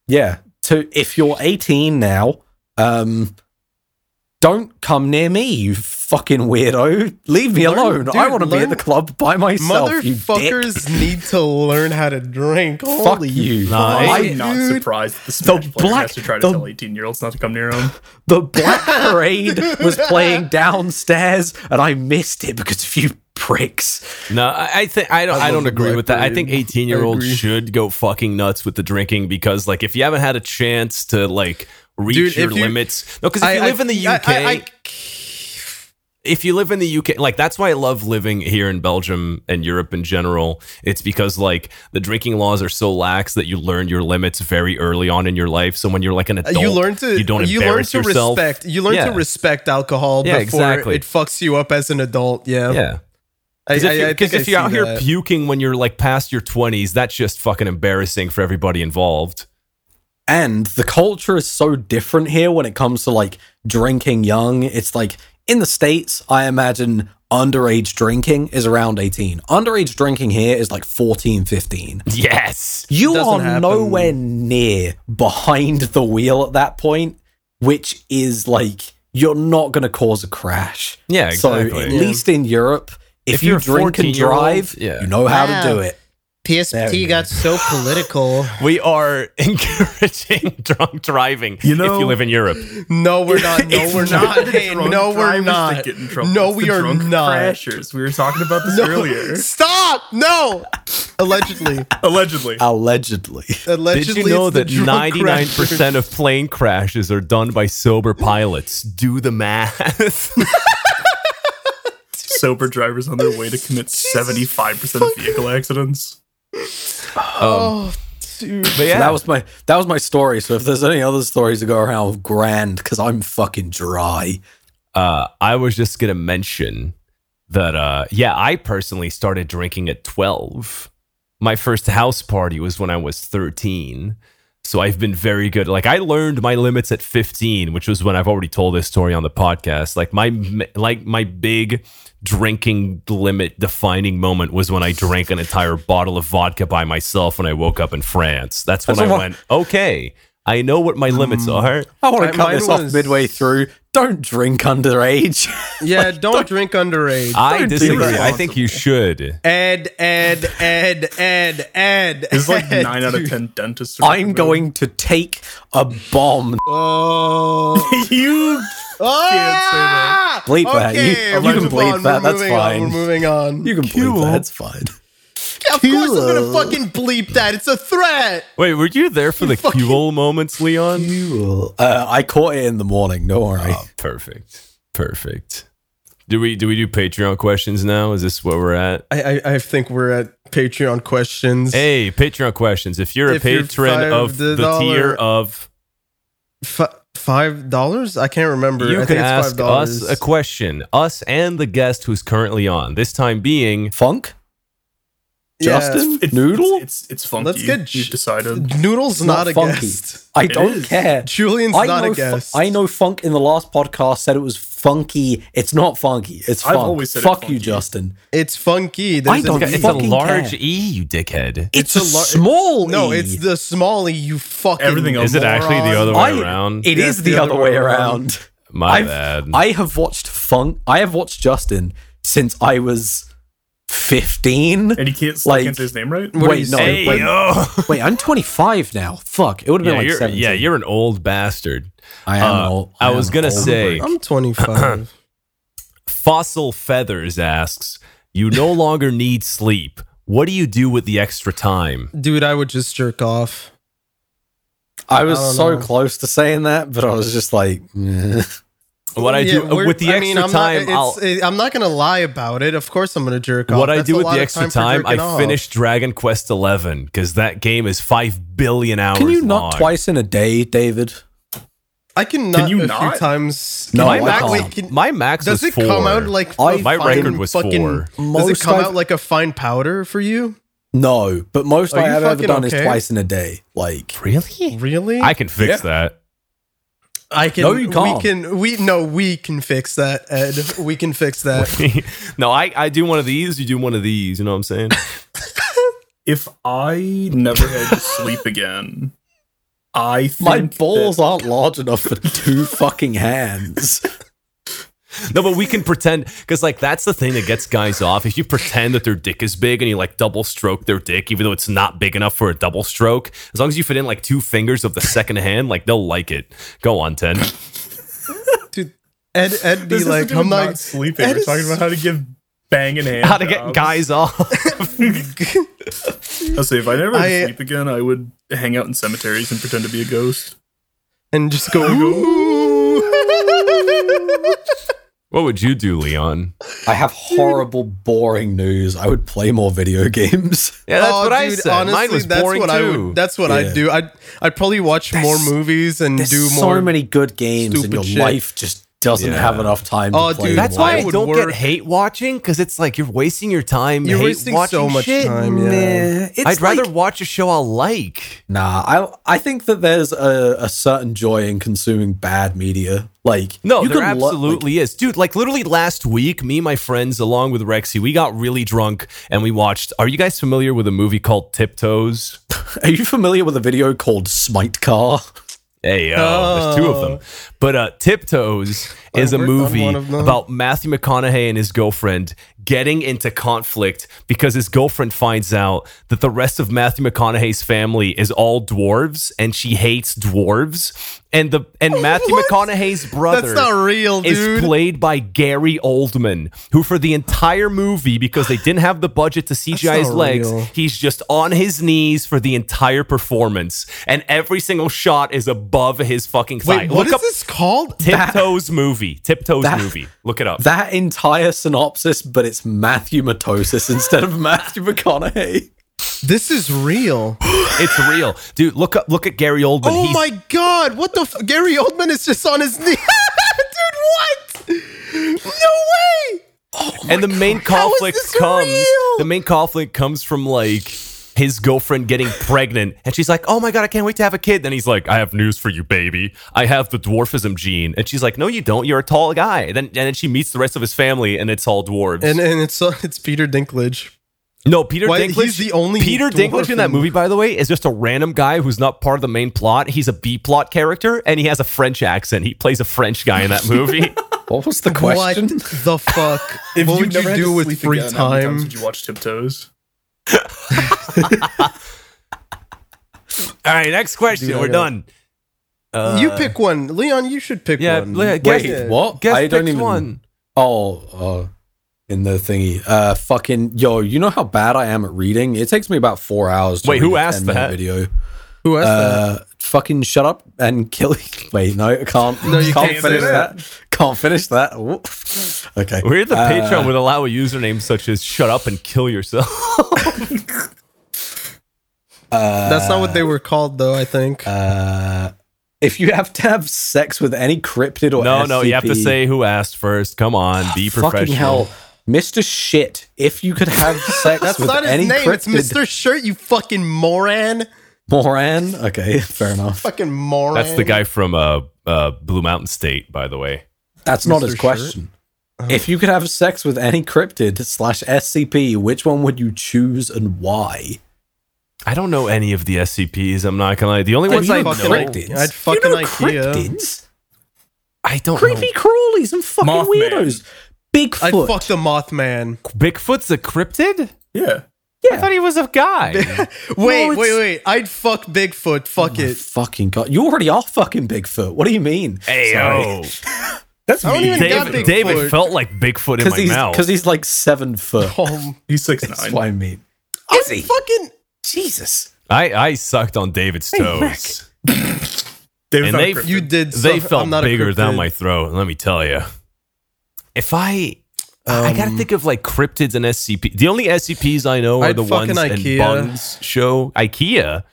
Speaker 4: yeah. So if you're 18 now, um, don't come near me, you fucking weirdo. Leave me
Speaker 1: Learn-
Speaker 4: alone.
Speaker 1: dude,
Speaker 4: I want to be at
Speaker 1: learn-
Speaker 4: the club by myself. you dick.
Speaker 1: Motherfuckers need to learn how to drink.
Speaker 4: Fuck
Speaker 1: Holy
Speaker 4: you.
Speaker 3: Nah,
Speaker 1: fuck,
Speaker 2: I'm
Speaker 4: I-
Speaker 2: not
Speaker 1: dude.
Speaker 2: surprised that the Smash player
Speaker 4: black-
Speaker 2: has to try to
Speaker 4: the-
Speaker 2: tell 18 year olds not to come near him.
Speaker 4: The Black Parade was playing downstairs, and I missed it because of you pricks.
Speaker 3: No, I I think I don't.
Speaker 1: I
Speaker 3: I,
Speaker 1: love
Speaker 3: don't
Speaker 1: the
Speaker 3: agree with that. I think
Speaker 1: Blackberry.
Speaker 3: eighteen-year-olds
Speaker 1: I agree.
Speaker 3: should go fucking nuts with the drinking because, like, if you haven't had a chance to like reach
Speaker 1: Dude,
Speaker 3: your
Speaker 1: if you-
Speaker 3: limits, no, because if you live in the UK,
Speaker 1: I- I- I-
Speaker 3: if you live in the UK, like that's why I love living here in Belgium and Europe in general. It's because like the drinking laws are so lax that you learn your limits very early on in your life. So when you're like an adult,
Speaker 1: Uh, you learn to
Speaker 3: you don't
Speaker 1: you learn
Speaker 3: embarrass
Speaker 1: to
Speaker 3: yourself.
Speaker 1: respect you learn to
Speaker 3: Yeah.
Speaker 1: respect alcohol
Speaker 3: Yeah,
Speaker 1: before
Speaker 3: exactly.
Speaker 1: it fucks you up as an adult. Yeah,
Speaker 3: Yeah,
Speaker 1: I,
Speaker 3: because
Speaker 1: I- I
Speaker 3: if,
Speaker 1: think I
Speaker 3: you, are
Speaker 1: see
Speaker 3: out here
Speaker 1: that.
Speaker 3: puking when you're like past your twenties, that's just fucking embarrassing for everybody involved.
Speaker 4: And the culture is so different here when it comes to like drinking young. It's like in the States, I imagine underage drinking is around 18. Underage drinking here is like 14, 15.
Speaker 3: Yes.
Speaker 4: You
Speaker 1: Doesn't
Speaker 4: are
Speaker 1: happen.
Speaker 4: nowhere near behind the wheel at that point, which is like you're not going to cause a crash.
Speaker 3: Yeah,
Speaker 4: So
Speaker 3: exactly.
Speaker 4: at
Speaker 3: Yeah.
Speaker 4: least in Europe, if,
Speaker 3: If
Speaker 4: you
Speaker 3: you're a
Speaker 4: drink and
Speaker 3: 14-year-old,
Speaker 4: drive,
Speaker 3: yeah.
Speaker 4: you know how to
Speaker 1: Wow.
Speaker 4: do it. There we
Speaker 1: PSP
Speaker 4: go.
Speaker 1: got so political.
Speaker 3: We are encouraging drunk driving
Speaker 2: You know-
Speaker 3: if you live in Europe.
Speaker 1: No, we're not. No,
Speaker 2: It's
Speaker 1: we're not.
Speaker 2: the
Speaker 1: Hey,
Speaker 2: drunk
Speaker 1: no, we're
Speaker 2: drivers that
Speaker 1: not.
Speaker 2: get in trouble.
Speaker 1: No,
Speaker 2: It's
Speaker 1: we
Speaker 2: the
Speaker 1: are
Speaker 2: drunk
Speaker 1: not.
Speaker 2: Crashers. We were talking about this earlier.
Speaker 1: Stop! No, allegedly,
Speaker 2: Allegedly.
Speaker 4: Allegedly.
Speaker 1: allegedly.
Speaker 3: Did you know
Speaker 1: it's the
Speaker 3: that
Speaker 1: drunk
Speaker 3: 99% of plane crashes are done by sober pilots? Do the math.
Speaker 2: Sober drivers on their way to commit 75% of vehicle accidents.
Speaker 1: Oh, dude.
Speaker 3: But yeah,
Speaker 4: That was my that was my story. So if there's any other stories to go around with grand, because I'm fucking dry.
Speaker 3: uh, I was just going to mention that, uh, yeah, I personally started drinking at 12. My first house party was when I was 13. So I've been very good. Like I learned my limits at 15, which was when I've already told this story on the podcast. Like my like my big drinking limit defining moment was when I drank an entire bottle of vodka by myself when I woke up in France. That's when I
Speaker 4: That's a wa-
Speaker 3: went, "Okay, I know what my limits are."
Speaker 4: I
Speaker 1: My-
Speaker 4: want to cut
Speaker 1: mine
Speaker 4: this off
Speaker 1: was-
Speaker 4: midway through. Don't drink underage.
Speaker 1: Yeah, don't drink underage.
Speaker 3: I
Speaker 4: Don't be
Speaker 3: disagree. I think you should.
Speaker 1: Ed, Ed, Ed, Ed, Ed.
Speaker 2: This is like
Speaker 1: Ed,
Speaker 2: 9 out of
Speaker 1: dude.
Speaker 2: 10 dentists. are
Speaker 4: I'm going to take a bomb.
Speaker 1: Oh.
Speaker 2: You
Speaker 1: Ah!
Speaker 4: Bleep that. You-
Speaker 1: Okay,
Speaker 4: you
Speaker 1: we're
Speaker 4: can
Speaker 1: moving
Speaker 4: bleep
Speaker 1: on,
Speaker 4: that,
Speaker 1: we're
Speaker 4: that's
Speaker 1: moving on,
Speaker 4: fine.
Speaker 1: We're moving on.
Speaker 4: You can bleep that. It's fine.
Speaker 1: of course, I'm gonna
Speaker 4: Cool.
Speaker 1: fucking bleep that. It's a threat.
Speaker 3: Wait, were you there for the
Speaker 1: fucking-
Speaker 3: Kuel moments, Leon? Oh,
Speaker 4: Uh, I caught it in the morning. Don't worry.
Speaker 1: Um,
Speaker 3: Perfect. Perfect. Do we do we do Patreon questions now? Is this where we're at?
Speaker 1: I, I, I think we're at Patreon questions.
Speaker 3: Hey, Patreon questions. If you're a
Speaker 1: If you're
Speaker 3: patron of the
Speaker 1: $5
Speaker 3: tier of
Speaker 1: Fi five dollars? I can't remember. I
Speaker 3: you can
Speaker 1: think it's
Speaker 3: ask
Speaker 1: five dollars.
Speaker 3: us a question, us and the guest who's currently on. This time being
Speaker 4: Funk?
Speaker 1: Yeah.
Speaker 4: Justin?
Speaker 2: It's,
Speaker 4: Noodle?
Speaker 2: It's, it's, it's funky.
Speaker 1: Let's get
Speaker 2: You've decided.
Speaker 1: Noodle's not,
Speaker 4: not
Speaker 1: a
Speaker 4: funky.
Speaker 1: guest.
Speaker 4: I
Speaker 2: It
Speaker 4: don't
Speaker 2: is.
Speaker 4: care.
Speaker 1: Julian's
Speaker 4: I
Speaker 1: not
Speaker 4: know,
Speaker 1: a
Speaker 4: Fu-
Speaker 1: guest.
Speaker 4: I know Funk in the last podcast said it was funky. It's not funky. It's
Speaker 2: I've
Speaker 4: funk.
Speaker 2: always said it
Speaker 4: Fuck
Speaker 2: funky.
Speaker 4: you, Justin.
Speaker 1: It's funky.
Speaker 4: I
Speaker 1: There's
Speaker 4: don't
Speaker 1: an E.
Speaker 4: get
Speaker 3: It's a
Speaker 4: fucking
Speaker 3: large
Speaker 4: care.
Speaker 3: E, you dickhead.
Speaker 1: It's
Speaker 4: It's, a,
Speaker 1: a lar-
Speaker 4: small.
Speaker 1: No,
Speaker 4: E.
Speaker 1: it's the small E, you fucking.
Speaker 2: Everything else-
Speaker 1: else.
Speaker 2: Is
Speaker 3: Is it actually the other way
Speaker 4: I-
Speaker 3: around?
Speaker 4: It
Speaker 2: Yeah,
Speaker 4: is the, other, way around.
Speaker 3: My
Speaker 4: I've-
Speaker 3: bad.
Speaker 4: I have watched funk. I have watched Justin since I was fifteen.
Speaker 2: and he can't, still
Speaker 4: Like-
Speaker 2: can't say his name right.
Speaker 1: What are you
Speaker 4: Wait, no.
Speaker 1: saying?
Speaker 3: hey,
Speaker 4: wait,
Speaker 3: yo.
Speaker 4: Wait, I'm 25 now. Fuck, it would have been
Speaker 3: yeah,
Speaker 4: like
Speaker 3: you're,
Speaker 4: 17.
Speaker 3: yeah, you're an old bastard.
Speaker 4: I am.
Speaker 3: Uh,
Speaker 4: old.
Speaker 3: I
Speaker 4: am
Speaker 3: was gonna
Speaker 4: old.
Speaker 3: say
Speaker 1: I'm 25.
Speaker 3: Fossil Feathers asks, "You no longer need sleep. What do you do with the extra time?"
Speaker 1: Dude, I would just jerk off.
Speaker 4: I was
Speaker 1: I don't
Speaker 4: so
Speaker 1: know.
Speaker 4: close to saying that, but I was just like, eh.
Speaker 3: What I do
Speaker 1: Yeah, we're-
Speaker 3: with the
Speaker 1: I
Speaker 3: extra
Speaker 1: mean, I'm not-
Speaker 3: time,
Speaker 1: it's-
Speaker 3: I'll,
Speaker 1: it- I'm not gonna lie about it. Of course, I'm gonna jerk off.
Speaker 3: what I
Speaker 1: That's
Speaker 3: do
Speaker 1: a
Speaker 3: with
Speaker 1: lot
Speaker 3: the
Speaker 1: of
Speaker 3: extra
Speaker 1: for
Speaker 3: time,
Speaker 1: jerking
Speaker 3: I
Speaker 1: off.
Speaker 3: finish Dragon Quest Eleven because that game is five billion hours.
Speaker 4: can you not
Speaker 3: long.
Speaker 4: twice in a day, David?
Speaker 1: I can not
Speaker 2: you
Speaker 1: a
Speaker 2: not?
Speaker 1: few times.
Speaker 4: No,
Speaker 3: My
Speaker 4: I
Speaker 3: max,
Speaker 4: can't.
Speaker 1: wait, can-
Speaker 3: my max
Speaker 1: does
Speaker 3: was
Speaker 1: it come
Speaker 3: four.
Speaker 1: out like
Speaker 4: I-
Speaker 1: a
Speaker 3: My
Speaker 1: fine
Speaker 3: record was
Speaker 1: fucking,
Speaker 3: four.
Speaker 1: Does it
Speaker 4: Most
Speaker 1: come
Speaker 4: I've-
Speaker 1: out like a fine powder for you?
Speaker 4: No, but most
Speaker 1: Are
Speaker 4: I
Speaker 1: you
Speaker 4: have ever
Speaker 1: fucking
Speaker 4: done is
Speaker 1: okay?
Speaker 4: twice in a day. Like,
Speaker 3: really?
Speaker 1: Really?
Speaker 3: I can fix that.
Speaker 1: I can.
Speaker 4: No, you
Speaker 1: We
Speaker 4: can't.
Speaker 1: can. We no. We can fix that, Ed. We can fix that.
Speaker 3: no, I, I do one of these. You do one of these. You know what I'm saying?
Speaker 2: If I never had to sleep again, I think
Speaker 4: my balls
Speaker 2: that-
Speaker 4: aren't large enough for two fucking hands.
Speaker 3: No, but we can pretend because like that's the thing that gets guys off. If you pretend that their dick is big and you like double stroke their dick, even though it's not big enough for a double stroke, as long as you fit in like two fingers of the second hand, like they'll like it. Go on, Ted.
Speaker 1: Dude, Ed. Ed be
Speaker 2: This has to
Speaker 1: like,
Speaker 2: do with
Speaker 1: I'm
Speaker 2: not
Speaker 1: like
Speaker 2: sleeping.
Speaker 1: that
Speaker 2: We're
Speaker 1: is-
Speaker 2: talking about how to give bang and hand.
Speaker 3: How to get guys off?
Speaker 2: I say if I never had to
Speaker 1: I-
Speaker 2: sleep again, I would hang out in cemeteries and pretend to be a ghost.
Speaker 1: and just go. "Ooh."
Speaker 3: What would you do, Leon?
Speaker 4: I have horrible, boring news. I would play more video games.
Speaker 3: Yeah, that's
Speaker 1: Oh,
Speaker 3: what I
Speaker 1: dude,
Speaker 3: said. Mine was
Speaker 1: that's
Speaker 3: boring
Speaker 1: what
Speaker 3: too.
Speaker 1: I would. That's what
Speaker 4: Yeah.
Speaker 1: I'd do. I'd I'd probably watch more movies and
Speaker 4: There's
Speaker 1: do
Speaker 4: so
Speaker 1: more.
Speaker 4: many good games, and
Speaker 1: stupid
Speaker 4: your
Speaker 1: shit.
Speaker 4: life just doesn't
Speaker 3: Yeah.
Speaker 4: have enough time.
Speaker 1: Oh,
Speaker 4: to play
Speaker 1: dude,
Speaker 4: more.
Speaker 3: that's why
Speaker 1: I
Speaker 3: I
Speaker 1: would
Speaker 3: don't
Speaker 1: work-
Speaker 3: get hate watching because it's like you're wasting your time.
Speaker 1: You're
Speaker 3: hate
Speaker 1: wasting
Speaker 3: watching
Speaker 1: so much
Speaker 3: shit.
Speaker 1: time. Yeah.
Speaker 4: Eh, it's
Speaker 3: I'd rather
Speaker 4: like-
Speaker 3: watch a show I like.
Speaker 4: Nah, I I think that there's a, a certain joy in consuming bad media. Like
Speaker 3: No, there
Speaker 4: can lo-
Speaker 3: absolutely is. Dude, like literally last week, me and my friends, along with Rexy, we got really drunk and we watched. Are you guys familiar with a movie called Tiptoes?
Speaker 4: like- are you familiar with a video called Smite Car?
Speaker 3: Hey, yo, there's two of them. But uh, Tiptoes is a
Speaker 1: worked on
Speaker 3: movie
Speaker 1: one of them.
Speaker 3: about Matthew McConaughey and his girlfriend getting into conflict because his girlfriend finds out that the rest of Matthew McConaughey's family is all dwarves and she hates dwarves. And the and Matthew McConaughey's
Speaker 1: That's
Speaker 3: brother
Speaker 1: not real,
Speaker 3: is
Speaker 1: dude.
Speaker 3: played by Gary Oldman, who for the entire movie, because they didn't have the budget to CGI his
Speaker 1: not
Speaker 3: legs,
Speaker 1: real.
Speaker 3: he's just on his knees for the entire performance, and every single shot is above his fucking thigh.
Speaker 1: Wait,
Speaker 3: Look
Speaker 1: what is
Speaker 3: up
Speaker 1: this called?
Speaker 3: Tiptoes movie, Tiptoes
Speaker 4: that-
Speaker 3: movie. Look it up.
Speaker 4: That entire synopsis, but it's Matthew Matosis instead of Matthew McConaughey.
Speaker 1: This is real.
Speaker 3: it's real, dude. Look up, look at Gary Oldman.
Speaker 1: Oh
Speaker 3: He's-
Speaker 1: my god, what the f- Gary Oldman is just on his knee. Dude, what? No way.
Speaker 3: and the main
Speaker 1: How is
Speaker 3: conflict
Speaker 1: this
Speaker 3: comes
Speaker 1: real?
Speaker 3: the main conflict comes from like his girlfriend getting pregnant and she's like oh my god i can't wait to have a kid then he's like i have news for you baby i have the dwarfism gene and she's like no you don't you're a tall guy and then, and then she meets the rest of his family and it's all dwarves
Speaker 1: And and it's uh, it's Peter Dinklage.
Speaker 3: no peter
Speaker 1: Why-
Speaker 3: dinklage
Speaker 1: he's the only
Speaker 3: peter
Speaker 1: dwarf
Speaker 3: dinklage in that
Speaker 1: in-
Speaker 3: movie by the way is just a random guy who's not part of the main plot he's a b-plot character and he has a french accent he plays a french guy in that movie
Speaker 4: What was the
Speaker 1: What the fuck? what would you
Speaker 2: never had
Speaker 1: do
Speaker 2: to
Speaker 1: with
Speaker 2: sleep
Speaker 1: free
Speaker 2: again, how many times
Speaker 1: time?
Speaker 2: Would you watch Tiptoes?
Speaker 3: all right next question
Speaker 1: Dude, I
Speaker 3: we're
Speaker 1: got-
Speaker 3: done Uh,
Speaker 1: you pick one, Leon. You should pick
Speaker 3: yeah,
Speaker 1: one.
Speaker 3: Le- guess-
Speaker 4: Wait, what?
Speaker 3: guess
Speaker 4: I don't
Speaker 3: picks
Speaker 4: even.
Speaker 3: one.
Speaker 4: Oh, oh, in the thingy. Uh, fucking yo, you know how bad I am at reading. It takes me about four hours. To
Speaker 3: Wait, who
Speaker 4: read a
Speaker 3: asked
Speaker 4: 10-minute
Speaker 3: that?
Speaker 4: video?
Speaker 1: Who asked that?
Speaker 4: Uh, fucking shut up and kill. Wait, no, I can't.
Speaker 1: No, you
Speaker 4: can't,
Speaker 1: can't
Speaker 4: finish
Speaker 2: say
Speaker 4: that. Can't finish that. Ooh. Okay.
Speaker 3: We're the
Speaker 4: Uh,
Speaker 3: Patreon would allow a username such as "Shut up and kill yourself."
Speaker 4: uh,
Speaker 1: That's not what they were called, though. I think.
Speaker 4: Uh, if you have to have sex with any cryptid or
Speaker 3: no, no, you have to
Speaker 4: SCP,
Speaker 3: say who asked first. Come on, be
Speaker 4: fucking
Speaker 3: professional.
Speaker 4: hell, Mister Shit. If you could have sex
Speaker 1: That's
Speaker 4: with
Speaker 1: not his
Speaker 4: any
Speaker 1: name.
Speaker 4: cryptid,
Speaker 1: It's Mr. Shirt. You fucking moron.
Speaker 4: Moran. Okay, fair enough.
Speaker 1: Fucking moron.
Speaker 3: That's the guy from uh, uh, Blue Mountain State, by the way.
Speaker 4: That's not his
Speaker 1: Shirt?
Speaker 4: question.
Speaker 1: Oh.
Speaker 4: If you could have sex with any cryptid slash SCP, which one would you choose and why?
Speaker 3: I don't know any of the SCPs. I'm not gonna lie. The only
Speaker 4: Have
Speaker 3: ones
Speaker 4: you
Speaker 3: I
Speaker 4: ever
Speaker 3: know,
Speaker 4: fucking-
Speaker 1: I'd,
Speaker 4: cryptids.
Speaker 1: I'd fucking
Speaker 4: you know
Speaker 1: IKEA.
Speaker 4: cryptids,
Speaker 3: I don't
Speaker 4: creepy
Speaker 3: know.
Speaker 4: crawlies, and fucking
Speaker 2: Mothman.
Speaker 4: weirdos.
Speaker 1: I'd
Speaker 4: Bigfoot.
Speaker 1: fuck the Mothman.
Speaker 3: Bigfoot's a cryptid.
Speaker 2: Yeah.
Speaker 3: I thought he was a guy.
Speaker 1: Wait,
Speaker 4: it's-
Speaker 1: wait, wait. I'd fuck Bigfoot. Fuck
Speaker 4: My
Speaker 1: it.
Speaker 4: fucking god! You already are fucking Bigfoot. What do you mean? oh.
Speaker 3: Ayo.
Speaker 2: That's
Speaker 1: I don't
Speaker 2: me.
Speaker 1: even
Speaker 2: Dave-
Speaker 1: got
Speaker 3: David,
Speaker 1: Bigfoot.
Speaker 3: David felt like Bigfoot in
Speaker 4: Because
Speaker 3: my
Speaker 4: he's
Speaker 3: mouth.
Speaker 4: because he's like seven foot.
Speaker 1: Um,
Speaker 2: He's six
Speaker 4: That's
Speaker 2: nine.
Speaker 4: what I mean.
Speaker 1: I'd
Speaker 4: he?
Speaker 1: fucking.
Speaker 4: Jesus.
Speaker 3: I, I sucked on David's toes.
Speaker 2: David
Speaker 3: And
Speaker 2: found
Speaker 3: they-
Speaker 2: Griffin.
Speaker 1: You did.
Speaker 3: they
Speaker 1: suffer-
Speaker 3: felt
Speaker 1: I'm not a
Speaker 3: bigger down
Speaker 1: cryptid.
Speaker 3: my throat. Let me tell you. If I, I
Speaker 1: Um,
Speaker 3: gotta think of like cryptids and SCP. The only SCPs I know are
Speaker 1: I'd
Speaker 3: the
Speaker 1: fucking
Speaker 3: ones
Speaker 1: Ikea. Uh,
Speaker 3: in Buns show IKEA.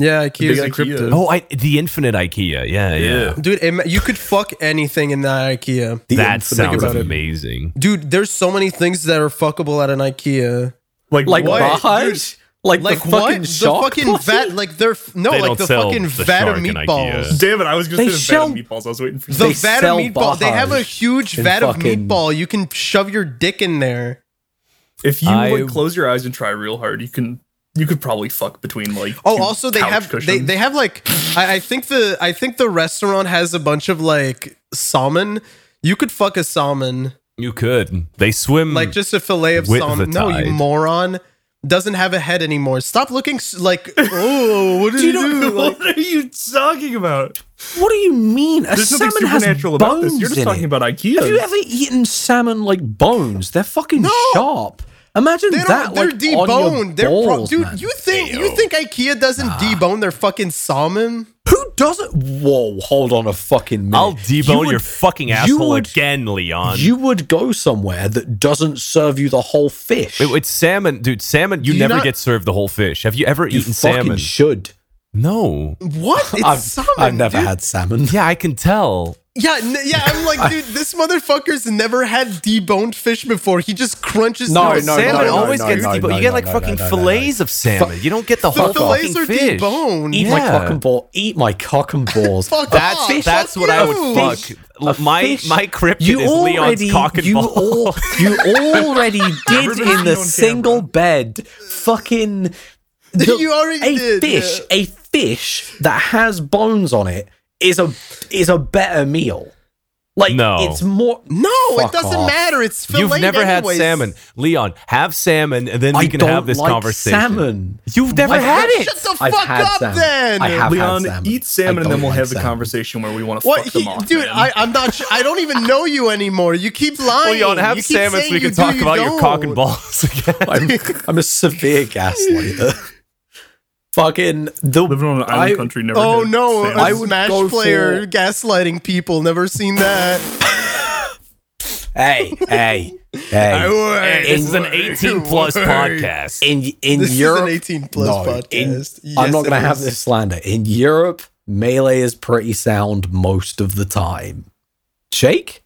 Speaker 1: Yeah, IKEA
Speaker 2: Big
Speaker 1: got
Speaker 2: Ikea.
Speaker 1: cryptid.
Speaker 3: Oh, I the infinite IKEA. Yeah, yeah.
Speaker 1: Dude, ima- you could fuck anything in that IKEA.
Speaker 4: The
Speaker 3: That
Speaker 4: infinite
Speaker 3: sounds
Speaker 1: about it.
Speaker 3: amazing.
Speaker 1: Dude, there's so many things that are fuckable at an IKEA.
Speaker 2: like,
Speaker 4: like
Speaker 2: what?
Speaker 1: What?
Speaker 4: Raj? Like,
Speaker 1: Like
Speaker 4: the
Speaker 1: what?
Speaker 4: fucking shark
Speaker 1: the fucking
Speaker 4: plate?
Speaker 1: vat, like they're f- no,
Speaker 3: They
Speaker 1: like
Speaker 3: don't
Speaker 1: the
Speaker 3: sell
Speaker 1: fucking
Speaker 3: the
Speaker 1: vat of
Speaker 3: shark in
Speaker 1: meatballs.
Speaker 3: IKEA.
Speaker 2: Damn it! I was just
Speaker 4: They
Speaker 2: gonna say
Speaker 4: shall-
Speaker 2: Venom meatballs. I was waiting for you.
Speaker 1: The
Speaker 4: They
Speaker 1: vat
Speaker 4: sell
Speaker 1: of meatball. They have a
Speaker 4: Bahaj
Speaker 1: huge
Speaker 4: in
Speaker 1: vat of
Speaker 4: fucking-
Speaker 1: meatball. You can shove your dick in there.
Speaker 2: If you
Speaker 3: I-
Speaker 2: like close your eyes and try real hard, you can you could probably fuck between like.
Speaker 1: Oh,
Speaker 2: two
Speaker 1: also they
Speaker 2: couch
Speaker 1: have they,
Speaker 2: cushions.
Speaker 1: they have like I, I think the I think the restaurant has a bunch of like salmon. You could fuck a salmon,
Speaker 3: You could. They swim
Speaker 1: like just a fillet of
Speaker 3: With
Speaker 1: salmon.
Speaker 3: the
Speaker 1: No, you
Speaker 3: tide.
Speaker 1: moron doesn't have a head anymore. Stop looking s- like oh, what did you, do? Like,
Speaker 2: what are you talking about?
Speaker 4: What do you mean? A
Speaker 2: There's
Speaker 4: salmon
Speaker 2: nothing
Speaker 4: has
Speaker 2: supernatural
Speaker 4: bones
Speaker 2: about this. You're just
Speaker 4: in
Speaker 2: talking
Speaker 4: it.
Speaker 2: about IKEA.
Speaker 4: Have you ever eaten salmon like bones? They're fucking sharp. Imagine
Speaker 1: They
Speaker 4: that.
Speaker 1: don't, they're
Speaker 4: like, On your
Speaker 1: deboned. They're pro-
Speaker 4: balls,
Speaker 1: dude.
Speaker 4: man.
Speaker 1: You think you think IKEA doesn't debone their fucking salmon?
Speaker 4: Who doesn't? Whoa, hold on a fucking minute.
Speaker 3: I'll
Speaker 4: You
Speaker 3: debone
Speaker 4: would-
Speaker 3: your fucking
Speaker 4: you
Speaker 3: asshole
Speaker 4: would-
Speaker 3: again, Leon.
Speaker 4: You would go somewhere that doesn't serve you the whole fish.
Speaker 3: It- it's salmon, dude. Salmon.
Speaker 1: Do
Speaker 3: You
Speaker 1: you
Speaker 3: never
Speaker 1: not-
Speaker 3: get served the whole fish. Have you ever
Speaker 4: you
Speaker 3: eaten
Speaker 4: fucking
Speaker 3: salmon?
Speaker 4: should.
Speaker 3: no.
Speaker 1: What? It's
Speaker 4: I've,
Speaker 1: salmon.
Speaker 4: I've never
Speaker 1: dude.
Speaker 4: had salmon.
Speaker 3: Yeah, I can tell.
Speaker 1: Yeah, n- yeah. I'm like, dude, this motherfucker's never had deboned fish before. He just crunches.
Speaker 4: No,
Speaker 1: through a
Speaker 4: no, no,
Speaker 3: salmon
Speaker 1: salmon.
Speaker 4: no,
Speaker 3: always
Speaker 4: no,
Speaker 3: gets
Speaker 4: no,
Speaker 3: deboned.
Speaker 4: no,
Speaker 3: you get
Speaker 4: no,
Speaker 3: like
Speaker 4: no,
Speaker 3: fucking
Speaker 4: no, no, no.
Speaker 3: fillets of salmon. you don't get the
Speaker 1: The
Speaker 3: whole
Speaker 1: fillets
Speaker 3: fucking
Speaker 1: are
Speaker 3: fish.
Speaker 1: deboned.
Speaker 4: Eat my
Speaker 3: Yeah.
Speaker 4: cock and ball. Eat my cock and balls.
Speaker 1: Fuck
Speaker 3: That's
Speaker 1: off.
Speaker 3: that's
Speaker 1: Fuck
Speaker 3: what I
Speaker 1: you.
Speaker 3: would fuck.
Speaker 4: A
Speaker 3: my
Speaker 4: fish.
Speaker 3: my cryptid
Speaker 4: You
Speaker 3: is
Speaker 4: already-
Speaker 3: Leon's cock and
Speaker 4: you
Speaker 3: ball.
Speaker 4: al- you already did
Speaker 2: Everybody
Speaker 4: in the
Speaker 2: on
Speaker 4: single bed. Fucking.
Speaker 1: You already
Speaker 4: a
Speaker 1: did,
Speaker 4: fish. A fish that has bones on it is a is a better meal. Like
Speaker 3: No.
Speaker 4: it's more.
Speaker 1: No,
Speaker 4: Fuck
Speaker 1: it doesn't
Speaker 4: off.
Speaker 1: matter. It's fillet.
Speaker 3: You've never
Speaker 1: anyways.
Speaker 3: had salmon, Leon. Have salmon, and then we
Speaker 4: I
Speaker 3: can
Speaker 4: don't
Speaker 3: have this
Speaker 4: like
Speaker 3: conversation.
Speaker 4: Salmon.
Speaker 3: You've never
Speaker 4: I've
Speaker 3: had
Speaker 4: had-
Speaker 3: it.
Speaker 1: Shut the
Speaker 4: I've
Speaker 1: fuck
Speaker 4: had
Speaker 1: up,
Speaker 4: salmon.
Speaker 1: then.
Speaker 4: I have
Speaker 2: Leon,
Speaker 4: had salmon.
Speaker 2: eat salmon,
Speaker 4: I
Speaker 2: and then
Speaker 4: don't
Speaker 2: we'll
Speaker 4: like
Speaker 2: have the
Speaker 4: salmon.
Speaker 2: conversation where we want to
Speaker 1: What,
Speaker 2: fuck them
Speaker 1: he-
Speaker 2: off,
Speaker 1: dude? I, I'm not. Sure, I don't even know you anymore. You keep lying.
Speaker 3: Leon, have
Speaker 1: you keep
Speaker 3: salmon so
Speaker 1: saying
Speaker 3: we
Speaker 1: you
Speaker 3: can
Speaker 1: do,
Speaker 3: talk
Speaker 1: you
Speaker 3: about your cock
Speaker 1: don't.
Speaker 3: and balls again.
Speaker 4: I'm, I'm a severe gaslighter. Fucking the
Speaker 2: living on an island
Speaker 4: I-
Speaker 2: country. Never.
Speaker 1: Oh
Speaker 2: had
Speaker 1: no,
Speaker 2: salmon.
Speaker 1: I
Speaker 4: I
Speaker 1: would
Speaker 4: would
Speaker 1: Smash
Speaker 4: go
Speaker 1: player
Speaker 4: for-
Speaker 1: gaslighting people. Never seen that.
Speaker 4: Hey, hey, hey!
Speaker 3: this is an 18 plus podcast.
Speaker 4: In in
Speaker 1: This
Speaker 4: Europe,
Speaker 1: is an 18 plus
Speaker 4: no, in-
Speaker 1: podcast.
Speaker 4: I'm
Speaker 1: Yes,
Speaker 4: not gonna
Speaker 1: it
Speaker 4: have
Speaker 1: is.
Speaker 4: this slander. In Europe, melee is pretty sound most of the time. Shake,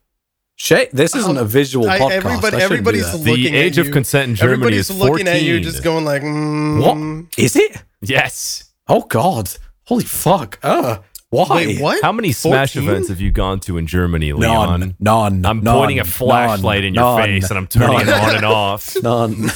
Speaker 4: shake. This isn't a visual
Speaker 1: Um, I-
Speaker 4: podcast.
Speaker 1: everybody-
Speaker 4: I shouldn't do
Speaker 1: everybody's
Speaker 4: that.
Speaker 3: The
Speaker 1: looking at
Speaker 3: age of
Speaker 1: you.
Speaker 3: consent in Germany
Speaker 1: Everybody's
Speaker 3: is 14.
Speaker 1: looking at you, just going like, mm,
Speaker 4: What? Is it?
Speaker 3: yes.
Speaker 4: Oh God! Holy fuck! Uh, why?
Speaker 1: Wait, what?
Speaker 3: How many Smash
Speaker 1: 14?
Speaker 3: events have you gone to in Germany, Leon?
Speaker 4: None, none.
Speaker 3: I'm
Speaker 4: none,
Speaker 3: pointing a flashlight
Speaker 4: none,
Speaker 3: in your
Speaker 4: none,
Speaker 3: face and I'm turning
Speaker 4: none,
Speaker 3: it on and off.
Speaker 4: None.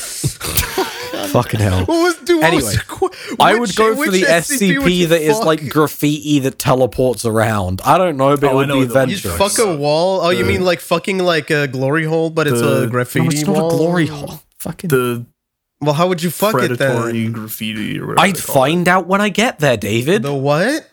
Speaker 4: Fucking hell.
Speaker 1: What was, dude, what
Speaker 4: Anyway,
Speaker 1: was, qu-
Speaker 4: I
Speaker 1: which-
Speaker 4: would go for
Speaker 1: which
Speaker 4: the
Speaker 1: SCP would you
Speaker 4: SCP that is
Speaker 1: fuck?
Speaker 4: like graffiti that teleports around. I don't know, but
Speaker 2: Oh, I
Speaker 4: it would
Speaker 2: know
Speaker 4: be
Speaker 2: the one.
Speaker 1: You'd
Speaker 4: adventurous.
Speaker 1: fuck a wall. Oh, you mean like fucking like a glory hole, but it's
Speaker 2: the-
Speaker 1: a
Speaker 2: no,
Speaker 1: graffiti
Speaker 4: no, it's not
Speaker 1: wall?
Speaker 4: a glory hole. Fucking.
Speaker 2: the
Speaker 1: Well, how would you fuck it then?
Speaker 2: predatory graffiti or whatever.
Speaker 4: I'd
Speaker 2: they call it.
Speaker 4: find out when I get there, David.
Speaker 1: The what?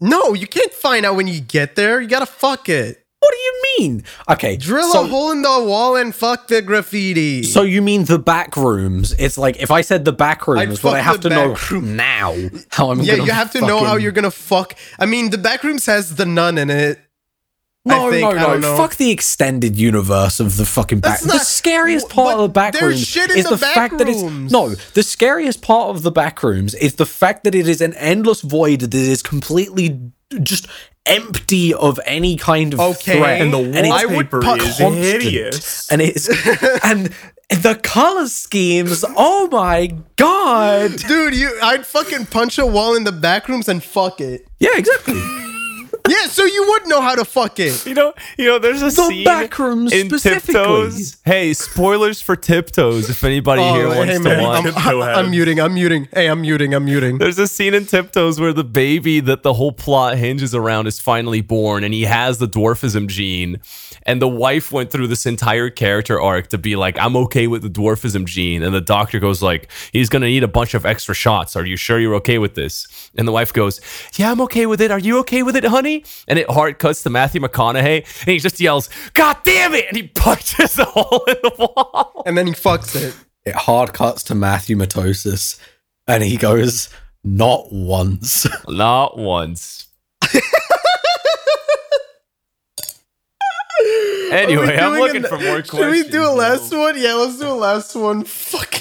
Speaker 1: No, you can't find out when you get there. You gotta fuck it.
Speaker 4: What do you mean? Okay,
Speaker 1: Drill
Speaker 4: so,
Speaker 1: a hole in the wall and fuck the graffiti.
Speaker 4: So you mean the back rooms? It's like if I said the back
Speaker 1: I'd
Speaker 4: rooms, but I
Speaker 1: fuck
Speaker 4: have
Speaker 1: the
Speaker 4: to know
Speaker 1: back
Speaker 4: now how I'm.
Speaker 1: yeah,
Speaker 4: gonna
Speaker 1: you have to know how
Speaker 4: fucking-
Speaker 1: you're gonna fuck. I mean, the Backrooms has the nun in it.
Speaker 4: No,
Speaker 1: I think, I
Speaker 4: no,
Speaker 1: don't
Speaker 4: no.
Speaker 1: know.
Speaker 4: Fuck the extended universe of the fucking back.
Speaker 1: That's not-
Speaker 4: the scariest
Speaker 1: w-
Speaker 4: part
Speaker 1: but
Speaker 4: of the back
Speaker 1: there's
Speaker 4: rooms
Speaker 1: shit in
Speaker 4: is
Speaker 1: the
Speaker 4: the,
Speaker 1: back
Speaker 4: fact that it's
Speaker 1: rooms.
Speaker 4: no. The scariest part of the back rooms is the fact that it is an endless void that is completely just empty of any kind of
Speaker 1: Okay.
Speaker 4: threat.
Speaker 2: And the
Speaker 4: it's
Speaker 2: wallpaper
Speaker 1: put-
Speaker 2: is
Speaker 4: constant.
Speaker 2: hideous.
Speaker 4: and it's and the color schemes. Oh my god!
Speaker 1: Dude, you I'd fucking punch a wall in the Backrooms and fuck it.
Speaker 4: Yeah, exactly.
Speaker 1: yeah, so you would know how to fuck it.
Speaker 3: You know, you know. There's a scene
Speaker 4: back room
Speaker 3: in
Speaker 4: specifically.
Speaker 3: Tiptoes. Hey, spoilers for Tiptoes. If anybody
Speaker 1: Oh,
Speaker 3: here wants
Speaker 1: hey,
Speaker 3: to
Speaker 1: man,
Speaker 3: watch,
Speaker 1: I'm,
Speaker 2: Go ahead.
Speaker 1: I'm muting. I'm muting. Hey, I'm muting. I'm muting.
Speaker 3: There's a scene in Tiptoes where the baby that the whole plot hinges around is finally born and he has the dwarfism gene. And the wife went through this entire character arc to be like, I'm okay with the dwarfism gene. And the doctor goes like, he's going to need a bunch of extra shots. Are you sure you're okay with this? And the wife goes, yeah, I'm okay with it. Are you okay with it, honey? And it hard cuts to Matthew McConaughey and he just yells, God damn it. And he punches the hole in the wall.
Speaker 1: And then he fucks it.
Speaker 4: It hard cuts to Matthew Matosis, and he goes, "Not once."
Speaker 3: Not once.
Speaker 1: Are we
Speaker 3: Anyway, I'm
Speaker 1: doing
Speaker 3: looking
Speaker 1: an-
Speaker 3: for more questions.
Speaker 1: Should we do a last one? Yeah, let's do a last one. Fuck.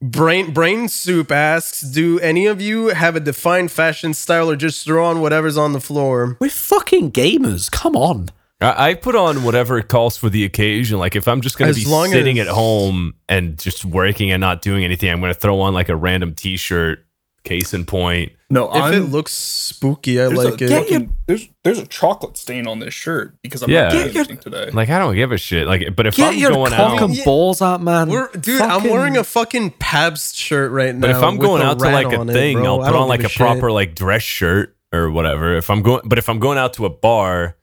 Speaker 1: Brain Brain Soup asks, do any of you have a defined fashion style or just throw on whatever's on the floor?
Speaker 4: We're fucking gamers. Come on.
Speaker 3: I, I put on whatever it calls for the occasion. Like if I'm just going
Speaker 1: As
Speaker 3: to be
Speaker 1: long
Speaker 3: sitting
Speaker 1: as-
Speaker 3: at home and just working and not doing anything, I'm going to throw on like a random T-shirt. Case in point,
Speaker 2: No,
Speaker 1: If
Speaker 2: I'm,
Speaker 1: it looks spooky, I
Speaker 2: there's
Speaker 1: like
Speaker 2: a,
Speaker 1: it.
Speaker 2: fucking- there's there's a chocolate stain on this shirt because I'm
Speaker 3: Yeah.
Speaker 2: not
Speaker 3: Get
Speaker 2: doing
Speaker 4: your-
Speaker 2: anything today.
Speaker 3: like I don't give a shit. Like, but if
Speaker 4: Get
Speaker 3: I'm
Speaker 4: your
Speaker 3: going out,
Speaker 4: cock and
Speaker 1: Yeah.
Speaker 4: balls out, man.
Speaker 1: We're, dude, I'm
Speaker 4: Fucking-
Speaker 1: wearing a fucking Pabst shirt right now.
Speaker 3: But if I'm
Speaker 1: with
Speaker 3: going
Speaker 1: a
Speaker 3: out to
Speaker 1: rat
Speaker 3: like a
Speaker 1: on it,
Speaker 3: thing,
Speaker 1: bro.
Speaker 3: I'll
Speaker 1: I
Speaker 3: put
Speaker 1: don't
Speaker 3: on like
Speaker 1: give
Speaker 3: a
Speaker 1: shit.
Speaker 3: proper like dress shirt or whatever. If I'm going, but if I'm going out to a bar,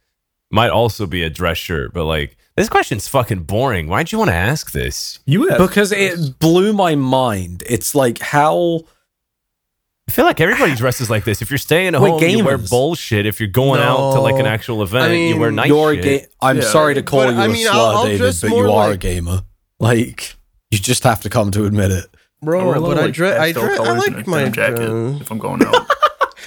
Speaker 3: might also be a dress shirt. But like this question's fucking boring. Why'd you want to ask this?
Speaker 2: you have
Speaker 4: because it blew my mind. It's like how
Speaker 3: I feel like everybody dresses like this. If you're staying at
Speaker 4: We're
Speaker 3: home, you wear
Speaker 4: gamers.
Speaker 3: bullshit. If you're going out to like an
Speaker 1: No.
Speaker 3: actual event, you wear
Speaker 1: mean,
Speaker 3: nice
Speaker 4: you're a
Speaker 3: shit.
Speaker 4: ga- I'm
Speaker 2: Yeah.
Speaker 4: sorry to call
Speaker 1: But,
Speaker 4: you
Speaker 1: I
Speaker 4: a
Speaker 1: mean,
Speaker 4: slur,
Speaker 1: I'll- I'll
Speaker 4: David,
Speaker 1: dress
Speaker 4: but
Speaker 1: more
Speaker 4: you are a
Speaker 1: like-
Speaker 4: gamer. Like you just have to come to admit it.
Speaker 2: wear a
Speaker 1: Bro,
Speaker 2: lot
Speaker 1: but
Speaker 2: of,
Speaker 1: I, dre- I,
Speaker 2: pastel
Speaker 1: dre- I
Speaker 2: colors and
Speaker 1: like
Speaker 2: a
Speaker 1: my
Speaker 2: denim
Speaker 1: dress.
Speaker 2: jacket if I'm going out.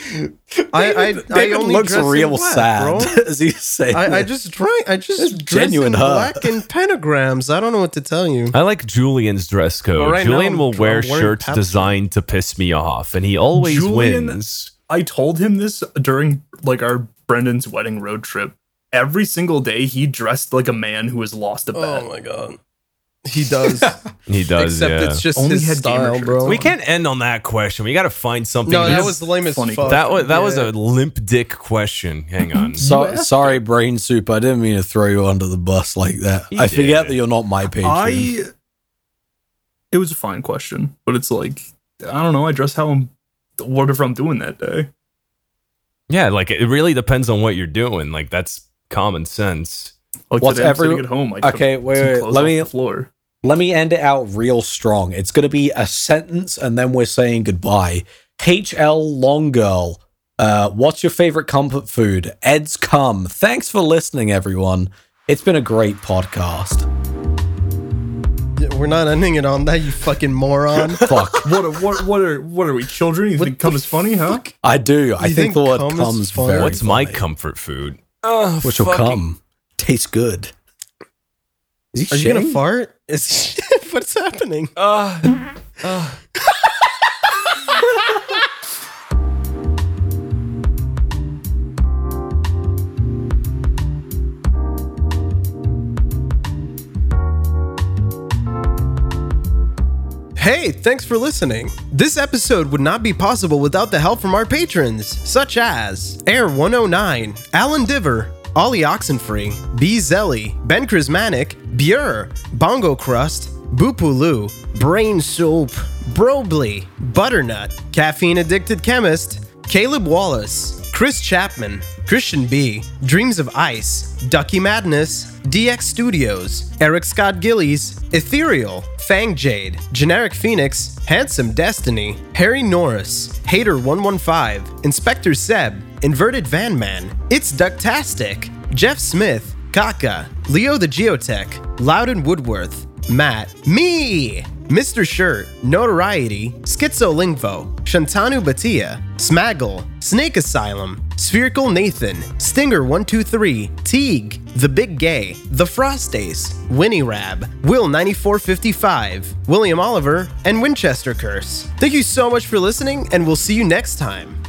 Speaker 1: I, I, I
Speaker 4: David
Speaker 1: only
Speaker 4: looks
Speaker 1: dress in
Speaker 4: real
Speaker 1: black,
Speaker 4: sad
Speaker 1: bro.
Speaker 4: as he's saying.
Speaker 1: I, I just drank. I just dress
Speaker 4: genuine
Speaker 1: in
Speaker 4: hurt.
Speaker 1: black and pentagrams. I don't know what to tell you.
Speaker 3: I like Julian's dress code.
Speaker 1: Well, right now
Speaker 3: Julian
Speaker 1: I'm-
Speaker 3: will wear
Speaker 1: I'm wearing
Speaker 3: shirts
Speaker 1: pants.
Speaker 3: designed to piss me off, and he always
Speaker 2: Julian-
Speaker 3: wins.
Speaker 2: I told him this during like our Brendan's wedding road trip. Every single day, he dressed like a man who has lost a
Speaker 1: Oh
Speaker 2: bet.
Speaker 1: god, he does.
Speaker 3: He Oh does.
Speaker 1: Except
Speaker 3: yeah.
Speaker 1: it's just
Speaker 2: Only
Speaker 1: his
Speaker 2: had gamer
Speaker 1: style,
Speaker 2: shirts
Speaker 1: bro.
Speaker 2: on.
Speaker 3: we can't end on that question. We got to find something.
Speaker 1: No, that
Speaker 3: that's-
Speaker 1: was lame as
Speaker 2: funny.
Speaker 1: fuck.
Speaker 3: That was that was
Speaker 1: Yeah.
Speaker 3: a limp dick question. Hang on.
Speaker 4: so, sorry, brain soup. I didn't mean to throw you under the bus like that.
Speaker 3: He
Speaker 4: I forget
Speaker 3: did.
Speaker 4: that you're not my patron.
Speaker 2: I. It was a fine question, but it's like I don't know. I dress how I'm, whatever I'm doing that day.
Speaker 3: yeah, like it really depends on what you're doing. Like that's common sense.
Speaker 2: Like
Speaker 4: What's
Speaker 2: today,
Speaker 4: every-
Speaker 2: I'm sitting at home. I took
Speaker 4: Okay, wait,
Speaker 2: some
Speaker 4: wait,
Speaker 2: clothes
Speaker 4: let
Speaker 2: off
Speaker 4: me-
Speaker 2: the floor.
Speaker 4: Let me end it out real strong. It's going to be a sentence, and then we're saying goodbye. HL Long Girl, uh, what's your favorite comfort food? Ed's come. Thanks for listening, everyone. It's been a great podcast.
Speaker 1: Yeah, We're not ending it on that, you fucking moron.
Speaker 4: Fuck,
Speaker 2: What? Are, what? What are? What are we? Children? You think cum is funny, huh?
Speaker 4: I do. I
Speaker 1: You
Speaker 4: think,
Speaker 1: think
Speaker 4: the word
Speaker 1: cum is
Speaker 4: comes
Speaker 1: fun?
Speaker 4: very.
Speaker 3: What's my
Speaker 4: funny,
Speaker 3: comfort food?
Speaker 4: Which will come. Tastes good. Is he
Speaker 1: Are you gonna
Speaker 4: shitting?
Speaker 1: fart? Is what's happening? Hey, thanks for listening. This episode would not be possible without the help from our patrons, such as Air 109, Alan Diver, Ollie Oxenfree, B Zelly, Ben Chrismanic, Bure, Bongo Crust, Boopulu, Brain Soup, Brobly, Butternut, Caffeine Addicted Chemist, Caleb Wallace, Chris Chapman, Christian B, Dreams of Ice, Ducky Madness, DX Studios, Eric Scott Gillies, Ethereal, Fang Jade, Generic Phoenix, Handsome Destiny, Harry Norris, Hater115, Inspector Seb, Inverted Van Man, It's Ducktastic, Jeff Smith, Kaka, Leo the Geotech, Loudon Woodworth, Matt, me, Mr. Shirt, Notoriety, Schizolingvo, Shantanu Batia, Smaggle, Snake Asylum, Spherical Nathan, Stinger123, Teague, The Big Gay, The Frostace, Winnie Rab, Will9455, William Oliver, and Winchester Curse. Thank you so much for listening, and we'll see you next time.